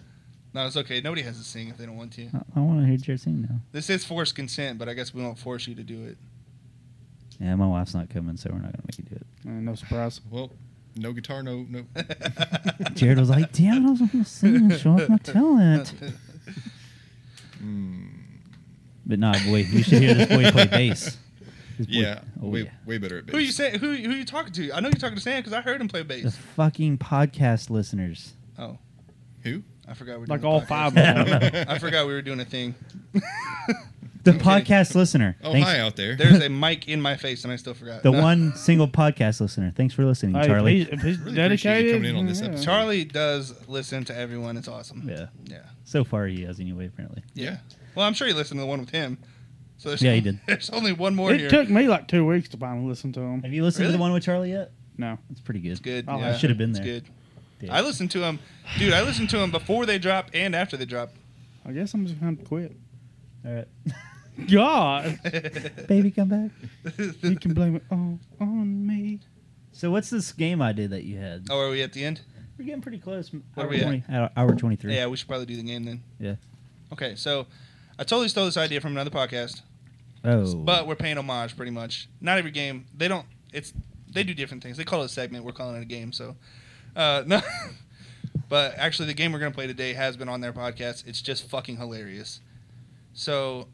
B: No, it's okay. Nobody has to sing if they don't want to.
A: [laughs] I want to hear Jared sing now.
B: This is forced consent, but I guess we won't force you to do it.
A: Yeah, my wife's not coming, so we're not going to make you do
B: [laughs]
A: it.
C: Uh, no surprise.
D: Well, no guitar, no no.
A: Jared was like, damn, I was going to sing and show off
B: [laughs]
A: my talent. But nah, boy, you should hear this boy play bass. This boy-
D: Yeah,
A: oh,
D: way
A: yeah.
D: way better at bass.
B: Who you say? Who who you talking to? I know you're talking to Sam because I heard him play
A: The
B: bass.
A: fucking podcast listeners.
B: Oh,
D: Who?
B: I forgot we were
C: Like
B: doing a
C: all
B: podcast.
C: five of them.
B: [laughs] I forgot we were doing a thing.
A: The
B: kidding.
A: podcast listener.
D: Oh,
A: Thanks-
D: hi out there.
B: There's a mic in my face, and I still forgot.
A: The
B: No.
A: one single podcast listener. Thanks for listening,
C: Hey,
A: [laughs] Charlie.
C: If he's, if he's
D: Really appreciate
C: dedicated.
D: you coming in on this
C: yeah.
D: episode.
B: Charlie does listen to everyone. It's awesome.
A: Yeah.
B: Yeah.
A: So far, he has anyway, apparently.
B: Yeah. Well, I'm sure you listened to the one with him. So there's
A: Yeah, he did.
B: [laughs] There's only one more
C: It
B: here.
C: took me like two weeks to finally listen to him.
A: Have you listened to
B: Really?
A: the one with Charlie yet?
C: No.
A: It's pretty good.
B: It's good.
C: Oh, I
B: yeah.
A: should've been there.
B: It's good.
A: Yeah.
B: I listened to him, dude. I listened to him before they dropped and after they dropped. [laughs]
C: I guess I'm just going to quit.
A: All right.
C: God.
A: [laughs] Baby, come back.
C: you can blame it all on me.
A: So, what's this game I did that you had?
B: Oh, are we at the end?
A: We're getting pretty close.
B: Where
A: Hour,
B: we at?
A: 20, hour, hour 23.
B: Yeah, we should probably do the game then.
A: Yeah.
B: Okay, so I totally stole this idea from another podcast,
A: Oh.
B: but we're paying homage pretty much. Not every game they don't. It's they do different things. They call it a segment. We're calling it a game. So uh, [laughs] no, but actually the game we're gonna play today has been on their podcast. It's just fucking hilarious. So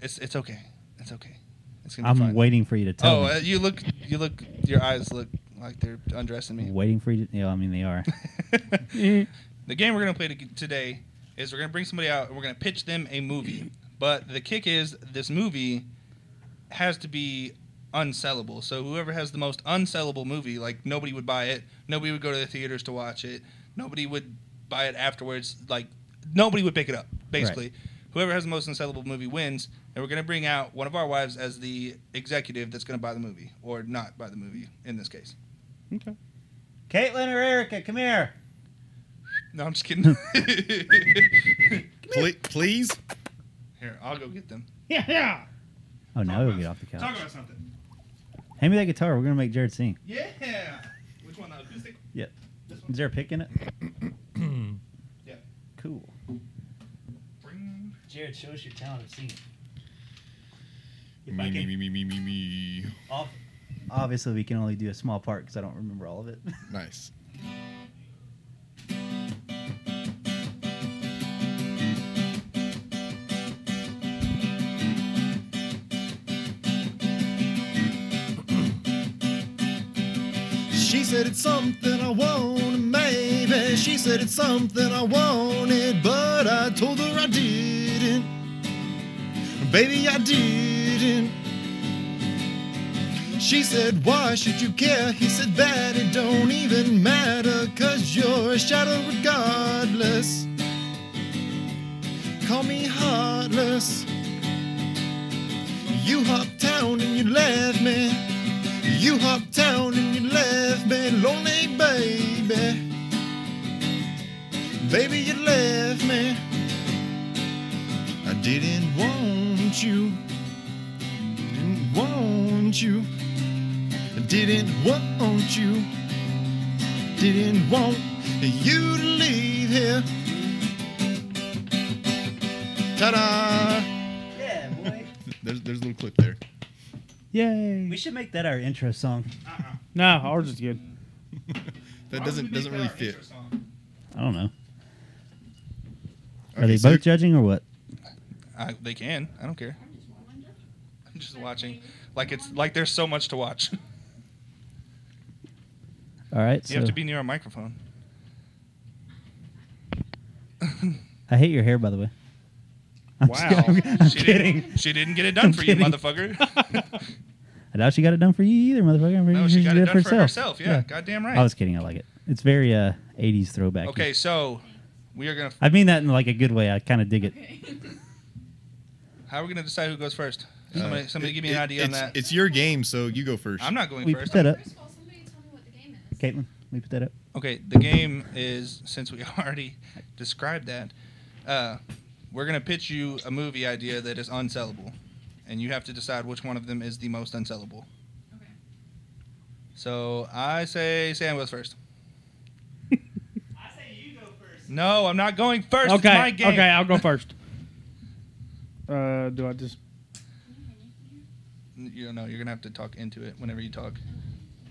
B: it's it's okay. It's okay. It's gonna
A: I'm
B: be fun.
A: waiting for you to tell
B: Oh,
A: me.
B: uh, you look you look. Your eyes look like they're undressing me.
A: waiting for you to. Yeah, I mean, they
B: [laughs]
A: are.
B: the game we're gonna play to- today is we're gonna bring somebody out and we're gonna pitch them a movie. But the kick is this movie has to be unsellable. So whoever has the most unsellable movie, like nobody would buy it, nobody would go to the theaters to watch it, nobody would buy it afterwards. Like nobody would pick it up. Basically, whoever has the most unsellable movie wins. And we're gonna bring out one of our wives as the executive that's gonna buy the movie or not buy the movie in this case.
C: Okay.
A: Caitlin or Erica, come here.
B: No, I'm just kidding. [laughs]
D: Pl- please.
B: Here, I'll go get them.
C: Yeah. yeah.
A: Oh, now we'll get off the couch.
B: Talk about something.
A: Hand me that guitar. We're going to make Jared sing.
B: Yeah. Which one? The acoustic?
A: Yep. Is there a pick in it?
B: Yeah.
A: Cool.
B: Bring.
A: Jared, show us your talent of singing. If
D: Me, me, me, me, me, me, me.
A: Obviously, we can only do a small part because I don't remember all of it. [laughs]
D: Nice. She said it's something I wanted, maybe. She said it's something I wanted, but I told her I didn't. Baby, I didn't. She said, Why should you care? He said, That it don't even matter, cause you're a shadow regardless. Call me heartless.
G: You hopped town and you left me. You hopped town and you left me, lonely baby. Baby, you left me. I didn't want you. Didn't want you. I didn't want you. Didn't want you to leave here. Ta-da!
F: Yeah,
A: [laughs]
F: boy.
D: There's there's a little clip there.
A: We
C: Yay.
A: should make that our intro song.
C: No, ours is good.
D: That doesn't doesn't really fit.
A: I don't know. Are
D: Okay,
A: they
D: so-
A: both judging or what?
B: I, they can. I don't care. I'm just watching. Like it's like there's so much to watch. you
A: All right. So
B: have to be near
A: [laughs]
B: a microphone.
A: I hate your hair, by the way.
B: Wow.
A: I'm
B: she
A: kidding.
B: Didn't, she didn't get it done
A: I'm
B: for you,
A: kidding. [laughs]
B: motherfucker.
A: I doubt she got it done for you either, motherfucker. I'm pretty
B: no,
A: sure
B: she got
A: did
B: it done for herself. Yeah, goddamn right.
A: I was kidding. I like it. It's very uh, 80s throwback.
B: okay, so we are gonna.
A: I mean that in like a good way. I kind of dig it.
B: How are we gonna decide who goes first?
A: Uh,
B: Somebody, somebody give me an
D: Uh, It-
B: idea on
D: it's-
B: that.
D: It's your game, so you go first.
B: I'm not going
A: We
B: first.
A: put that up.
H: [laughs] First of all, somebody tell me what the game is.
A: Caitlin, we put that up.
B: Okay, the game is since we [laughs] already described that, uh, we're gonna pitch you a movie idea that is unsellable, and you have to decide which one of them is the most unsellable.
H: Okay.
B: So I say Sam goes [laughs] first. I say you go first. No, I'm not going first. It's my
C: Okay.
B: game.
C: Okay, I'll go first. Uh, do I just
B: You know, you're gonna have to talk into it whenever you talk.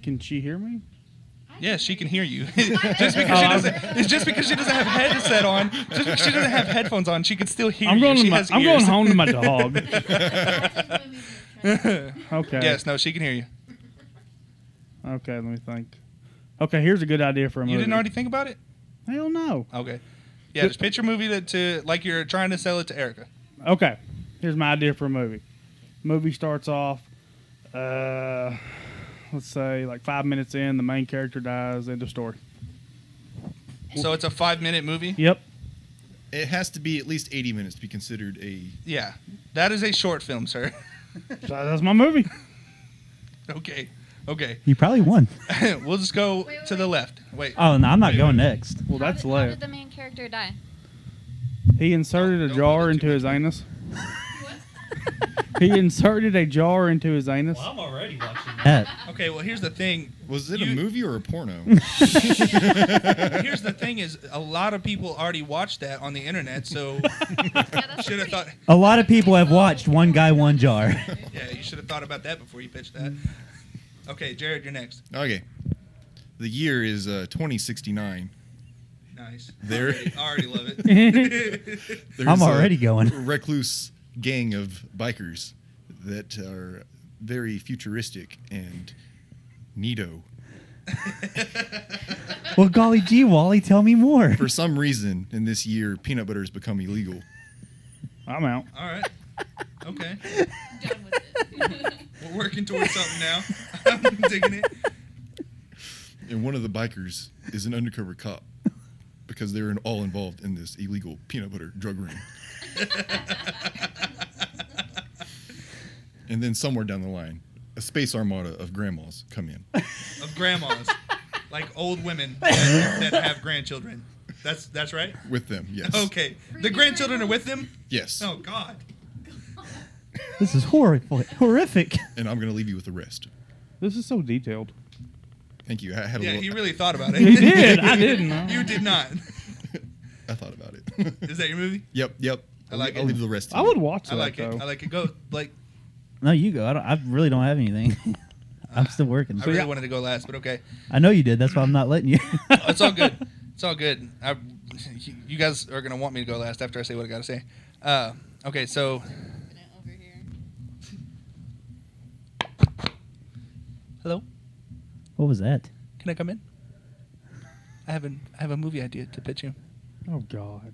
C: can she hear me?
B: Yes, she can hear [laughs] you. just because she doesn't, it's just because she doesn't have headset on, just because she doesn't have headphones on, she can still hear
C: I'm
B: you.
C: going.
B: She
C: To my,
B: has
C: I'm
B: ears.
C: going
B: [laughs]
C: home to my dog. [laughs]
H: That's
C: Okay.
B: Yes, no, she can hear you.
C: Okay. Let me think. Okay, here's a good idea for a movie.
B: You didn't already think about it?
C: Hell no.
B: Okay. Yeah, just pitch your movie to, to like you're trying to sell it to Erica.
C: Okay, here's my idea for a movie. Movie starts off, uh, let's say like five minutes in, the main character dies. End of story.
B: So it's a five minute movie.
C: Yep.
D: It has to be at least 80 minutes to be considered a.
B: Yeah, that is a short film, sir. [laughs]
C: So that's my movie.
B: okay, okay. [laughs]
A: You probably won.
B: we'll just go
H: Wait, wait,
B: to the
H: wait.
B: left. Wait.
A: Oh, no, I'm not going next.
C: Well, that's
H: How did
C: left.
H: the main
C: [laughs]
H: character die?
C: He inserted a
B: Don't- don't
C: jar
B: put it too
C: into his
B: much.
C: anus.
H: What?
C: He inserted a jar into his anus.
F: Well, I'm already watching.
A: That.
B: Okay. Well, here's the thing.
D: Was it
B: You-
D: a movie or a porno?
B: Here's the thing is a lot of people already watched that on the internet, so
H: [laughs] Yeah, that's
B: should have
H: pretty-
B: thought.
A: [laughs] A lot of people have watched One Guy, One Jar. [laughs]
B: Yeah, you should have thought about that before you pitched that. Okay, Jared, you're next.
D: okay. The year is uh, 2069.
B: Nice.
D: There-
B: Already- I already love it. [laughs]
D: There's
A: I'm
D: a
A: already going. [laughs]
D: Recluse gang of bikers that are very futuristic and neato.
A: Well, golly gee, Wally, tell me more.
D: For some reason, in this year, peanut butter has become illegal.
C: I'm out.
B: All right. Okay.
H: Done with it. [laughs]
B: We're working towards something now. [laughs] I'm digging it.
D: And one of the bikers is an undercover cop because they're all involved in this illegal peanut butter drug
B: [laughs]
D: ring. and then somewhere down the line, a space armada of grandmas come in.
B: Of grandmas, like old women that, that have grandchildren. That's that's right.
D: With them, yes.
B: Okay. The grandchildren are with them.
D: Yes.
B: Oh God.
A: This is horrible, horrific.
D: And I'm going to leave you with the rest.
C: This is so detailed.
D: Thank you. I had a
B: Yeah,
D: little,
B: he really thought about
C: He
B: it.
C: did. I
B: [laughs]
C: didn't.
B: you did not.
D: [laughs] I thought about it.
B: Is that your movie?
D: yep, yep.
B: I like
D: I'll
B: it.
D: leave the rest. to
C: I
D: you.
C: would watch that
B: I like
C: though.
B: it. I like it. Go, Blake.
A: No, you go. I, don't, I really don't have anything. I'm still working.
B: I really wanted to go last, but okay.
A: I know you did. That's why I'm not letting you.
B: [laughs] It's all good. It's all good. I, you guys are gonna want me to go last after I say what I gotta say. Uh, okay, so
H: Over here.
B: hello,
A: [laughs] What was that?
B: can I come in? I have an I have a movie idea to pitch you.
C: oh God.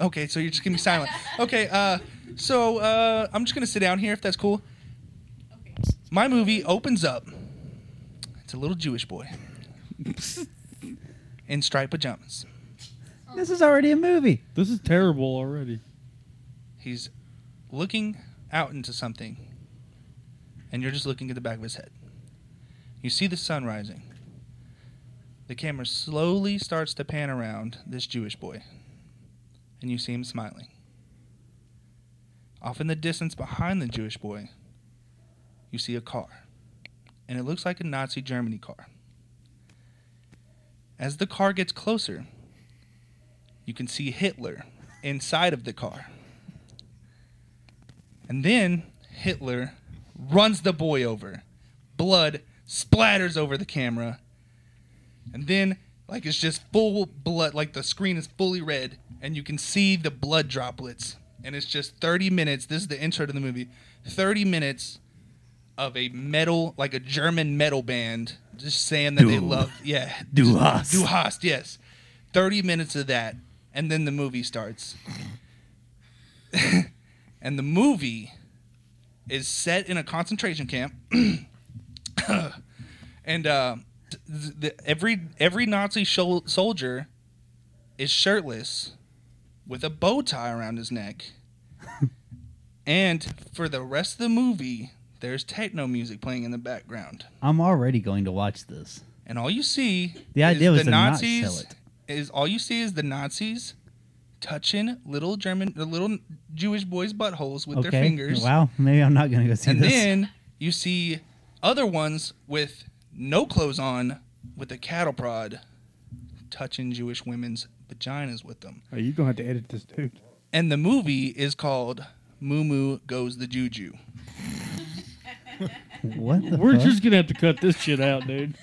B: Okay, so you're just gonna be silent. Okay, uh, so uh, I'm just gonna sit down here if that's cool.
H: Okay.
B: My movie opens up. It's a little Jewish boy [laughs] in striped pajamas.
A: This is already a movie.
C: This is terrible already.
B: He's looking out into something, and you're just looking at the back of his head. You see the sun rising. The camera slowly starts to pan around this Jewish boy, and you see him smiling. Off in the distance behind the Jewish boy, you see a car, and it looks like a Nazi Germany car. As the car gets closer, you can see Hitler inside of the car. And then Hitler runs the boy over. Blood splatters over the camera. And then, like, it's just full blood. Like, the screen is fully red, and you can see the blood droplets. And it's just 30 minutes. This is the intro to the movie 30 minutes of a metal, like a German metal band, just saying that they
A: Du.
B: love, yeah.
A: Du hast.
B: Du hast, yes. 30 minutes of that, and then the movie starts. [laughs] and the movie is set in a concentration camp, [coughs] and uh, t- th- the, every every Nazi shol- soldier is shirtless, with a bow tie around his
A: [laughs]
B: neck. and for the rest of the movie, there's techno music playing in the background,
A: I'm already going to watch this.
B: and all you see
A: The idea
B: is
A: was
B: the
A: to not
B: Nazis
A: sell it.
B: is all you see is the Nazis touching little German, the little Jewish boys' buttholes with
A: okay.
B: their fingers.
A: Wow. Maybe I'm not going to go see
B: And
A: this.
B: then you see other ones with no clothes on, with a cattle prod, touching Jewish women's vaginas with them.
C: Hey, you're gonna have to edit this, dude.
B: And the movie is called Moo Moo Goes the Juju.
A: [laughs] what the
C: We're
A: fuck?
C: just gonna have to cut this shit out, dude.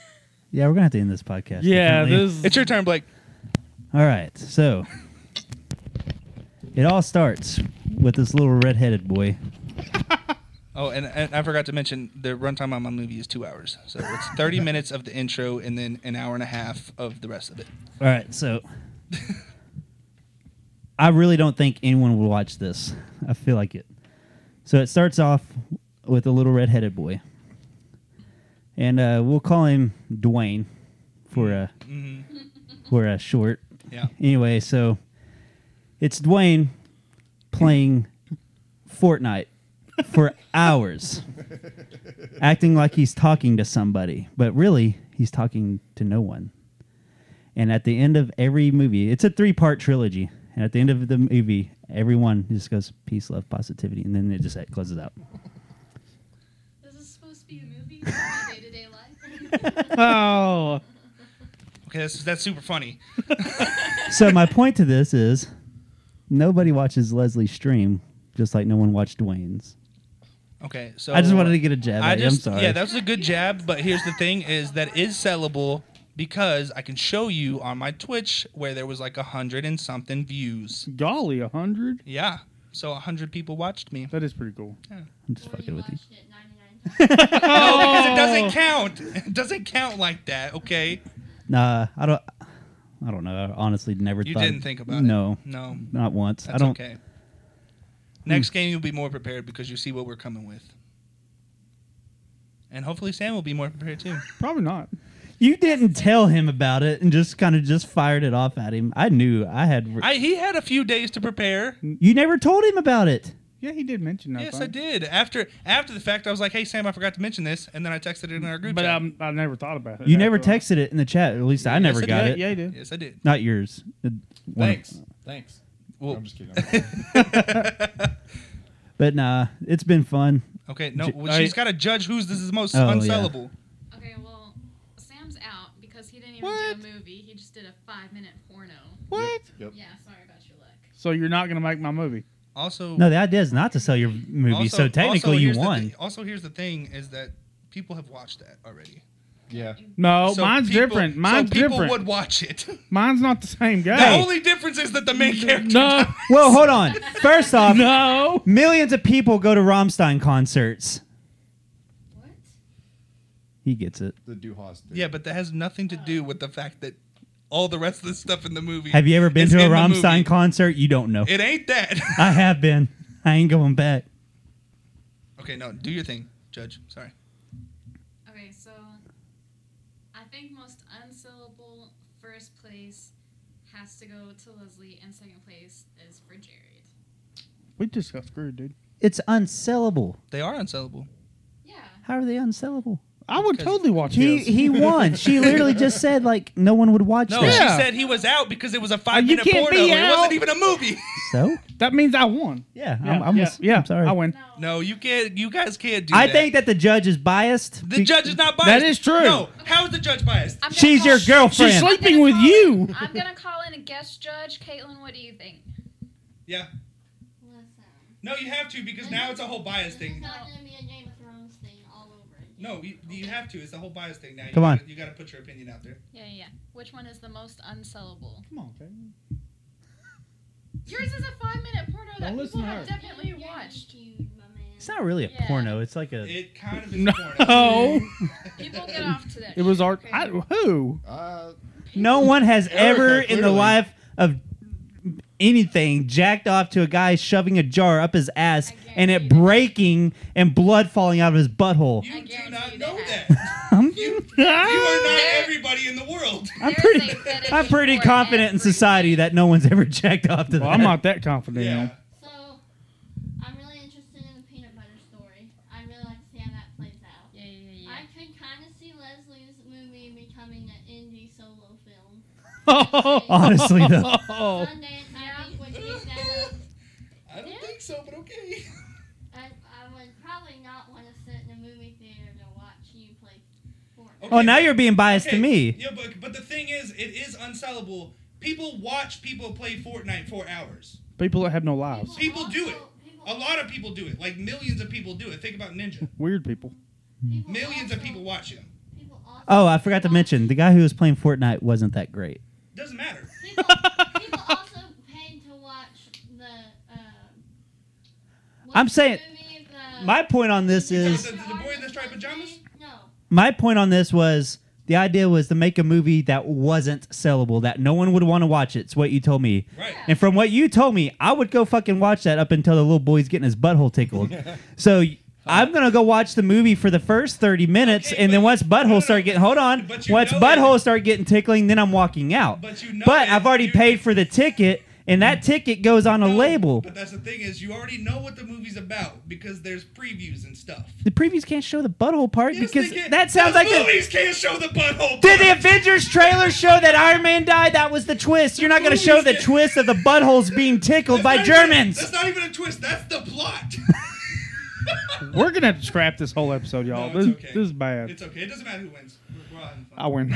A: yeah, we're going to have to end this podcast.
C: [laughs] Yeah,
A: definitely.
C: this.
B: It's your turn, Blake.
A: All right, so it all starts with this little redheaded boy.
B: Oh, and, and I forgot to mention the runtime on my movie is two hours. So it's [laughs] 30 minutes of the intro and then an hour and a half of the rest of it.
A: All right, so I really don't think anyone would watch this. I feel like it. So it starts off with a little redheaded boy, and uh, we'll call him Dwayne for a for a short.
B: Yeah.
A: Anyway, so it's Dwayne playing Fortnite
B: [laughs]
A: for hours, acting like he's talking to somebody, but really he's talking to no one. And at the end of every movie, it's a three part trilogy. And at the end of the movie, everyone just goes peace, love, positivity, and then it just that closes out.
H: This is supposed to be a movie, not day to day
A: [laughs]
H: life.
C: oh,
B: Okay, that's, that's super funny.
A: So my point to this is, nobody watches Leslie's stream, just like no one watched Dwayne's.
B: Okay, so
A: I just wanted to get a jab.
B: I
A: at you. I'm
B: just
A: sorry.
B: yeah, that was a good jab. But here's the thing: is that is sellable because I can show you on my Twitch where there was like a hundred and something views.
C: golly, a hundred.
B: Yeah, so a hundred people watched me.
C: That is pretty cool.
A: I'm just fucking with you.
B: No, Oh, because
C: Oh.
B: it
A: Oh.
B: doesn't count. It doesn't count like that. Okay,
A: Nah, I don't. I don't know. I honestly never.
B: you
A: thought,
B: didn't think about
A: no,
B: it. No, no,
A: not once.
B: that's
A: I don't. Hmm.
B: okay. Next game, you'll be more prepared because you see what we're coming with. And hopefully Sam will be more prepared too.
C: Probably not.
A: You didn't tell him about it and just kind of just fired it off at him. I knew I had.
B: I, he had a few days to prepare.
A: you never told him about it.
C: Yeah, he did mention that.
B: Yes, I
C: thought.
B: did. After after the fact, I was like, "Hey Sam, I forgot to mention this," and then I texted it in our group
C: But
B: chat.
C: um, I never thought about it.
A: You never
C: After-
A: texted it in the chat. At least I never
B: I
A: got
C: yeah,
A: it.
C: Yeah, he did.
B: yes, I did.
A: Not yours. Uh, one of-
D: Thanks. Thanks.
B: Well,
D: I'm just kidding.
C: [laughs]
D: I'm kidding.
B: [laughs]
A: But nah, it's been fun.
B: okay, no,
A: J-
B: well,
A: I-
B: she's got to judge who's this is most
A: Oh, yeah.
B: unsellable.
H: okay, well, Sam's out because he didn't even
C: What?
H: do a movie. He just did a five minute porno.
C: What?
D: Yep.
H: Yeah, sorry about your luck.
C: So you're not gonna make my movie?
B: Also,
A: No, the idea is not to sell your movie,
B: also,
A: so technically
B: also,
A: you
B: here's the
A: won.
B: thi- also, here's the thing: is that people have watched that already.
D: Yeah.
A: Oh,
C: No,
B: So
C: mine's
B: people-
C: different. Mine's
B: so people
C: different.
B: would watch it. [laughs]
C: Mine's not the same guy.
B: The only difference is that the main character.
C: [laughs] no,
A: Well, hold
B: [laughs]
A: on. First off,
C: no.
A: millions of people go to Rammstein concerts.
H: What?
A: He gets it.
D: The Duhas. dude.
B: Yeah, but that has nothing to do with the fact that all the rest of the stuff in the movie.
A: Have you ever been
B: is
A: to a
B: in the
A: Rammstein
B: movie.
A: concert? You don't know.
B: It ain't that.
A: [laughs] I have been. I ain't going back.
B: okay, no, do your thing, Judge. Sorry.
H: Okay, so I think most unsellable first place has to go to Leslie, and second place is for Jared.
C: We just got screwed, dude.
A: It's unsellable.
B: They are unsellable.
H: Yeah.
A: How are they unsellable?
C: I would totally watch
A: He
C: this.
A: he won.
B: [laughs]
A: She literally just said like no one would watch
B: No,
A: that.
C: Yeah. Oh,
B: she said he was out because it was a five
C: you
B: minute
C: can't
B: porno.
C: be
B: It
C: out.
B: wasn't even a movie. [laughs]
A: So
C: that means I won.
A: yeah,
C: Yeah,
A: I'm, I'm,
C: yeah,
A: s-
C: yeah,
A: I'm sorry.
C: I win.
H: No.
B: No, you can't. You guys can't do
A: I
B: that.
A: think that the judge is biased.
B: the
A: be-
B: judge is not biased.
C: is true.
B: No, how is the judge biased?
H: I'm gonna
A: She's
H: call-
A: your
C: She's
A: girlfriend.
H: I'm gonna
C: sleeping with
H: call in-
C: you.
H: I'm gonna call in a guest judge. Caitlin, what do you think?
B: Yeah.
I: Listen,
B: No, you have to because now it's a whole bias
I: it's
B: thing.
I: not gonna be a Game of Thrones thing all over again.
B: No, you, you have to. It's the whole bias thing now. You
A: Come on.
B: gotta- you got to put your opinion out there.
H: Yeah, yeah, yeah. Which one is the most unsellable?
C: Come on, baby.
H: Yours is a five minute porno that
C: Don't listen
H: people
C: to
H: have
C: her.
H: definitely
I: You're
H: watched.
I: cute, my man.
A: it's not really a
H: Yeah.
A: porno. It's like a
B: It kind of is
C: [laughs] No.
B: porno.
H: People get off to that.
C: It was
H: shit.
C: our I, who?
D: Uh,
A: no one has ever in the
D: clearly.
A: life of anything jacked off to a guy shoving a jar up his ass
H: I
A: and it
H: guarantee you.
A: breaking and blood falling out of his butthole.
B: You
H: I
B: do
H: guarantee
B: not
H: you
B: know
H: they
B: that.
H: have.
A: I'm,
B: You, you
C: [laughs]
B: are
C: Ah!
B: not everybody in the world.
A: I'm
H: There's
A: pretty.
H: a fetish
A: I'm pretty
H: for
A: confident in
H: everything.
A: society that no one's ever [laughs] jacked off to
C: Well,
A: that.
C: I'm not that confident. in
B: Yeah.
C: him.
I: So, I'm really interested in the peanut butter story. I'd really like to see how that plays out.
H: Yeah, yeah, yeah.
I: I could kind of see Leslie's movie becoming an indie solo
A: [laughs]
I: film.
A: [laughs] Honestly,
C: [laughs]
A: though.
C: Oh.
I: Sunday at night I would pick that up.
B: [laughs] I don't think so, but okay.
I: I, I would probably not want to sit in a movie theater to watch you play Fortnite.
A: Oh, now you're being biased to me.
B: Yeah, but but the thing is, it is unsellable. People watch people play Fortnite for hours.
C: People that have no lives.
B: People do
I: also- people-
B: A lot of people do it. Like millions of people do it. Think about Ninja.
C: Weird people.
I: people
B: Millions of
I: also-
B: people watch him.
I: people also-
A: Oh, I forgot to mention the guy who was playing Fortnite wasn't that great.
B: Doesn't matter.
I: People, people also paid to watch the. Uh, what's
A: I'm
I: the
A: saying-
I: movie, the-
A: My point on this is
B: The- the boy in the striped pajamas?
I: No.
A: my point on this was the idea was to make a movie that wasn't sellable, that no one would want to watch it. It's what you told me.
B: Right.
A: And from what you told me, I would go fucking watch that up until the little boy's getting his butthole
B: [laughs]
A: tickled. so I'm gonna go watch the movie for the first 30 minutes,
B: Okay,
A: and then
B: but-
A: once
B: no, no,
A: buttholes start getting hold on,
B: but you
A: once
B: know
A: buttholes
B: that-
A: start getting tickling, then I'm walking out.
B: But you know
A: But
B: that
A: I've already
B: you- Mm.
A: paid for the ticket, and that ticket goes on a
B: No,
A: label.
B: But that's the thing is, you already know what the movie's about because there's previews and stuff.
A: The previews can't show the butthole part
B: Yes,
A: because
B: they can.
A: that sounds
B: the
A: like the,
B: movies can't show the butthole.
A: Did the
B: part.
A: Avengers trailer show that Iron Man died? That was the twist. You're not going to show the twist of the buttholes being tickled
B: That's
A: by
B: not even-
A: Germans.
B: That's not even a twist. That's the
A: [laughs]
B: plot.
C: We're gonna have to scrap this whole episode, y'all.
B: No,
C: this,
B: it's okay.
C: this is bad.
B: it's okay. It doesn't matter who wins. We're, we're all having fun.
C: I win.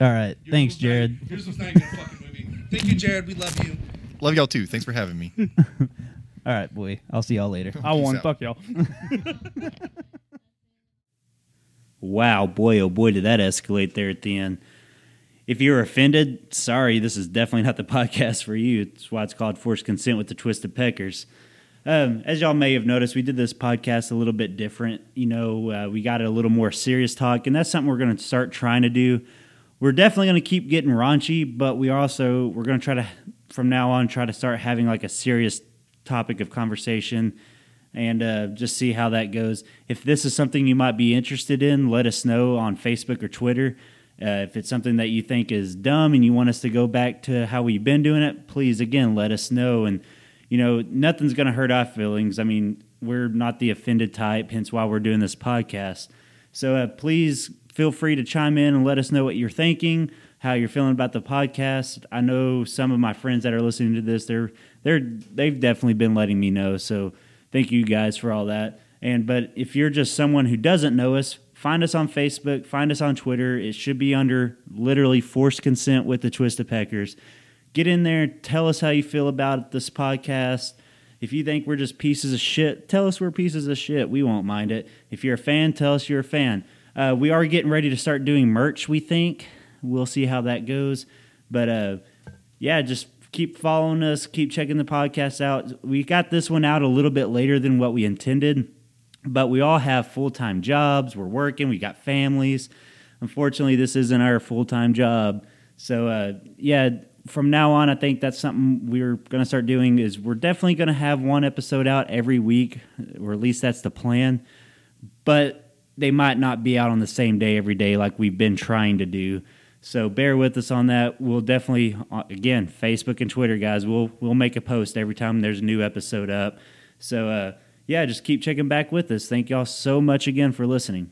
A: All right.
B: Yours
A: Thanks,
B: was not-
A: Jared.
B: Yours was not even a fucking movie. Thank you, Jared. We love you.
D: love y'all too. Thanks for having me.
A: All right, boy. I'll see y'all later.
C: I won.
D: out.
C: Fuck y'all.
A: Wow, boy, oh boy, did that escalate there at the end. If you're offended, sorry, this is definitely not the [laughs] podcast for you. It's why it's called Forced Consent with the Twisted Peckers. Um, as y'all may have noticed, we did this podcast a little bit different. You know, uh, we got a little more serious talk, and that's something we're going to start trying to do. We're definitely going to keep getting raunchy, but we also we're going to try to from now on try to start having like a serious topic of conversation and uh, just see how that goes. If this is something you might be interested in, let us know on Facebook or Twitter. Uh, if it's something that you think is dumb and you want us to go back to how we've been doing it, please again let us know. And you know, nothing's going to hurt our feelings. I mean, we're not the offended type, hence why we're doing this podcast. So uh, please feel free to chime in and let us know what you're thinking, how you're feeling about the podcast. I know some of my friends that are listening to this, they're they're they've definitely been letting me know. So thank you guys for all that. And but if you're just someone who doesn't know us, find us on Facebook, find us on Twitter. It should be under literally forced consent with the Twisted Peckers. Get in there, tell us how you feel about this podcast. If you think we're just pieces of shit, tell us we're pieces of shit. We won't mind it. If you're a fan, tell us you're a fan. Uh, we are getting ready to start doing merch, we think. We'll see how that goes. But uh, yeah, just keep following us, keep checking the podcast out. We got this one out a little bit later than what we intended, but we all have full time jobs. We're working, we got families. Unfortunately, this isn't our full time job. So, uh, yeah, from now on, I think that's something we're going to start doing is we're definitely going to have one episode out every week, or at least that's the plan. But they might not be out on the same day every day like we've been trying to do. So bear with us on that. We'll definitely uh, again Facebook and Twitter guys. We'll we'll make a post every time there's a new episode up. So uh, yeah, just keep checking back with us. Thank y'all so much again for listening.